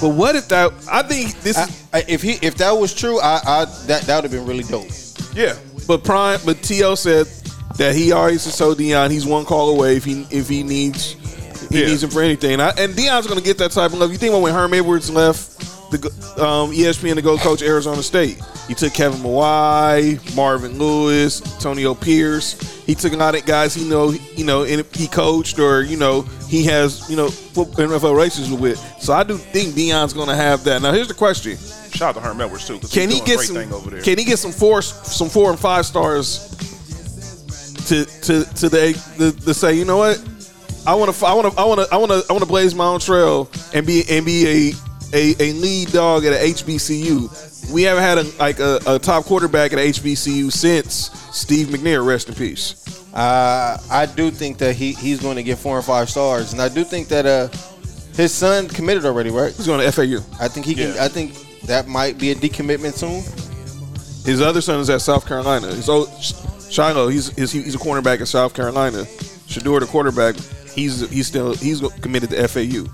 [SPEAKER 4] But what if that? I think this. is,
[SPEAKER 8] if he if that was true, I, I that that would have been really dope.
[SPEAKER 5] Yeah.
[SPEAKER 4] But Prime, but T.O. said that he already told Dion he's one call away if he if he needs he
[SPEAKER 5] Yeah.
[SPEAKER 4] needs him for anything. And, I, and Dion's going to get that type of love. You think when Herm Edwards left the go- um, ESPN to go coach Arizona State, he took Kevin Mawai, Marvin Lewis, Antonio Pierce. He took a lot of guys he know you know and he coached or you know he has you know foot- NFL races with. So I do think Dion's going to have that. Now here's the question.
[SPEAKER 5] Shout out to Herm Edwards too. 'cause
[SPEAKER 4] Can
[SPEAKER 5] he's
[SPEAKER 4] he
[SPEAKER 5] doing
[SPEAKER 4] get
[SPEAKER 5] great
[SPEAKER 4] some?
[SPEAKER 5] thing over there.
[SPEAKER 4] Can he get some four, some four and five stars to to to the the, the say? You know what? I want to I want to I want to I want to I want to blaze my own trail and be and be a a, a lead dog at a HBCU. We haven't had a like a, a top quarterback at a HBCU since Steve McNair. Rest in peace.
[SPEAKER 8] Uh, I do think that he he's going to get four and five stars, and I do think that uh, his son committed already, right?
[SPEAKER 4] He's going to FAU.
[SPEAKER 8] I think he can.
[SPEAKER 4] Yeah.
[SPEAKER 8] I think that might be a decommitment soon.
[SPEAKER 4] His other son is at South Carolina. His old Shiloh, he's he's, he's a cornerback at South Carolina. Shador, the quarterback, he's he's still he's committed to FAU.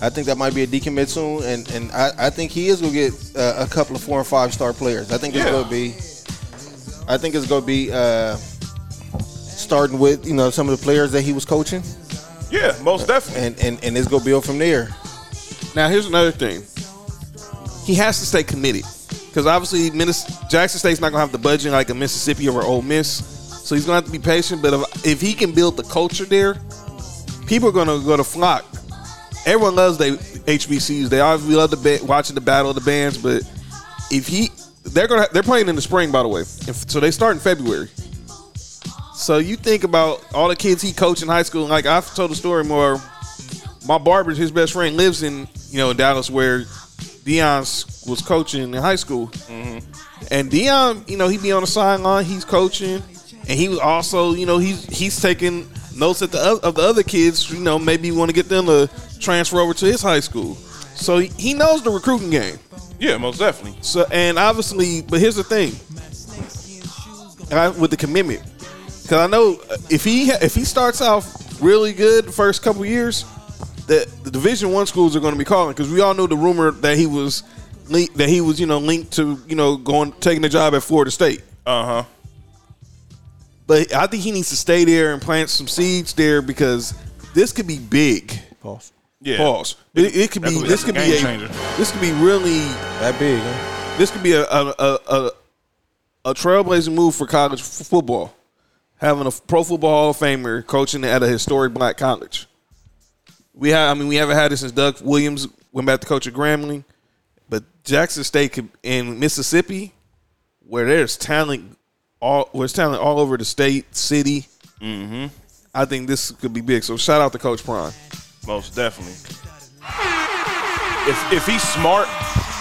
[SPEAKER 8] I think that might be a decommit soon, and and I, I think he is going to get uh, a couple of four and five star players. I think there's
[SPEAKER 5] Yeah.
[SPEAKER 8] going to be I think it's gonna be uh, starting with you know some of the players that he was coaching.
[SPEAKER 5] Yeah, most definitely.
[SPEAKER 8] And and, and it's gonna build from there.
[SPEAKER 4] Now here's another thing. He has to stay committed because obviously Minnes- Jackson State's not gonna have the budget like a Mississippi or an Ole Miss, so he's gonna have to be patient. But if, if he can build the culture there, people are gonna go to flock. Everyone loves they HBCUs. They obviously love the ba- watching the battle of the bands, but if he they're gonna they're playing in the spring by the way, If- so they start in February. So you think about all the kids he coached in high school. Like I've told the story more. My barber, his best friend, lives in you know in Dallas where Dion was coaching in high school. And Dion, you know, he be on the sideline. He's coaching, and he was also, you know, he's he's taking notes at the oth- of the other kids. You know, maybe want to get them to transfer over to his high school. So he- he knows the recruiting game.
[SPEAKER 5] Yeah, most definitely.
[SPEAKER 4] So and obviously, but here's the thing, And I- with the commitment, because I know uh, if he ha- if he starts out really good the first couple years, that the Division One schools are going to be calling because we all know the rumor that he was link, that he was you know linked to you know going taking a job at Florida State.
[SPEAKER 5] Uh huh.
[SPEAKER 4] But I think he needs to stay there and plant some seeds there because this could be big. Pause.
[SPEAKER 5] Yeah.
[SPEAKER 4] Pause. It, it could
[SPEAKER 5] That's
[SPEAKER 4] be.
[SPEAKER 5] a-
[SPEAKER 4] This
[SPEAKER 5] that's a
[SPEAKER 4] could be
[SPEAKER 5] game
[SPEAKER 4] a.
[SPEAKER 5] changer.
[SPEAKER 4] This could be really that big. This could be a a, a a a trailblazing move for college f- football, having a pro football Hall of Famer coaching at a historic black college. We have. I mean, we haven't had it since Doug Williams went back to coach at Grambling, but Jackson State could, in Mississippi, where there's talent all where there's talent all over the state, city. Mm-hmm. I think this could be big. So shout out to Coach Prime.
[SPEAKER 5] Most definitely. If if he's smart,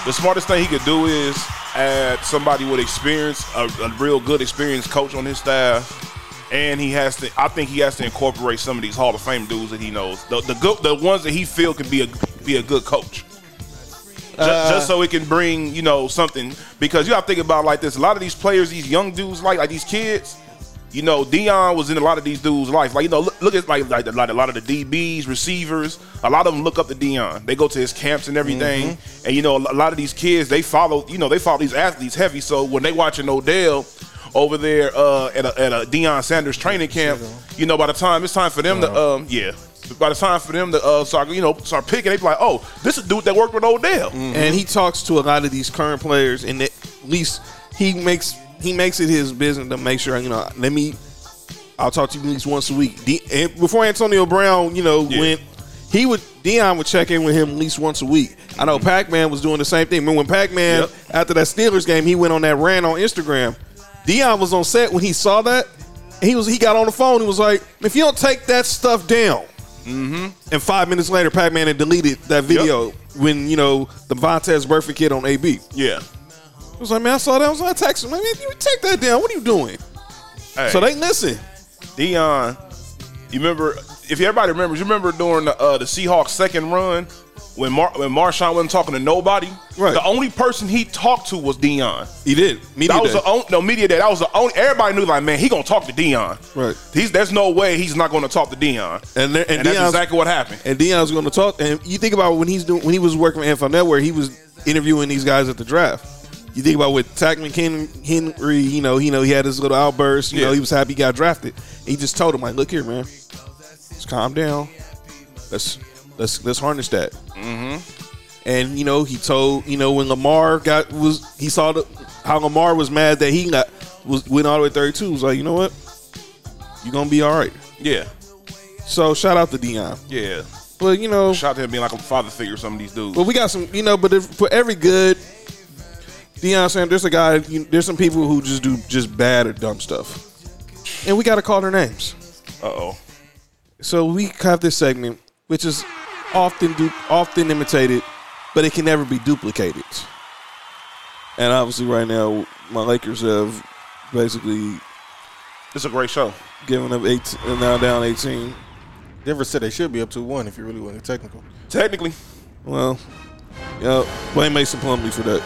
[SPEAKER 5] the smartest thing he could do is add somebody with experience, a, a real good experienced coach on his staff. And he has to. I think he has to incorporate some of these Hall of Fame dudes that he knows, the the, good, the ones that he feel can be a be a good coach. Ju-
[SPEAKER 4] Uh,
[SPEAKER 5] just so it can bring you know something because you got to think about it like this. A lot of these players, these young dudes, like like these kids, you know, Dion was in a lot of these dudes' life. Like you know, look, look at like like a lot, a lot of the DBs, receivers. A lot of them look up to Dion. They go to his camps and everything. And you know, a lot of these kids they follow. You know, they follow these athletes heavy. So when they watching Odell. Over there uh, at a, at a Deion Sanders training camp, you know, by the time it's time for them to, um, yeah, by the time for them to uh, start, you know, start picking, they be like, oh, this is a dude that worked with Odell,
[SPEAKER 4] Mm-hmm. and he talks to a lot of these current players, and at least he makes he makes it his business to make sure you know. Let me, I'll talk to you at least once a week. De- and before Antonio Brown, you know, went, he would Dion would check in with him at least once a week. I know Pac Man was doing the same thing. Remember when Pac Man after that Steelers game, he went on that rant on Instagram. Dion was on set when he saw that. He was he got on the phone. He was like, "If you don't take that stuff down," mm-hmm. and five minutes later, Pac Man had deleted that video when you know the Vontez Burford kid on AB.
[SPEAKER 5] Yeah,
[SPEAKER 4] I was like, man, I saw that. I was like, I texted him. Man, you take that down. What are you doing?
[SPEAKER 5] Hey.
[SPEAKER 4] So they listen.
[SPEAKER 5] Dion, you remember if everybody remembers, you remember during the uh, the Seahawks second run when Mar- when Marshawn wasn't talking to nobody. Right. The only person he talked to was Dion.
[SPEAKER 4] He did. Media
[SPEAKER 5] that was
[SPEAKER 4] day.
[SPEAKER 5] the only no media day. That was the only everybody knew like man, he gonna talk to Dion.
[SPEAKER 4] Right.
[SPEAKER 5] He's there's no way he's not gonna talk to Dion.
[SPEAKER 4] And, there, and,
[SPEAKER 5] And that's
[SPEAKER 4] Deion's-
[SPEAKER 5] exactly what happened.
[SPEAKER 4] And Dion's going to talk. And you think about when he's doing when he was working for NFL Network, he was interviewing these guys at the draft. You think about with Tackman Ken- Henry, you know, he know he had his little outburst. You know, he was happy he got drafted. And he just told him like, "Look here, man, just calm down. Let's let's let's harness that." Mm-hmm. And you know, he told you know when Lamar got was he saw the how Lamar was mad that he got was went all the way thirty two. Was like, you know what, you're gonna be all right.
[SPEAKER 5] Yeah.
[SPEAKER 4] So shout out to Dion.
[SPEAKER 5] Yeah.
[SPEAKER 4] Well, you know,
[SPEAKER 5] shout out to him being like a father figure. to Some of these dudes.
[SPEAKER 4] But we got some, you know. But if, for every good, Deion Sanders, there's a guy. You, there's some people who just do just bad or dumb stuff, and we got to call their names.
[SPEAKER 5] Uh oh.
[SPEAKER 4] So we have this segment, which is often du- often imitated, but it can never be duplicated. And obviously, right now, my Lakers have basically
[SPEAKER 5] it's a great show,
[SPEAKER 4] giving up eight and now down eighteen.
[SPEAKER 8] Denver said they should be up to one if you really want to technical.
[SPEAKER 5] Technically,
[SPEAKER 4] Well, yeah, blame Mason Plumlee for that,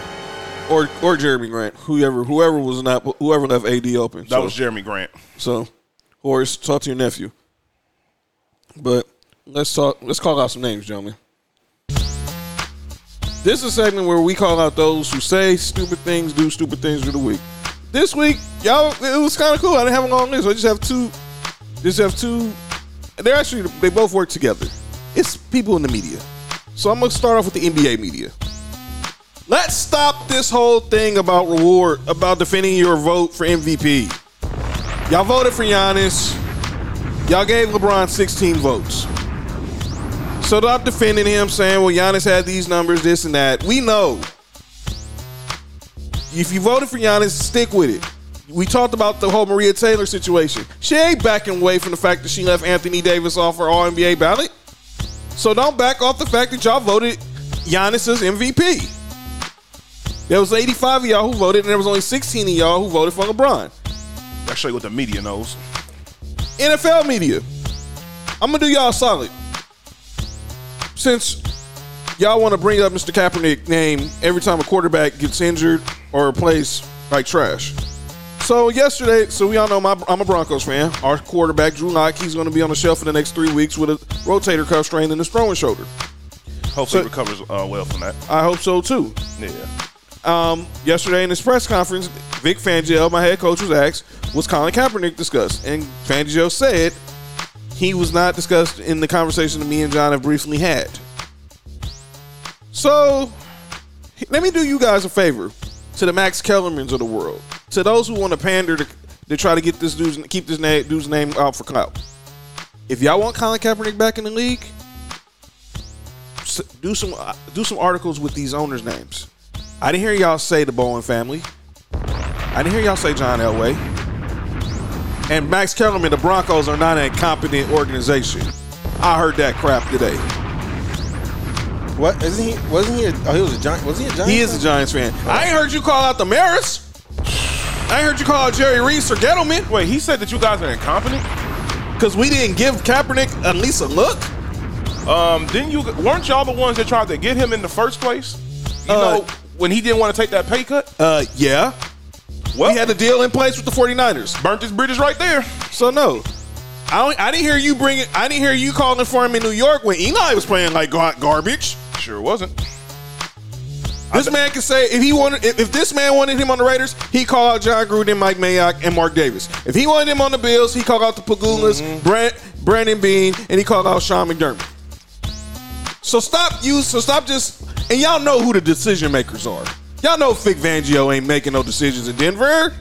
[SPEAKER 4] or or Jeremy Grant, whoever whoever was not whoever left AD open.
[SPEAKER 5] That was Jeremy Grant.
[SPEAKER 4] So, Horace, talk to your nephew. But let's talk. Let's call out some names, gentlemen. This is a segment where we call out those who say stupid things, do stupid things through the week. this week, y'all, it was kind of cool. I didn't have a long list. I just have two. Just have two. They're actually they both work together. It's people in the media. So I'm gonna start off with the NBA media. Let's stop this whole thing about reward, about defending your vote for MVP. Y'all voted for Giannis. Y'all gave LeBron 16 votes. So stop defending him, saying, well, Giannis had these numbers, this and that. We know. If you voted for Giannis, stick with it. We talked about the whole Maria Taylor situation. She ain't backing away from the fact that she left Anthony Davis off her All NBA ballot. So don't back off the fact that y'all voted Giannis as MVP. There was 85 of y'all who voted, and there was only 16 of y'all who voted for LeBron.
[SPEAKER 5] I'll show you what the media knows.
[SPEAKER 4] NFL media, I'm gonna do y'all a solid. Since y'all want to bring up Mr. Kaepernick name every time a quarterback gets injured or plays like trash. So yesterday, so we all know my, I'm a Broncos fan. Our quarterback Drew Lock, he's going to be on the shelf for the next three weeks with a rotator cuff strain in his throwing shoulder.
[SPEAKER 5] Hopefully, recovers uh, well from that.
[SPEAKER 4] I hope so too.
[SPEAKER 5] Yeah.
[SPEAKER 4] Um, yesterday in his press conference, Vic Fangio, my head coach, was asked, "Was Colin Kaepernick discussed?" And Fangio said he was not discussed in the conversation that me and John have briefly had. So, let me do you guys a favor to the Max Kellermans of the world, to those who want to pander to, to try to get this dude's keep this na- dude's name out for clout. If y'all want Colin Kaepernick back in the league, s- do some uh, do some articles with these owners' names. I didn't hear y'all say the Bowen family. I didn't hear y'all say John Elway. And Max Kellerman, the Broncos are not an incompetent organization. I heard that crap today.
[SPEAKER 8] What isn't he? Wasn't he? A, oh, he was a giant. Was he a giant?
[SPEAKER 4] He is a Giants fan. I ain't heard you call out the Maris. I ain't heard you call out Jerry Reese or Gettleman.
[SPEAKER 5] Wait, he said that you guys are incompetent
[SPEAKER 4] because we didn't give Kaepernick at least a look.
[SPEAKER 5] Um, didn't you? Weren't y'all the ones that tried to get him in the first place? You know, when he didn't want to take that pay cut.
[SPEAKER 4] Uh, yeah. Well, he had the deal in place with the 49ers.
[SPEAKER 5] Burnt his bridges right there.
[SPEAKER 4] So no. I, don't, I didn't hear you bring it. I didn't hear you calling for him in New York when Eli was playing like gar- garbage.
[SPEAKER 5] Sure wasn't.
[SPEAKER 4] This man can say if he wanted if, if this man wanted him on the Raiders, he called out John Gruden, Mike Mayock, and Mark Davis. If he wanted him on the Bills, he called out the Pagulas, Brand, Brandon Bean, and he called out Sean McDermott. So stop you. So stop just and y'all know who the decision makers are. Y'all know Vic Fangio ain't making no decisions in Denver.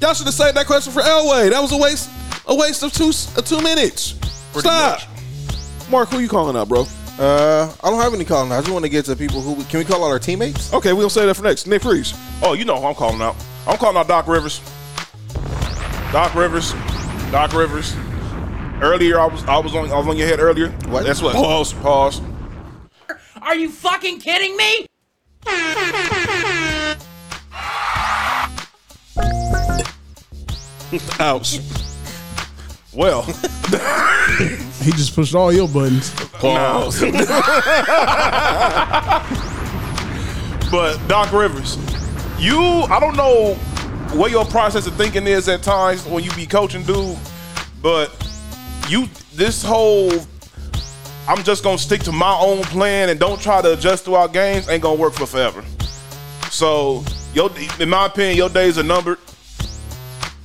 [SPEAKER 4] Y'all should have saved that question for Elway. That was a waste a waste of two s- uh, two minutes. stop. Mark, who you calling out, bro?
[SPEAKER 8] Uh, I don't have any calling. out. I just want to get to people who we, can we call out our teammates?
[SPEAKER 4] Okay, we'll say that for next. Nick Freeze.
[SPEAKER 5] Oh, you know who I'm calling out. I'm calling out Doc Rivers. Doc Rivers. Doc Rivers. Earlier, I was I was on I was on your head earlier. What? That's what. Pause. Pause.
[SPEAKER 7] Are you fucking kidding me?
[SPEAKER 4] Ouch.
[SPEAKER 5] Well,
[SPEAKER 10] He just pushed all your buttons.
[SPEAKER 5] Pause. but Doc Rivers, you I don't know what your process of thinking is at times when you be coaching dude, but you this whole I'm just gonna stick to my own plan and don't try to adjust to our games ain't gonna work for forever. So your in my opinion, your days are numbered.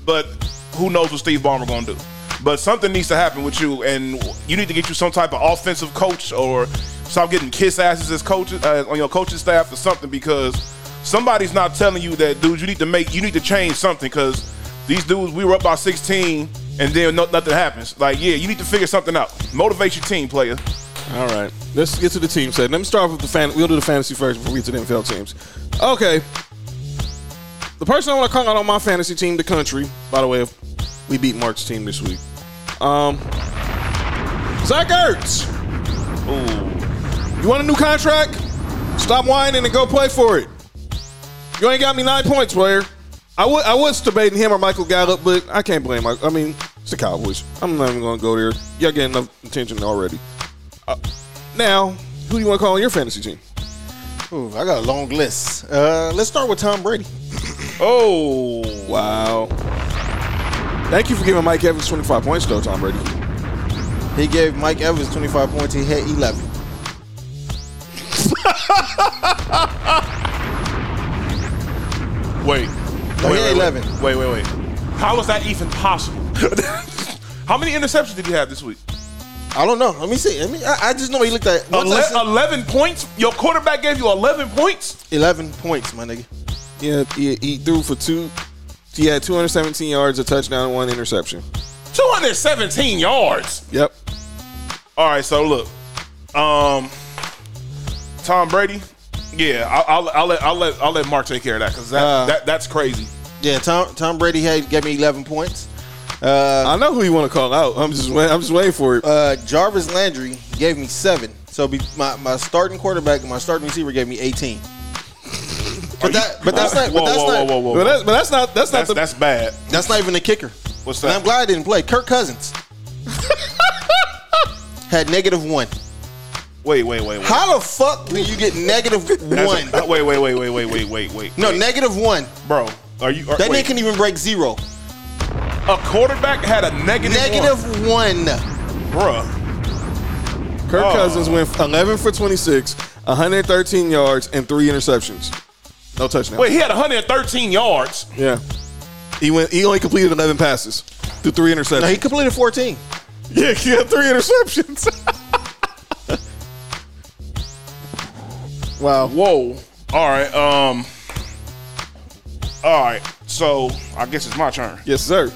[SPEAKER 5] But who knows what Steve Ballmer gonna do? But something needs to happen with you, and you need to get you some type of offensive coach, or stop getting kiss asses as coaches uh, on your coaching staff or something, because somebody's not telling you that, dude. You need to make, you need to change something, because these dudes, we were up by 16, and then no, nothing happens. Like, yeah, you need to figure something out. Motivate your team, player.
[SPEAKER 4] All right, let's get to the team set. Let me start off with the fan. We'll do the fantasy first before we get to the NFL teams. Okay. The person I want to call out on my fantasy team, the country. By the way, if we beat Mark's team this week. Um, Zach Ertz. Ooh. You want a new contract? Stop whining and go play for it. You ain't got me nine points, player. I would I was debating him or Michael Gallup, but I can't blame. My, I mean, it's the Cowboys. I'm not even gonna go there. Y'all getting enough attention already. Uh, now, who do you want to call on your fantasy team?
[SPEAKER 8] Ooh, I got a long list. Uh, let's start with Tom Brady.
[SPEAKER 5] oh
[SPEAKER 4] wow! Thank you for giving Mike Evans 25 points, though, Tom Brady.
[SPEAKER 8] He gave Mike Evans 25 points. He had 11.
[SPEAKER 5] Wait,
[SPEAKER 8] No, he ain't eleven.
[SPEAKER 5] Wait, wait, wait. How is that even possible? How many interceptions did he have this week?
[SPEAKER 8] I don't know. Let me see. I mean, I, I just know he looked at once I seen-
[SPEAKER 5] eleven points. Your quarterback gave you eleven points.
[SPEAKER 8] Eleven points, my nigga.
[SPEAKER 4] Yeah, he, he threw for two. He had 217 yards, a touchdown, and one interception.
[SPEAKER 5] 217 yards.
[SPEAKER 4] Yep.
[SPEAKER 5] All right, so look, um, Tom Brady. Yeah, I- I'll, I'll, let I'll let I'll let Mark take care of that because that,
[SPEAKER 8] Uh,
[SPEAKER 5] that that's crazy.
[SPEAKER 8] Yeah, Tom Tom Brady had gave me eleven points. Uh,
[SPEAKER 4] I know who you want to call out. I'm just wait, I'm just waiting for it.
[SPEAKER 8] Uh, Jarvis Landry gave me seven. So be, my my starting quarterback and my starting receiver gave me eighteen. But that but that's not but
[SPEAKER 5] Whoa,
[SPEAKER 8] that's
[SPEAKER 5] whoa,
[SPEAKER 8] not
[SPEAKER 5] whoa, whoa, whoa,
[SPEAKER 8] But,
[SPEAKER 5] whoa.
[SPEAKER 8] that's, but that's not that's not
[SPEAKER 5] That's
[SPEAKER 8] the,
[SPEAKER 5] that's bad.
[SPEAKER 8] that's not even the kicker.
[SPEAKER 5] What's
[SPEAKER 8] And I'm glad I didn't play. Kirk Cousins had negative one.
[SPEAKER 5] Wait, wait, wait, wait.
[SPEAKER 8] How the fuck do you get negative
[SPEAKER 5] That's
[SPEAKER 8] one?
[SPEAKER 5] a- wait, wait, wait, wait, wait, wait, wait, wait.
[SPEAKER 8] No,
[SPEAKER 5] wait.
[SPEAKER 8] negative one.
[SPEAKER 5] bro. Are you? Are,
[SPEAKER 8] That
[SPEAKER 5] wait.
[SPEAKER 8] nigga can even break zero.
[SPEAKER 5] a quarterback had a negative
[SPEAKER 8] Negative one.
[SPEAKER 5] one, bruh.
[SPEAKER 4] Kirk
[SPEAKER 5] Oh.
[SPEAKER 4] Cousins went 11 for 26, 113 yards, and three interceptions. No touchdown.
[SPEAKER 5] Wait, he had 113 yards.
[SPEAKER 4] Yeah. He went. He only completed 11 passes through three interceptions.
[SPEAKER 8] No, he completed fourteen.
[SPEAKER 4] yeah, he had three interceptions.
[SPEAKER 8] Wow.
[SPEAKER 5] Whoa. All right. Um. All right. So I guess it's my turn.
[SPEAKER 4] yes, sir.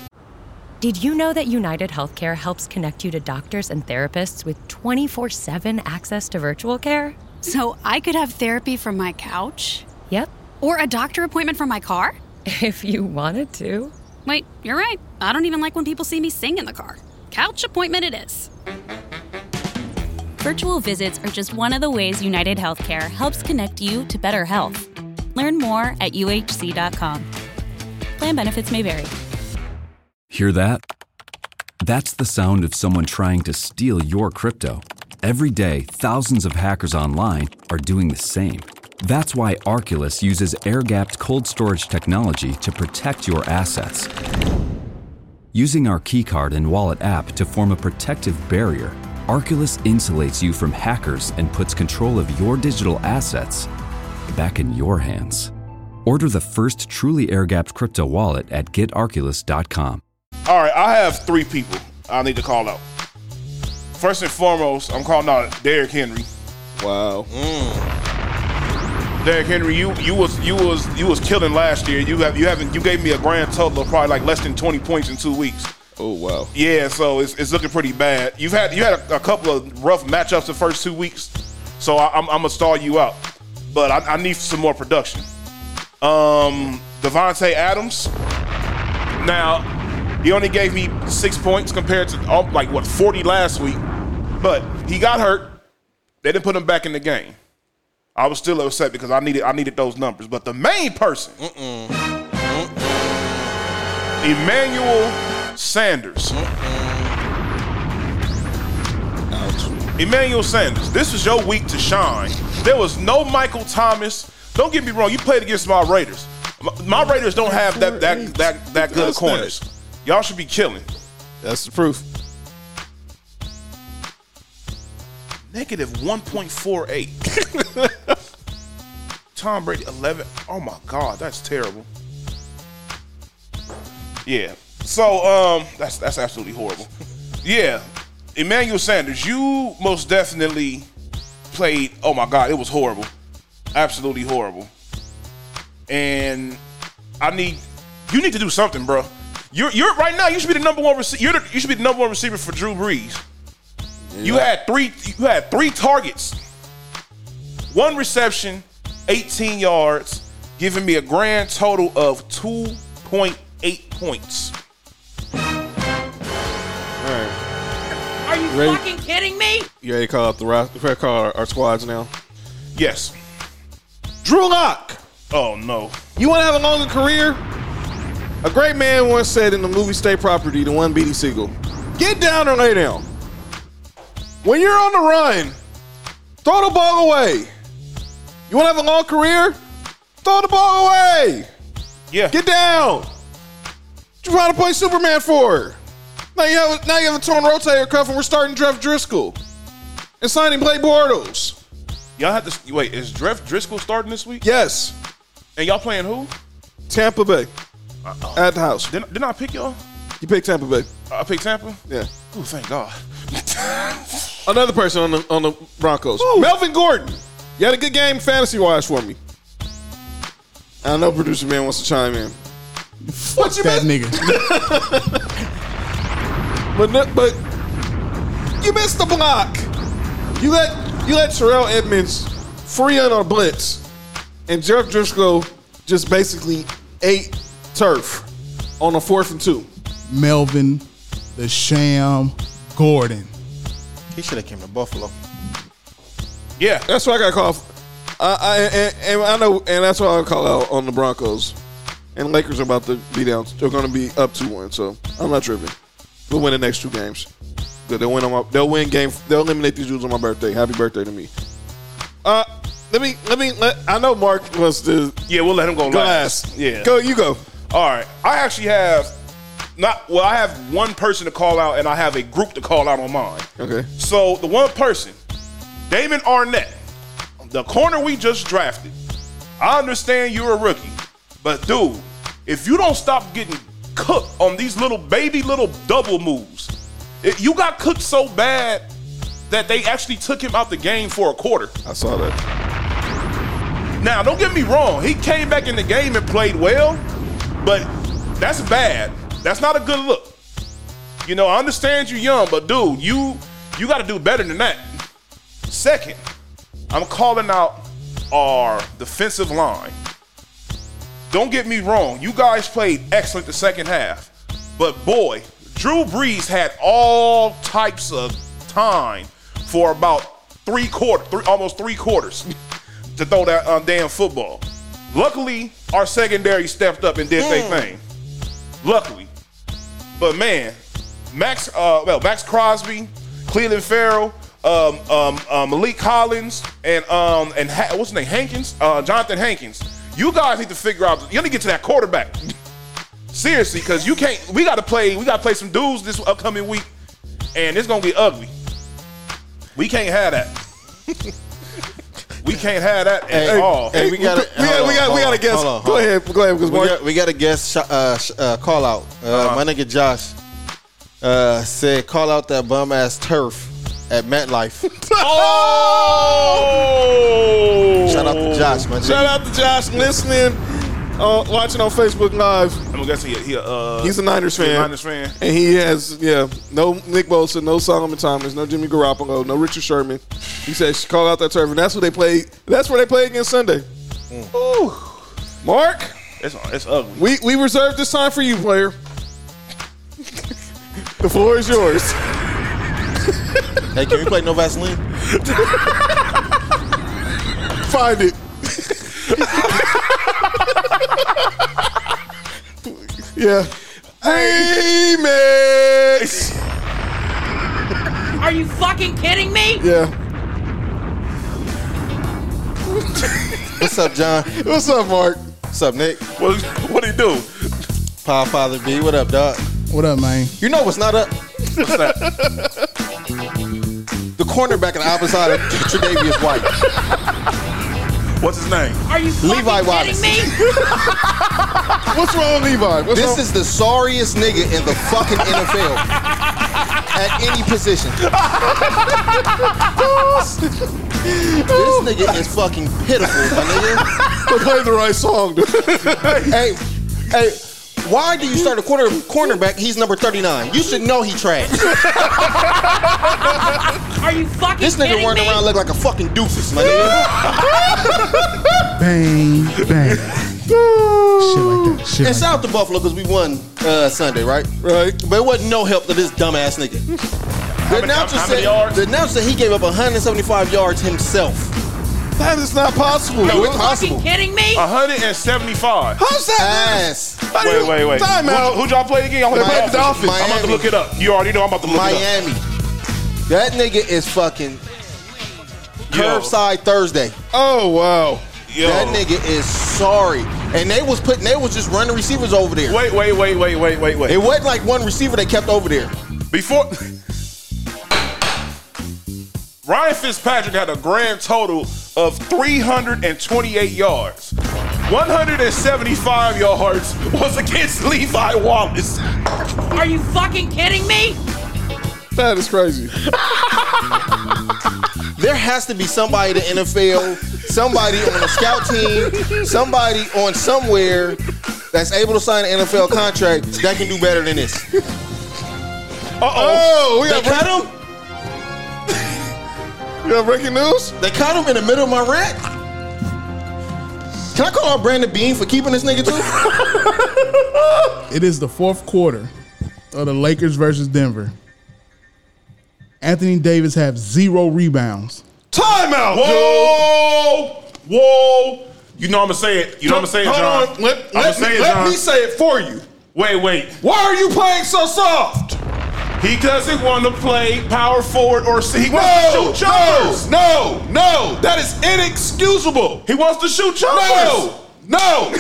[SPEAKER 12] Did you know that United Healthcare helps connect you to doctors and therapists with 24 7 access to virtual care?
[SPEAKER 13] So I could have therapy from my couch?
[SPEAKER 12] Yep,
[SPEAKER 13] Or a doctor appointment from my car?
[SPEAKER 12] if you wanted to.
[SPEAKER 13] Wait, you're right. I don't even like when people see me sing in the car. Couch appointment it is. Virtual visits are just one of the ways United Healthcare helps connect you to better health. Learn more at uhc.com. Plan benefits may vary.
[SPEAKER 1] Hear that? That's the sound of someone trying to steal your crypto. Every day, thousands of hackers online are doing the same. That's why Arculus uses air gapped cold storage technology to protect your assets. Using our keycard and wallet app to form a protective barrier, Arculus insulates you from hackers and puts control of your digital assets back in your hands. Order the first truly air gapped crypto wallet at getarculus.com.
[SPEAKER 5] All right. I have three people I need to call out. First and foremost, I'm calling out Derrick Henry.
[SPEAKER 4] Wow.
[SPEAKER 5] Derrick Henry, you you was you was you was killing last year. You have you haven't you gave me a grand total of probably like less than 20 points in two weeks.
[SPEAKER 4] Oh wow.
[SPEAKER 5] Yeah, so it's, it's looking pretty bad. You've had you had a, a couple of rough matchups the first two weeks, so I, I'm, I'm gonna stall you out. But I, I need some more production. Um, Devonte Adams. Now he only gave me six points compared to all, like what 40 last week, but he got hurt. They didn't put him back in the game. I was still upset because I needed I needed those numbers. But the main person, Emmanuel Sanders. Emmanuel Sanders, this was your week to shine. There was no Michael Thomas. Don't get me wrong, you played against my Raiders. My, my Raiders don't have that that that that good
[SPEAKER 4] does
[SPEAKER 5] of corners. Y'all should be killing.
[SPEAKER 4] That's the proof.
[SPEAKER 5] Negative 1.48. Tom Brady 11. Oh my god, that's terrible. Yeah. So um that's that's absolutely horrible. Yeah. Emmanuel Sanders, you most definitely played oh my god, it was horrible. Absolutely horrible. And I need you need to do something, bro. You're you're right now you should be the number one receiver. You're the, you should be the number one receiver for Drew Brees. You had three. You had three targets, one reception, 18 yards, giving me a grand total of 2.8 points.
[SPEAKER 7] Are you
[SPEAKER 4] Ready?
[SPEAKER 7] fucking kidding me?
[SPEAKER 4] You ready to call out the ro- call our, our squads now?
[SPEAKER 5] Yes.
[SPEAKER 4] Drew Lock.
[SPEAKER 5] Oh no.
[SPEAKER 4] You want to have a longer career? A great man once said in the movie Stay Property to one BD Siegel, get down or lay down. When you're on the run, throw the ball away. You want to have a long career? Throw the ball away.
[SPEAKER 5] Yeah.
[SPEAKER 4] Get down. What you trying to play Superman for? Now you have a, now you have a torn rotator cuff and we're starting Jeff Driscoll and signing Blake Bortles.
[SPEAKER 5] Y'all have to wait. Is Dreff Driscoll starting this week?
[SPEAKER 4] Yes,
[SPEAKER 5] And y'all playing who?
[SPEAKER 4] Tampa Bay. At the house.
[SPEAKER 5] Didn't, didn't I pick y'all?
[SPEAKER 4] You picked Tampa Bay.
[SPEAKER 5] I picked Tampa.
[SPEAKER 4] Yeah.
[SPEAKER 5] Oh, thank God.
[SPEAKER 4] Another person on the on the Broncos. Melvin Gordon. You had a good game fantasy wise for me. I know producer man wants to chime in. what you
[SPEAKER 10] that nigga.
[SPEAKER 4] But no- but you missed the block. You let you let Terrell Edmonds free on a blitz, and Jeff Driscoll just basically ate turf on a fourth and two.
[SPEAKER 10] Melvin, the Sham, Gordon.
[SPEAKER 8] He should have came to Buffalo.
[SPEAKER 5] Yeah,
[SPEAKER 4] that's what I got called. for. I, I and, and I know, and that's why I call out on the Broncos. And Lakers are about to be down. They're going to be up two one. So I'm not tripping. We'll win the next two games. But They'll win on my. They'll win game. They'll eliminate these dudes on my birthday. Happy birthday to me. Uh, let me let me let. I know Mark wants to.
[SPEAKER 5] Yeah, we'll let him go
[SPEAKER 4] Glass.
[SPEAKER 5] last. Yeah,
[SPEAKER 4] Go, you go.
[SPEAKER 5] All right. I actually have not. Well, I have one person to call out, and I have a group to call out on mine.
[SPEAKER 4] Okay.
[SPEAKER 5] So the one person, Damon Arnett, the corner we just drafted. I understand you're a rookie, but dude, if you don't stop getting cooked on these little baby little double moves, it- you got cooked so bad that they actually took him out the game for a quarter.
[SPEAKER 4] I saw that.
[SPEAKER 5] Now, don't get me wrong. He came back in the game and played well, but that's bad. That's not a good look. You know, I understand you're young, but dude, you you got to do better than that. Second, I'm calling out our defensive line. Don't get me wrong. You guys played excellent the second half, but boy, Drew Brees had all types of time for about three quarter, three, almost three quarars to throw that um, damn football. Luckily, our secondary stepped up and did their thing. Luckily, but man, Max, uh, well, Max Crosby, Cleveland Farrell, um, um, uh, Malik Collins, and um, and ha- what's his name, Hankins, uh, Jonathan Hankins. You guys need to figure out. You need to get to that quarterback. Seriously, because you can't. We got to play. We got to play some dudes this upcoming week, and it's gonna get ugly. We can't have that. we can't have that at all.
[SPEAKER 8] Hey, we got
[SPEAKER 4] we got- we got- we got a guest. Go ahead, go ahead, because
[SPEAKER 8] we
[SPEAKER 4] Mark-
[SPEAKER 8] got, we got a guest sh- uh, sh- uh, call out. Uh,
[SPEAKER 4] Uh-huh.
[SPEAKER 8] My nigga Josh uh, said, "Call out that bum ass turf at MetLife."
[SPEAKER 5] oh!
[SPEAKER 8] Shout out to Josh, my G.
[SPEAKER 4] Shout out to Josh listening, uh, watching on Facebook Live.
[SPEAKER 5] I'm guessing he, he uh,
[SPEAKER 4] He's a Niners
[SPEAKER 5] he
[SPEAKER 4] fan.
[SPEAKER 5] Niners fan.
[SPEAKER 4] And he has, yeah, no Nick Bosa, no Solomon Thomas, no Jimmy Garoppolo, no Richard Sherman. He says, call out that turf. And that's what they play. That's where they play against Sunday. Ooh. Mark,
[SPEAKER 5] It's, it's ugly.
[SPEAKER 4] we, we reserved this time for you, player. the floor is yours.
[SPEAKER 8] hey, can we play No Vaseline?
[SPEAKER 4] Find it. yeah. Remix.
[SPEAKER 7] Are you fucking kidding me?
[SPEAKER 4] Yeah.
[SPEAKER 8] What's up, John?
[SPEAKER 4] What's up, Mark?
[SPEAKER 8] What's up, Nick?
[SPEAKER 5] What what he do?
[SPEAKER 8] Power Father B, what up, dog?
[SPEAKER 10] What up, man?
[SPEAKER 8] You know what's not up?
[SPEAKER 5] What's that?
[SPEAKER 8] The cornerback on the opposite side of Tre'Davious White,
[SPEAKER 5] What's his name?
[SPEAKER 7] Are you fucking
[SPEAKER 8] Levi
[SPEAKER 7] kidding
[SPEAKER 8] Wallace.
[SPEAKER 7] me?
[SPEAKER 4] What's wrong, Levi? What's
[SPEAKER 8] this
[SPEAKER 4] wrong?
[SPEAKER 8] is the sorriest nigga in the fucking NFL at any position. this nigga is fucking pitiful, my nigga.
[SPEAKER 4] But play the right song, dude.
[SPEAKER 8] hey, hey, why do you start a quarter cornerback? He's number thirty nine. You should know he trash.
[SPEAKER 7] Are you fucking
[SPEAKER 8] This nigga
[SPEAKER 7] kidding
[SPEAKER 8] running
[SPEAKER 7] me?
[SPEAKER 8] around look like a fucking doofus, my nigga.
[SPEAKER 10] Bang, bang. Shit like that. Shit
[SPEAKER 8] And shout out to Buffalo because we won uh, Sunday, right?
[SPEAKER 4] Right.
[SPEAKER 8] But it wasn't no help to this dumbass nigga. The announcer
[SPEAKER 5] how many
[SPEAKER 8] said
[SPEAKER 5] yards?
[SPEAKER 8] the announcer said he gave up 175 yards himself.
[SPEAKER 4] That is not possible.
[SPEAKER 8] No,
[SPEAKER 4] dude.
[SPEAKER 8] it's possible.
[SPEAKER 7] Kidding me?
[SPEAKER 5] 175.
[SPEAKER 4] How's that?
[SPEAKER 8] Ass.
[SPEAKER 4] How do
[SPEAKER 5] Wait,
[SPEAKER 4] you-
[SPEAKER 5] wait, wait.
[SPEAKER 4] Time
[SPEAKER 5] Who'd-
[SPEAKER 4] out.
[SPEAKER 5] Who'd, y'all play again? Y'all
[SPEAKER 4] They
[SPEAKER 5] play
[SPEAKER 4] played the Dolphins.
[SPEAKER 5] I'm about to look it up. You already know I'm about to look it
[SPEAKER 8] Miami. That nigga is fucking
[SPEAKER 5] Yo.
[SPEAKER 8] curbside Thursday.
[SPEAKER 4] Oh wow.
[SPEAKER 5] up. Yo.
[SPEAKER 8] That nigga is sorry. And they was putting they was just running receivers over there.
[SPEAKER 5] Wait, wait, wait, wait, wait, wait,
[SPEAKER 8] It
[SPEAKER 5] wait.
[SPEAKER 8] wasn't like one receiver they kept over there.
[SPEAKER 5] Before Ryan Fitzpatrick had a grand total of 328 yards. 175 yards was against Levi Wallace.
[SPEAKER 7] Are you fucking kidding me?
[SPEAKER 4] That is crazy.
[SPEAKER 8] There has to be somebody in the NFL, somebody on a scout team, somebody on somewhere that's able to sign an NFL contract that can do better than this.
[SPEAKER 4] Oh, we
[SPEAKER 8] they
[SPEAKER 4] got
[SPEAKER 8] cut him.
[SPEAKER 4] You got breaking news?
[SPEAKER 8] They caught him in the middle of my rant. Can I call out Brandon Bean for keeping this nigga too?
[SPEAKER 10] It is the fourth quarter of the Lakers versus Denver. Anthony Davis have zero rebounds.
[SPEAKER 5] Timeout. Whoa, whoa. You know I'm gonna say it. You know I'm gonna say it,
[SPEAKER 4] Hold
[SPEAKER 5] John.
[SPEAKER 4] on. Let-
[SPEAKER 5] I'ma
[SPEAKER 4] let me- let me say
[SPEAKER 5] it for you. Wait, wait.
[SPEAKER 4] Why are you playing so soft?
[SPEAKER 5] He doesn't want to play power forward or he
[SPEAKER 4] No,
[SPEAKER 5] wants to shoot
[SPEAKER 4] no,
[SPEAKER 5] jumpers.
[SPEAKER 4] no, no. That is inexcusable.
[SPEAKER 5] He wants to shoot jumpers.
[SPEAKER 4] No, no.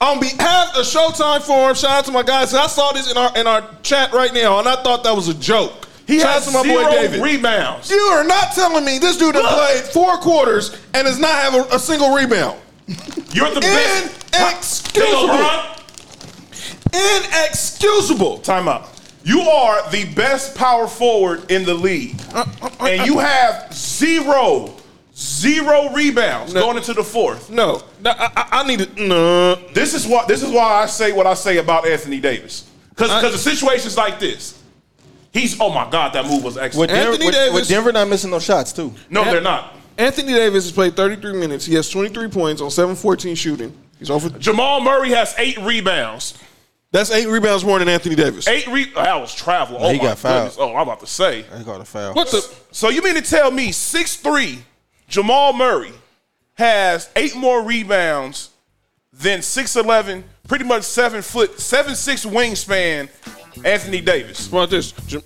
[SPEAKER 4] On behalf of Showtime Forum, shout out to my guys. I saw this in our in our chat right now, and I thought that was a joke.
[SPEAKER 5] He
[SPEAKER 4] shout
[SPEAKER 5] has
[SPEAKER 4] out to my
[SPEAKER 5] zero
[SPEAKER 4] boy David.
[SPEAKER 5] rebounds.
[SPEAKER 4] You are not telling me this dude has played four quarters and does not have a, a single rebound.
[SPEAKER 5] You're the best.
[SPEAKER 4] Inexcusable.
[SPEAKER 5] Inexcusable. Time out. You are the best power forward in the league,
[SPEAKER 4] Uh,
[SPEAKER 5] and you have zero, zero rebounds going into the fourth.
[SPEAKER 4] No, no I, I- I need to. No.
[SPEAKER 5] This is why. This is why I say what I say about Anthony Davis, because
[SPEAKER 4] Uh.
[SPEAKER 5] the situation's like this. He's oh my god, that move was
[SPEAKER 8] With
[SPEAKER 5] excellent.
[SPEAKER 8] Denver, with,
[SPEAKER 4] Davis-
[SPEAKER 8] with Denver not missing no shots too.
[SPEAKER 5] no, they're not.
[SPEAKER 4] Anthony Davis has played 33 minutes. He has 23 points on 7-14 shooting. He's over.
[SPEAKER 5] Jamal Murray has eight rebounds.
[SPEAKER 4] That's eight rebounds more than Anthony Davis.
[SPEAKER 5] Eight re. That was travel.
[SPEAKER 8] No,
[SPEAKER 5] oh
[SPEAKER 8] he
[SPEAKER 5] my
[SPEAKER 8] got fouled.
[SPEAKER 5] goodness. Oh, I'm about to say.
[SPEAKER 8] They called a foul.
[SPEAKER 4] What the?
[SPEAKER 5] So you mean to tell me six three Jamal Murray has eight more rebounds than 6'11, pretty much 7 foot, 7 6 wingspan Anthony Davis
[SPEAKER 4] What about this? Jam-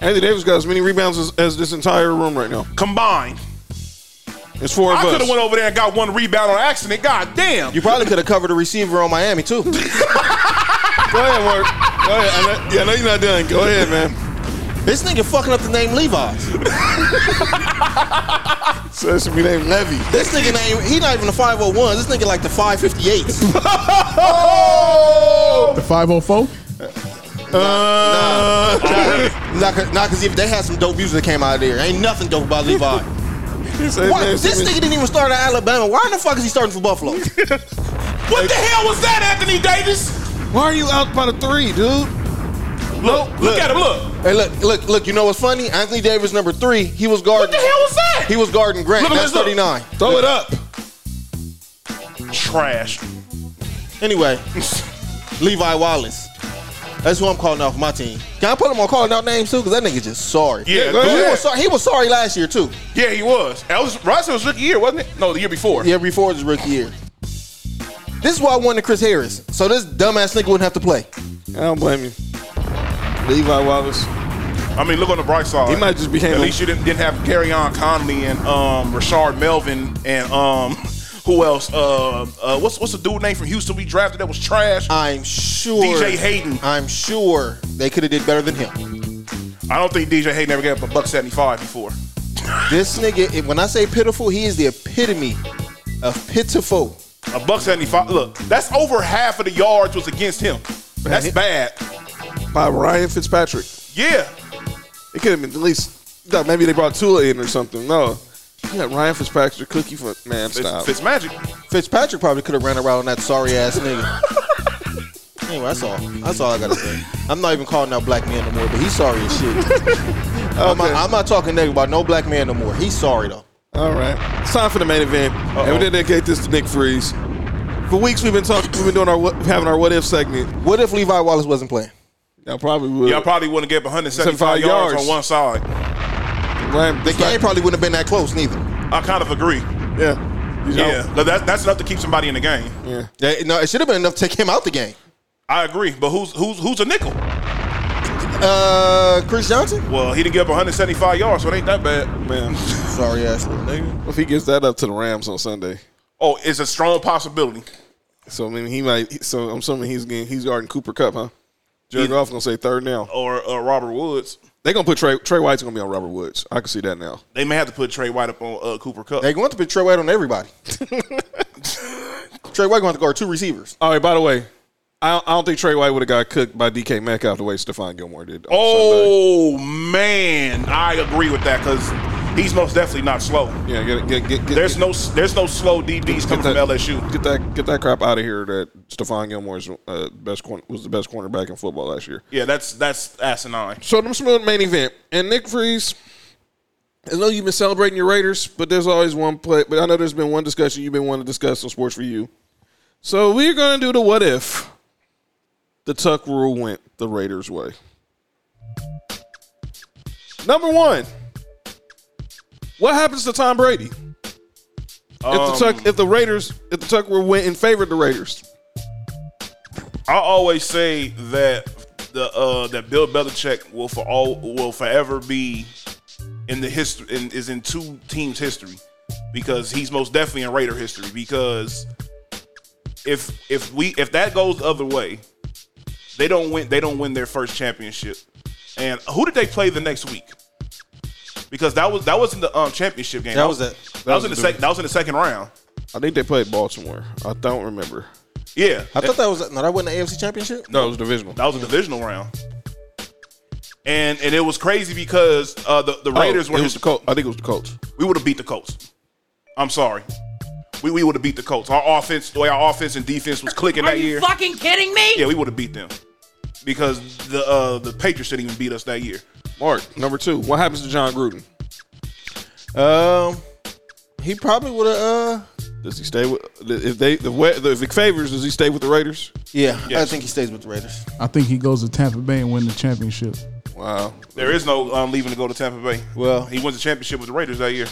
[SPEAKER 4] Anthony Davis got as many rebounds as, as this entire room right now.
[SPEAKER 5] combined?
[SPEAKER 4] It's four of
[SPEAKER 5] I could
[SPEAKER 4] us.
[SPEAKER 5] have went over there and got one rebound on accident. God damn.
[SPEAKER 8] You probably could have covered the receiver on Miami too.
[SPEAKER 4] Go ahead, Mark. Go ahead. I know, yeah, I know you're not done. Go ahead, man.
[SPEAKER 8] This nigga fucking up the name Levi's.
[SPEAKER 4] So that should be named Levy.
[SPEAKER 8] This nigga name he not even the 501. This nigga like the 558.
[SPEAKER 5] Oh!
[SPEAKER 10] The 504?
[SPEAKER 5] Uh,
[SPEAKER 8] not because if they had some dope music that came out of there. Ain't nothing dope about Levi.
[SPEAKER 4] So his
[SPEAKER 8] Why,
[SPEAKER 4] name
[SPEAKER 8] this
[SPEAKER 4] should be-
[SPEAKER 8] nigga didn't even start at Alabama. Why in the fuck is he starting for Buffalo?
[SPEAKER 5] What the hell was that, Anthony Davis?
[SPEAKER 4] Why are you out by the three, dude?
[SPEAKER 5] Look, look, at him, look.
[SPEAKER 8] hey, look, look, look. You know what's funny? Anthony Davis, number three, he was
[SPEAKER 5] What
[SPEAKER 8] guarding.
[SPEAKER 5] the hell was that?
[SPEAKER 8] He was guarding Grant.
[SPEAKER 5] Look at
[SPEAKER 8] That's
[SPEAKER 5] this, look.
[SPEAKER 8] 39.
[SPEAKER 4] Throw it up.
[SPEAKER 5] Trash.
[SPEAKER 8] Anyway, Levi Wallace. That's who I'm calling out for my team. Can I put him on calling out names too? Because that nigga just sorry.
[SPEAKER 5] Yeah,
[SPEAKER 8] he
[SPEAKER 5] go ahead.
[SPEAKER 8] was sorry. He was sorry last year too.
[SPEAKER 5] Yeah, he was. That was Russell was rookie year, wasn't it? No, the year before.
[SPEAKER 8] Yeah, before his rookie year. This is why I wanted Chris Harris. So this dumbass nigga wouldn't have to play.
[SPEAKER 4] I don't blame you. Levi Wallace.
[SPEAKER 5] I mean, look on the bright side.
[SPEAKER 4] He might just became
[SPEAKER 5] At
[SPEAKER 4] a-
[SPEAKER 5] least you didn't, didn't have Carry On Conley and um, Rashard Melvin and um, who else? Uh, uh, what's what's the dude name from Houston we drafted that was trash?
[SPEAKER 8] I'm sure.
[SPEAKER 5] DJ Hayden.
[SPEAKER 8] I'm sure they could have did better than him.
[SPEAKER 5] I don't think DJ Hayden ever got up a buck seventy five before.
[SPEAKER 8] This nigga, if- when I say pitiful, he is the epitome of pitiful.
[SPEAKER 5] A buck seventy five. Look, that's over half of the yards was against him. That's bad.
[SPEAKER 4] By Ryan Fitzpatrick.
[SPEAKER 5] Yeah.
[SPEAKER 4] It could have been at least. No, maybe they brought Tula in or something. No. Yeah, Ryan Fitzpatrick, cookie for man. Stop.
[SPEAKER 5] It's, it's magic.
[SPEAKER 8] Fitzpatrick probably could have ran around on that sorry ass nigga. anyway, that's all. That's all I gotta say. I'm not even calling out black man no more, but he's sorry as shit. I'm, not, I'm not talking negative about no black man no more. He's sorry though.
[SPEAKER 4] All right, it's time for the main event, and we dedicate this to Nick Freeze. For weeks, we've been talking, we've been doing our what- having our what if segment.
[SPEAKER 8] What if Levi Wallace wasn't playing?
[SPEAKER 4] Y'all probably would.
[SPEAKER 5] Y'all probably wouldn't get one hundred seventy five yards
[SPEAKER 4] yards.
[SPEAKER 5] on one side.
[SPEAKER 4] Ryan,
[SPEAKER 8] The game probably wouldn't have been that close neither.
[SPEAKER 5] I kind of agree.
[SPEAKER 4] yeah, You know?
[SPEAKER 5] Yeah, Look, that, that's enough to keep somebody in the game.
[SPEAKER 4] yeah.
[SPEAKER 8] Yeah, no, it should have been enough to take him out the game.
[SPEAKER 5] I agree, but who's who's who's a nickel?
[SPEAKER 8] Uh, Chris Johnson.
[SPEAKER 5] Well, he didn't give up 175 yards, so it ain't that bad.
[SPEAKER 4] Man,
[SPEAKER 8] Sorry ass.
[SPEAKER 4] if he gives that up to the Rams on Sunday,
[SPEAKER 5] Oh, it's a strong possibility.
[SPEAKER 4] so I mean he might. So I'm assuming he's getting he's guarding Cooper Cup, huh? Jared
[SPEAKER 5] Yeah.
[SPEAKER 4] Goff gonna say third now.
[SPEAKER 5] Or uh, Robert Woods.
[SPEAKER 4] They gonna put Trey Trey White's gonna be on Robert Woods. I can see that now.
[SPEAKER 5] They may have to put Trey White up on uh, Cooper Cup.
[SPEAKER 8] They going to put Trey White on everybody. Trey White going to guard two receivers.
[SPEAKER 4] All right. By the way, I don't, I don't think Trey White would have got cooked by DK Metcalf the way Stephon Gilmore did. on
[SPEAKER 5] Oh man, I agree with that because he's most definitely not slow.
[SPEAKER 4] Yeah, get, get, get,
[SPEAKER 5] there's no there's no slow DBs coming from LSU.
[SPEAKER 4] Get that get that crap out of here. That Stephon Gilmore is, uh, best corner, was the best cornerback in football last year.
[SPEAKER 5] Yeah, that's that's asinine.
[SPEAKER 4] So them smooth main event and Nick Freeze. I know you've been celebrating your Raiders, but there's always one play. But I know there's been one discussion you've been wanting to discuss on sports for you. So we're going to do the what if the Tuck rule went the Raiders' way. Number one, what happens to Tom Brady if the Tuck, if the Raiders, if the Tuck rule went and favored the Raiders?
[SPEAKER 5] I always say that the uh, that Bill Belichick will for all will forever be in the history in, is in two teams history because he's most definitely in Raider history because if if we if that goes the other way they don't win they don't win their first championship and who did they play the next week because that was that was in the um, championship game
[SPEAKER 4] That was it.
[SPEAKER 5] that, was in the sec- that was in the second round
[SPEAKER 4] I think they played Baltimore. I don't remember.
[SPEAKER 5] yeah
[SPEAKER 8] I thought that was no, that wasn't the AFC Championship.
[SPEAKER 4] No, it was divisional.
[SPEAKER 5] That was a divisional round. And and it was crazy because uh, the the Raiders
[SPEAKER 4] Oh,
[SPEAKER 5] were
[SPEAKER 4] it was the Colts. I think it was the Colts.
[SPEAKER 5] We would have beat the Colts. I'm sorry. We, we would have beat the Colts. Our offense, the way our offense and defense was clicking
[SPEAKER 7] Are
[SPEAKER 5] that
[SPEAKER 7] you
[SPEAKER 5] year.
[SPEAKER 7] fucking kidding me?
[SPEAKER 5] Yeah, we would have beat them because the uh, the Patriots didn't even beat us that year.
[SPEAKER 4] Mark number two. What happens to John Gruden?
[SPEAKER 8] Um, he probably would have. Uh,
[SPEAKER 4] Does he stay with if they if, we- if it favors? Does he stay with the Raiders?
[SPEAKER 8] yeah, I think he stays with the Raiders.
[SPEAKER 10] I think he goes to Tampa Bay and win the championship.
[SPEAKER 4] Wow,
[SPEAKER 5] there is no um, leaving to go to Tampa Bay.
[SPEAKER 8] Well-
[SPEAKER 5] he won the championship with the Raiders that year.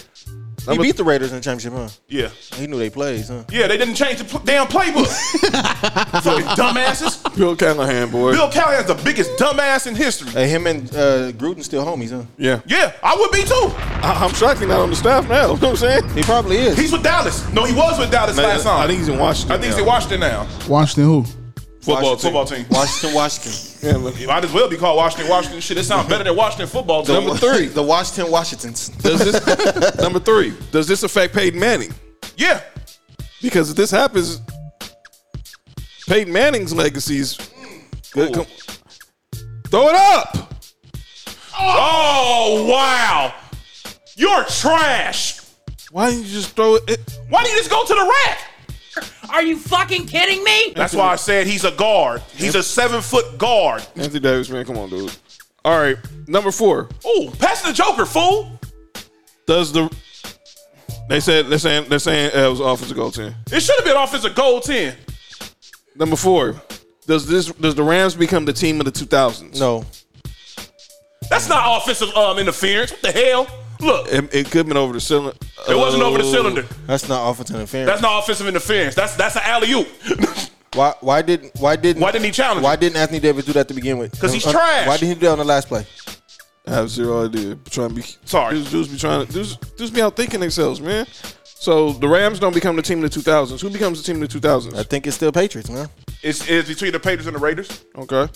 [SPEAKER 8] He beat the Raiders in the championship, huh?
[SPEAKER 5] Yeah,
[SPEAKER 8] He knew they plays, huh?
[SPEAKER 5] yeah, they didn't change the pl- damn playbook. Fucking dumbasses.
[SPEAKER 4] Bill Callahan, boy.
[SPEAKER 5] Bill Callahan's the biggest dumbass in history.
[SPEAKER 8] Hey, him and uh, Gruden still homies, huh?
[SPEAKER 4] Yeah.
[SPEAKER 5] Yeah, I would be too.
[SPEAKER 4] I, am shocked he's not on the staff now. You know what I'm saying?
[SPEAKER 8] He probably is.
[SPEAKER 5] He's with Dallas. No, he was with Dallas
[SPEAKER 4] No,
[SPEAKER 5] last time.
[SPEAKER 4] I think he's in Washington
[SPEAKER 5] I think he's
[SPEAKER 4] now.
[SPEAKER 5] in Washington now.
[SPEAKER 10] Washington, who?
[SPEAKER 5] Football team. Football team.
[SPEAKER 8] Washington, Washington.
[SPEAKER 4] Yeah, look.
[SPEAKER 5] Might as well be called Washington, Washington. Shit, it sounds better than Washington football team.
[SPEAKER 8] the Washington Washingtons.
[SPEAKER 4] Does this number three? Does this affect Peyton Manning?
[SPEAKER 5] Yeah.
[SPEAKER 4] Because if this happens, Peyton Manning's legacy is good. Come, throw it up.
[SPEAKER 5] Oh wow, you're trash.
[SPEAKER 4] Why didn't you just throw it?
[SPEAKER 5] Why didn't you just go to the rack?
[SPEAKER 7] Are you fucking kidding me?
[SPEAKER 5] That's why I said he's a guard. He's a seven foot guard.
[SPEAKER 4] Anthony Davis, man, come on, dude. All right, number four.
[SPEAKER 5] Ooh, pass the Joker, fool.
[SPEAKER 4] Does the they said they're saying they're saying uh, it was offensive goal ten.
[SPEAKER 5] It should have been offensive goal ten.
[SPEAKER 4] Number four. Does this does the Rams become the team of the two thousands?
[SPEAKER 8] No.
[SPEAKER 5] That's not offensive um interference. What the hell? Look,
[SPEAKER 4] It, it could have been over the cylinder.
[SPEAKER 5] it wasn't over the cylinder.
[SPEAKER 8] That's not offensive interference.
[SPEAKER 5] That's not offensive interference. That's that's an alley oop.
[SPEAKER 8] why? Why didn't? Why didn't?
[SPEAKER 5] Why didn't he challenge?
[SPEAKER 8] Why
[SPEAKER 5] Why?
[SPEAKER 8] didn't Anthony Davis do that to begin with?
[SPEAKER 5] 'Cause he's
[SPEAKER 8] Uh,
[SPEAKER 5] trash.
[SPEAKER 8] Why didn't he do that on the last play?
[SPEAKER 4] I have zero idea. Trying to be
[SPEAKER 5] Sorry.
[SPEAKER 4] Dudes, dudes be trying to dudes, dudes be out thinking themselves, man. So the Rams don't become the team of the two thousands. Who becomes the team of the two
[SPEAKER 8] I
[SPEAKER 4] thousands?
[SPEAKER 8] think it's still Patriots, man.
[SPEAKER 5] It's, it's between the Patriots and the Raiders.
[SPEAKER 4] Okay.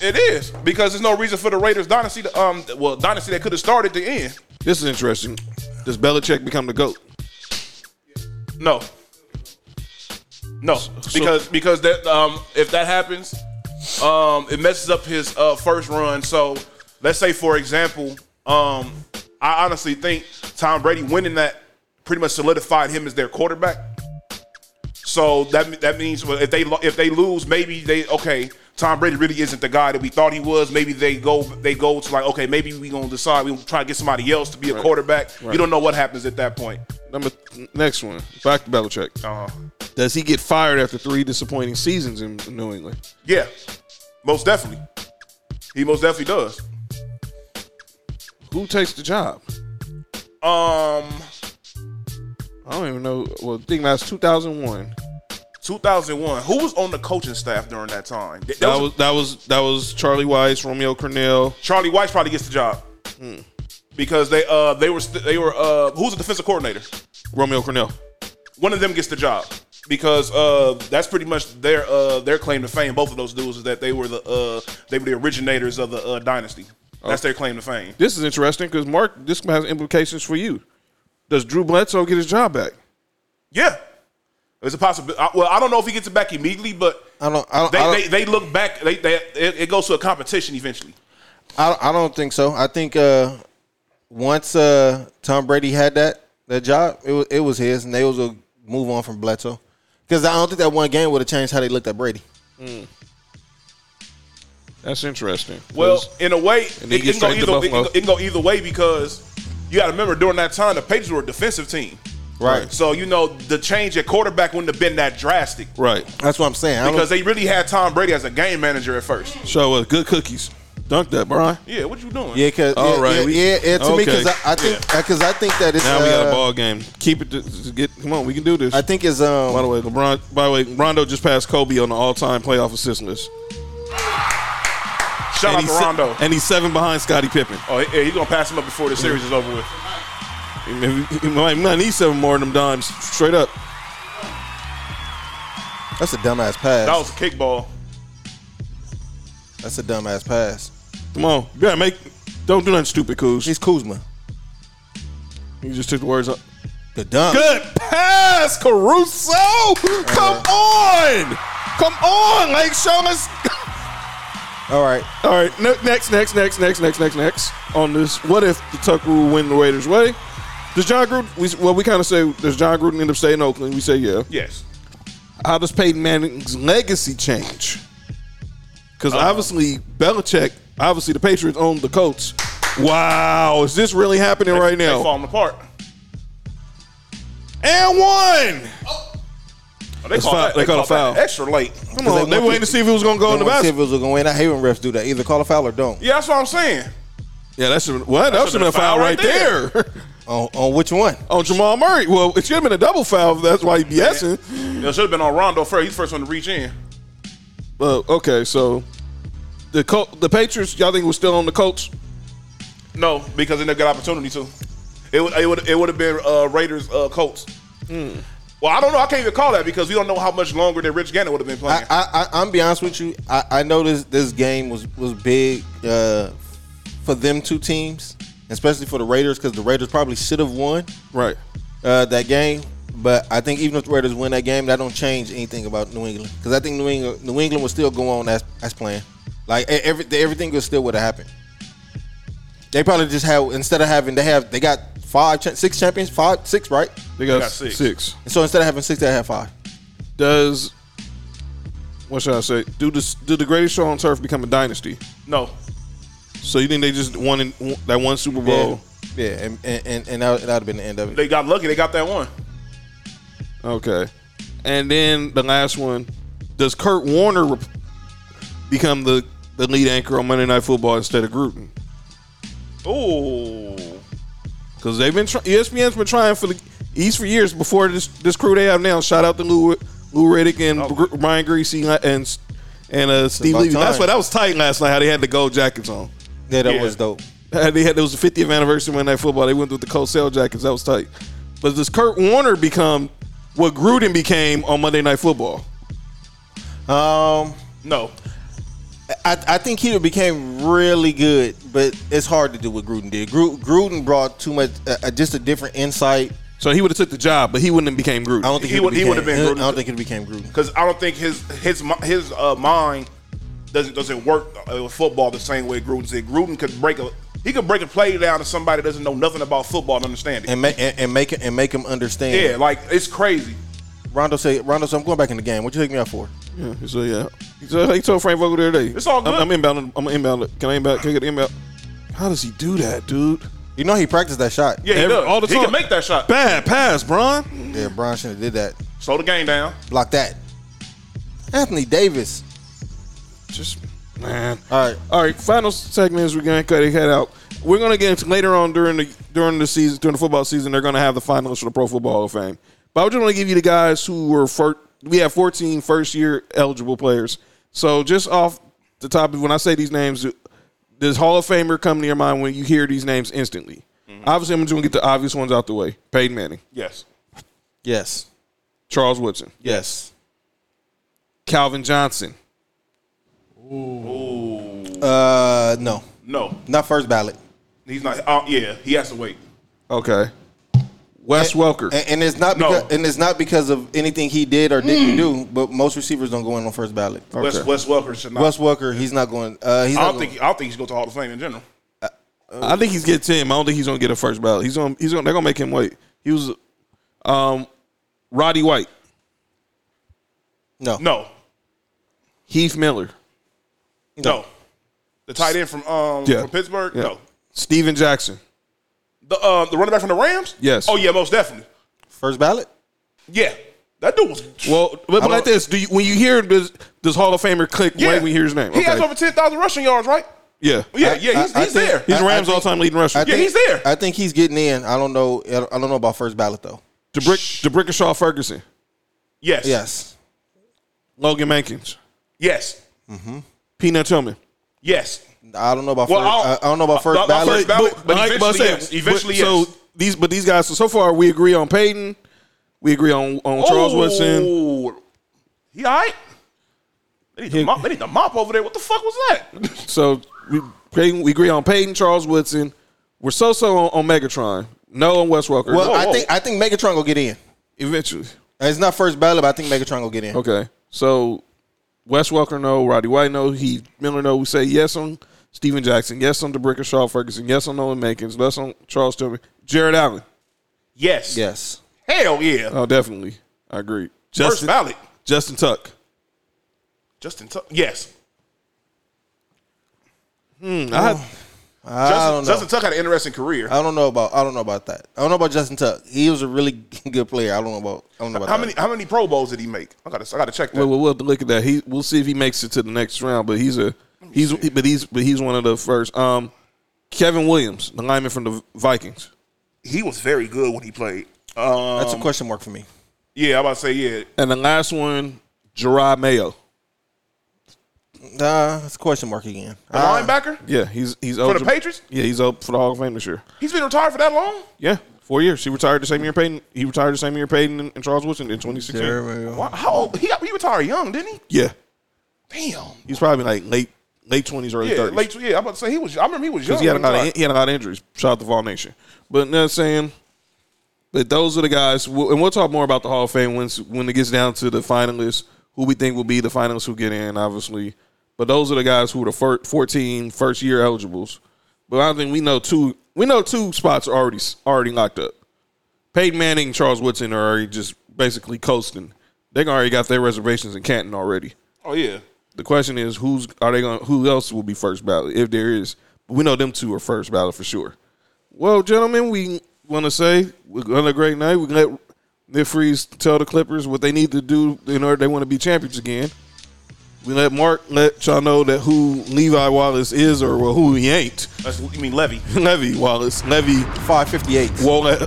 [SPEAKER 5] It is because there's no reason for the Raiders dynasty to um well dynasty that could have started to end.
[SPEAKER 4] This is interesting. Does Belichick become the GOAT?
[SPEAKER 5] No. No, because because that um if that happens, um it messes up his uh first run. So let's say for example, um I honestly think Tom Brady winning that pretty much solidified him as their quarterback. So that that means well, if they lo- if they lose, maybe they okay. Tom Brady really isn't the guy that we thought he was. Maybe they go they go to like okay, maybe we gonna decide we gonna try to get somebody else to be a
[SPEAKER 4] Right.
[SPEAKER 5] quarterback.
[SPEAKER 4] Right.
[SPEAKER 5] You don't know what happens at that point.
[SPEAKER 4] Number next one. Back to Belichick.
[SPEAKER 5] Uh-huh.
[SPEAKER 4] Does he get fired after three disappointing seasons in in New England?
[SPEAKER 5] Yeah, most definitely. He most definitely does.
[SPEAKER 4] Who takes the job?
[SPEAKER 5] Um,
[SPEAKER 4] I don't even know. Well, think that's 2001.
[SPEAKER 5] 2001. Who was on the coaching staff during that time? Th-
[SPEAKER 4] That was that was that was Charlie Weiss, Romeo Cornell.
[SPEAKER 5] Charlie Weiss probably gets the job
[SPEAKER 4] Hmm.
[SPEAKER 5] because they uh they were st- they were uh who's the defensive coordinator?
[SPEAKER 4] Romeo Cornell.
[SPEAKER 5] One of them gets the job because uh that's pretty much their uh their claim to fame. Both of those dudes is that they were the uh they were the originators of the uh, dynasty. That's
[SPEAKER 4] Oh.
[SPEAKER 5] their claim to fame.
[SPEAKER 4] This is interesting because Mark, this has implications for you. Does Drew Bledsoe get his job back?
[SPEAKER 5] Yeah. It's a possibility. Well, I don't know if he gets it back immediately, but
[SPEAKER 8] I don't. I don't,
[SPEAKER 5] they,
[SPEAKER 8] I don't
[SPEAKER 5] they, they look back. They, they it, it goes to a competition eventually.
[SPEAKER 8] I, I don't think so. I think uh, once uh, Tom Brady had that that job, it was it was his, and they was a move on from Bledsoe because I don't think that one game would have changed how they looked at Brady.
[SPEAKER 4] That's interesting.
[SPEAKER 5] Well, in a way, it,
[SPEAKER 4] And he
[SPEAKER 5] it
[SPEAKER 4] gets
[SPEAKER 5] can go
[SPEAKER 4] straight to
[SPEAKER 5] either, it, can
[SPEAKER 4] Buffalo.
[SPEAKER 5] go, it can go either way because you got to remember during that time the Patriots were a defensive team,
[SPEAKER 8] Right.
[SPEAKER 5] So you know the change at quarterback wouldn't have been that drastic
[SPEAKER 4] Right.
[SPEAKER 8] That's what I'm saying. I don't-
[SPEAKER 5] because they really had Tom Brady as a game manager at first.
[SPEAKER 4] Show us good cookies. Dunk that, Brian.
[SPEAKER 5] Yeah, what you doing?
[SPEAKER 8] Yeah, cause
[SPEAKER 4] All
[SPEAKER 8] yeah,
[SPEAKER 4] right,
[SPEAKER 8] yeah,
[SPEAKER 4] we-
[SPEAKER 8] yeah, yeah, to me,
[SPEAKER 4] okay.
[SPEAKER 8] because I, I think because I think that it's
[SPEAKER 4] now we got a
[SPEAKER 8] uh,
[SPEAKER 4] ball game. Keep it. To, to get come on. We can do this. I
[SPEAKER 8] think it's um.
[SPEAKER 4] By the way, LeBron. By the way, Rondo just passed Kobe on the all-time playoff assist list.
[SPEAKER 5] Shout out to
[SPEAKER 4] he's se-
[SPEAKER 5] Rondo.
[SPEAKER 4] and he's seven behind Scottie Pippen.
[SPEAKER 5] Oh, yeah, he's gonna pass him up before the series is over with.
[SPEAKER 4] He might- he might not need seven more of them dimes. Straight up.
[SPEAKER 8] That's a dumbass pass.
[SPEAKER 5] That was a kickball.
[SPEAKER 8] That's a dumbass pass.
[SPEAKER 4] Come on, you gotta make. Don't do nothing stupid, Kuz. He's
[SPEAKER 8] Kuzma.
[SPEAKER 4] You just took the words up.
[SPEAKER 8] The dumb.
[SPEAKER 4] Good pass, Caruso. Come on, come on, like show us.
[SPEAKER 8] All right,
[SPEAKER 4] all right. Ne- next, next, next, next, next, next, next. On this, what if the Tuck Rule win the Raiders' way? Does John Gruden? We, well, we kind of say does John Gruden end up staying in Oakland? We say yeah.
[SPEAKER 5] Yes.
[SPEAKER 4] How does Peyton Manning's legacy change? Because obviously, Belichick, obviously the Patriots own the Colts. Wow, is this really happening
[SPEAKER 5] They-
[SPEAKER 4] right now?
[SPEAKER 5] they falling apart.
[SPEAKER 4] And one.
[SPEAKER 5] Oh, they
[SPEAKER 4] That's
[SPEAKER 5] call
[SPEAKER 4] foul.
[SPEAKER 5] that,
[SPEAKER 4] They call a
[SPEAKER 5] called that
[SPEAKER 4] foul.
[SPEAKER 5] extra late.
[SPEAKER 4] Come on, they waiting to see if it was gonna go in the
[SPEAKER 8] See
[SPEAKER 4] basket.
[SPEAKER 8] if it was gonna go in. I hate when refs do that. Either call a foul or don't.
[SPEAKER 5] Yeah, that's what I'm saying.
[SPEAKER 4] Yeah, that's a, what? That should have been a foul right there.
[SPEAKER 8] on, on which one?
[SPEAKER 4] On Jamal Murray. Well, it should have been a double foul. if That's why he BSing.
[SPEAKER 5] It should have been on Rondo first. He's the first one to reach in.
[SPEAKER 4] Uh, okay, so the Col- the Patriots, y'all think was still on the Colts?
[SPEAKER 5] No, because they never got opportunity to. It would it would it would have been uh, Raiders uh, Colts.
[SPEAKER 4] Hmm.
[SPEAKER 5] Well, I don't know. I can't even call that because we don't know how much longer that Rich Gannon would have been playing.
[SPEAKER 8] I, I, I'm be honest with you. I, I know this this game was was big uh, for them two teams, especially for the Raiders because the Raiders probably should have won
[SPEAKER 4] right
[SPEAKER 8] uh, that game. But I think even if the Raiders win that game, that don't change anything about New England because I think New England New England would still go on as as playing. Like e- every, everything would still would have happened. They probably just have instead of having they have they got five cha- six champions five six right
[SPEAKER 4] They got They got six. six.
[SPEAKER 8] so instead of having six they have five
[SPEAKER 4] Does what should I say? Do this? Do the greatest show on turf become a dynasty?
[SPEAKER 5] No.
[SPEAKER 4] So you think they just won in, that one Super Bowl?
[SPEAKER 8] Yeah, and and and, and that would have been the end of it.
[SPEAKER 5] They got lucky. They got that one.
[SPEAKER 4] Okay, and then the last one. Does Kurt Warner rep- become the the lead anchor on Monday Night Football instead of Gruden?
[SPEAKER 5] Ooh.
[SPEAKER 4] Because they've been try- E ESPN's been trying for the East for years before this this crew they have now. Shout out to Lou Lou Riddick and Gr- Brian Greasy and and uh, Steve
[SPEAKER 8] Oh. about
[SPEAKER 4] Levy. That's
[SPEAKER 8] time.
[SPEAKER 4] why that was tight last night. How they had the gold jackets on.
[SPEAKER 8] Yeah, that Yeah. was dope.
[SPEAKER 4] How they had it was the 50th anniversary when that football. They went with the cold sale jackets. That was tight. But does Kurt Warner become what Gruden became on Monday Night Football?
[SPEAKER 8] Um,
[SPEAKER 5] no.
[SPEAKER 8] I, I think he became really good, but it's hard to do what Gruden did. Gru, Gruden brought too much, uh, uh, just a different insight.
[SPEAKER 4] So he would have took the job, but he wouldn't have became Gruden.
[SPEAKER 8] I don't think
[SPEAKER 5] He would- he would have
[SPEAKER 8] became- uh,
[SPEAKER 5] been
[SPEAKER 8] I
[SPEAKER 5] Gruden.
[SPEAKER 8] don't think he'd became Gruden.
[SPEAKER 5] because I don't think his his mi- his uh, mind doesn't doesn't work uh, with football the same way Gruden did. Gruden could break a he could break a play down to somebody that doesn't know nothing about football and understand it.
[SPEAKER 8] and make and, and make and make him understand.
[SPEAKER 5] Yeah, like it's crazy.
[SPEAKER 8] Rondo said, Rondo said, I'm going back in the game. What you take me out for?
[SPEAKER 4] Yeah, so yeah. So he told Frank Vogel the other day.
[SPEAKER 8] It's all
[SPEAKER 4] I'm,
[SPEAKER 8] good.
[SPEAKER 4] I'm inbounding. I'm inbounding. Can I inbound? Can I get the inbound? How does he do that, dude?
[SPEAKER 8] You know he practiced that shot.
[SPEAKER 5] Yeah, he
[SPEAKER 4] Every-
[SPEAKER 5] does.
[SPEAKER 4] all the
[SPEAKER 5] He
[SPEAKER 4] time.
[SPEAKER 5] can make that shot.
[SPEAKER 4] Bad pass, Bron.
[SPEAKER 8] Yeah, Brian should have did that.
[SPEAKER 5] Slow the game down.
[SPEAKER 8] Block that. Anthony Davis.
[SPEAKER 4] Just man.
[SPEAKER 8] All right,
[SPEAKER 4] all right. Final segments. We're gonna cut it head out. We're gonna get into later on during the during the season during the football season. They're gonna have the finalists for the Pro Football Hall of Fame. But I just want to give you the guys who were first. We have 14 first year eligible players. So just off the top of when I say these names, does Hall of Famer come to your mind when you hear these names instantly?
[SPEAKER 8] Mm-hmm.
[SPEAKER 4] Obviously, I'm just gonna get the obvious ones out the way. Peyton Manning,
[SPEAKER 5] Yes.
[SPEAKER 8] Yes.
[SPEAKER 4] Charles Woodson,
[SPEAKER 8] Yes.
[SPEAKER 4] Calvin Johnson.
[SPEAKER 8] Uh, no.
[SPEAKER 5] No.
[SPEAKER 8] Not first ballot.
[SPEAKER 5] He's not. Uh, yeah, he has to wait.
[SPEAKER 4] Okay. Wes Welker.
[SPEAKER 8] And, and it's not because, and it's not because of anything he did or didn't do, but most receivers don't go in on first ballot.
[SPEAKER 5] Wes, Wes Welker should not.
[SPEAKER 8] Wes Welker, he's not going. Uh, he's
[SPEAKER 5] I
[SPEAKER 8] not
[SPEAKER 5] don't
[SPEAKER 8] going-
[SPEAKER 5] think. I don't think he's going to Hall of Fame in general.
[SPEAKER 4] I think he's get ten. I don't think he's gonna get a first ballot. He's gonna he's gonna they're gonna make him wait. He was um Roddy White.
[SPEAKER 8] No.
[SPEAKER 5] No.
[SPEAKER 4] Heath Miller.
[SPEAKER 5] No. The tight end from um from Pittsburgh.
[SPEAKER 4] Yeah.
[SPEAKER 5] No.
[SPEAKER 4] Steven Jackson.
[SPEAKER 5] The uh, the running back from the Rams.
[SPEAKER 4] Yes.
[SPEAKER 5] Oh yeah, most definitely.
[SPEAKER 8] First ballot?
[SPEAKER 5] Yeah. That dude was.
[SPEAKER 4] Well, but,
[SPEAKER 5] I
[SPEAKER 4] but like
[SPEAKER 5] don't-
[SPEAKER 4] this, do you, when you hear this, this Hall of Famer click
[SPEAKER 5] Yeah.
[SPEAKER 4] when we hear his name,
[SPEAKER 5] He has
[SPEAKER 4] okay.
[SPEAKER 5] over ten thousand rushing yards, right?
[SPEAKER 4] yeah,
[SPEAKER 5] Yeah, yeah, he's, he's there.
[SPEAKER 4] He's Rams all-time leading rusher.
[SPEAKER 8] I
[SPEAKER 4] Yeah, he's
[SPEAKER 5] there.
[SPEAKER 8] I think he's getting in. I don't know. I don't know about first ballot though.
[SPEAKER 4] DeBrick, DeBrickashaw Ferguson,
[SPEAKER 5] Yes.
[SPEAKER 8] Yes.
[SPEAKER 4] Logan Mankins,
[SPEAKER 5] Yes.
[SPEAKER 8] Mm-hmm.
[SPEAKER 4] Peanut Tillman.
[SPEAKER 5] Yes.
[SPEAKER 8] I don't know about.
[SPEAKER 4] Well,
[SPEAKER 8] first, uh,
[SPEAKER 4] I'll-
[SPEAKER 8] I I don't know about first
[SPEAKER 4] But-
[SPEAKER 8] ballot.
[SPEAKER 4] but, but like- but I said, but, So these, but these guys. So, so far, we agree on Peyton. We agree on on Charles Woodson.
[SPEAKER 5] Oh, He all right? They need, the mop, they need the mop over there. What the fuck was that?
[SPEAKER 4] So we Peyton, we agree on Peyton, Charles Woodson. We're so so on, on Megatron. No on Wes Welker. Oh,
[SPEAKER 8] well, I think I think Megatron will get in
[SPEAKER 4] eventually.
[SPEAKER 8] It's not first ballot, but I think Megatron will get in.
[SPEAKER 4] Okay. So Wes Welker no, Roddy White no, Heath Miller no. We say yes on Steven Jackson, yes on DeBrick and Shaw Ferguson, yes on Nolan Mankins, yes on Charles Tillman, Jared Allen.
[SPEAKER 5] Yes.
[SPEAKER 8] Yes.
[SPEAKER 5] Hell yeah.
[SPEAKER 4] Oh, definitely. I agree.
[SPEAKER 5] First ballot.
[SPEAKER 4] Justin Tuck.
[SPEAKER 5] Justin Tuck. Yes.
[SPEAKER 4] Hmm.
[SPEAKER 8] I, I
[SPEAKER 5] Justin,
[SPEAKER 8] don't know.
[SPEAKER 5] Justin Tuck had an interesting career.
[SPEAKER 8] I don't know about. I don't know about that. I don't know about Justin Tuck. He was a really good player. I don't know about. I don't know about
[SPEAKER 5] How
[SPEAKER 8] that.
[SPEAKER 5] many how many Pro Bowls did he make? I gotta I gotta check that.
[SPEAKER 4] Well, we'll, we'll have to look at that. He we'll see if he makes it to the next round. But he's a he's but he's but he's one of the first. Um, Kevin Williams, the lineman from the Vikings.
[SPEAKER 5] he was very good when he played. Um,
[SPEAKER 4] That's a question
[SPEAKER 8] mark for me.
[SPEAKER 5] Yeah, I'm about to say yeah.
[SPEAKER 4] And the last one, Gerard Mayo.
[SPEAKER 8] Nah, it's a question mark again.
[SPEAKER 5] The
[SPEAKER 8] Uh,
[SPEAKER 5] linebacker?
[SPEAKER 4] Yeah, he's he's
[SPEAKER 5] For
[SPEAKER 4] old-
[SPEAKER 5] the Patriots?
[SPEAKER 4] Yeah, he's up for the Hall of Fame this year.
[SPEAKER 5] He's been retired for that long?
[SPEAKER 4] Yeah, four years. He retired the same year Payton. He retired the same year Payton and, and Charles Woodson in 2016.
[SPEAKER 5] Why- How old? He, got, he retired young, didn't he?
[SPEAKER 4] Yeah,
[SPEAKER 5] Damn.
[SPEAKER 4] he's probably like late late 20s, early
[SPEAKER 5] Yeah,
[SPEAKER 4] 30s.
[SPEAKER 5] late. Yeah, I'm about to say he was. I remember he was young.
[SPEAKER 4] Because he had a
[SPEAKER 5] when he
[SPEAKER 4] lot of
[SPEAKER 5] retired.
[SPEAKER 4] he had a lot of injuries. Shout out to Vol Nation. But you know what I'm saying? But those are the guys, We'll- and we'll talk more about the Hall of Fame once when it gets down to the finalists, who we think will be the finalists who get in, obviously. But those are the guys who are the fir- 14 first year eligibles. But I think we know two. We know two spots are already already locked up. Peyton Manning, and Charles Woodson are already just basically coasting. They already got their reservations in Canton already.
[SPEAKER 5] Oh yeah.
[SPEAKER 4] The question is, who's are they going? to Who else will be first ballot if there is? We know them two are first ballot for sure. Well, gentlemen, we want to say we're going a great night. We let Nick Freeze tell the Clippers what they need to do in order they want to be champions again. We let Mark let y'all know that who Levi Wallace is or well, who he ain't.
[SPEAKER 5] That's, you mean Levy?
[SPEAKER 4] Levy Wallace. Levy.
[SPEAKER 8] Five fifty eight.
[SPEAKER 4] Wall. Uh,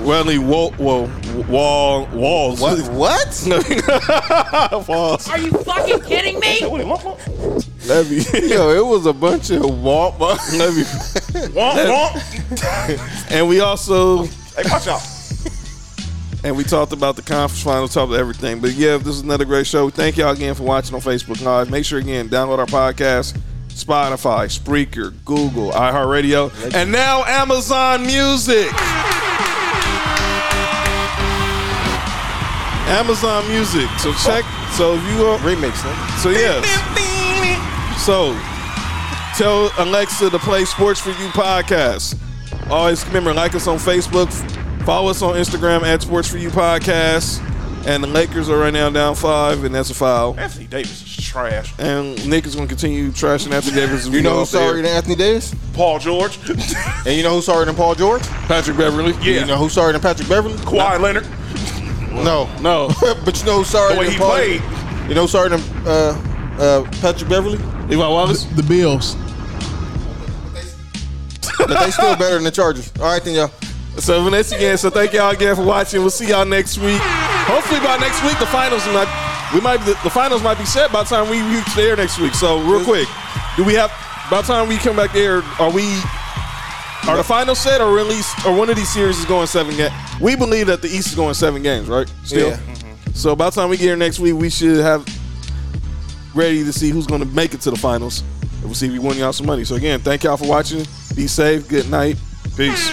[SPEAKER 4] Levy. Wall. Wall. Wall. Walls.
[SPEAKER 8] What? What?
[SPEAKER 4] Walls.
[SPEAKER 7] Are you fucking kidding me?
[SPEAKER 4] Levy.
[SPEAKER 8] Yo, it was a bunch of womp.
[SPEAKER 4] Levy. and we also
[SPEAKER 5] Hey, watch out.
[SPEAKER 4] and we talked about the conference finals, talked about everything. But yeah, this is another great show. Thank y'all again for watching on Facebook Live. Make sure again download our podcast, Spotify, Spreaker, Google, iHeartRadio, and now Amazon Music. Amazon Music. So check. So if you are
[SPEAKER 8] remix,
[SPEAKER 4] so yes. So tell Alexa to play Sports for You podcast. Always remember like us on Facebook, follow us on Instagram at Sports for You podcast. And the Lakers are right now down five, and that's a foul.
[SPEAKER 5] Anthony Davis is trash.
[SPEAKER 4] And Nick is going to continue trashing Anthony Davis. as we
[SPEAKER 8] You know
[SPEAKER 4] go
[SPEAKER 8] who's
[SPEAKER 4] off the air.
[SPEAKER 8] sorry than Anthony Davis?
[SPEAKER 5] Paul George.
[SPEAKER 8] And you know who's sorry than Paul George?
[SPEAKER 4] Patrick Beverly.
[SPEAKER 8] Yeah. You know who's sorry than Patrick Beverly?
[SPEAKER 5] Kawhi Leonard.
[SPEAKER 8] No.
[SPEAKER 4] No.
[SPEAKER 8] but you know who's sorry
[SPEAKER 5] The way
[SPEAKER 8] than
[SPEAKER 5] he
[SPEAKER 8] Paul
[SPEAKER 5] played.
[SPEAKER 8] You know who's sorry than uh, uh, Patrick Beverly?
[SPEAKER 4] Levi Wallace?
[SPEAKER 10] The, the Bills.
[SPEAKER 8] but they still better than the Chargers. All right, then, y'all.
[SPEAKER 4] So, for this again, so thank y'all again for watching. We'll see y'all next week. Hopefully, by next week, the finals might we might the, the finals might be set by the time we reach the air next week. So, real quick, do we have by the time we come back there? Are we are the finals set or at least or one of these series is going seven games? We believe that the East is going seven games, right? Still.
[SPEAKER 8] Yeah.
[SPEAKER 4] So, by the time we get here next week, we should have ready to see who's going to make it to the finals. And we'll see if we won y'all some money. So, again, thank y'all for watching. Be safe. Good night. Peace.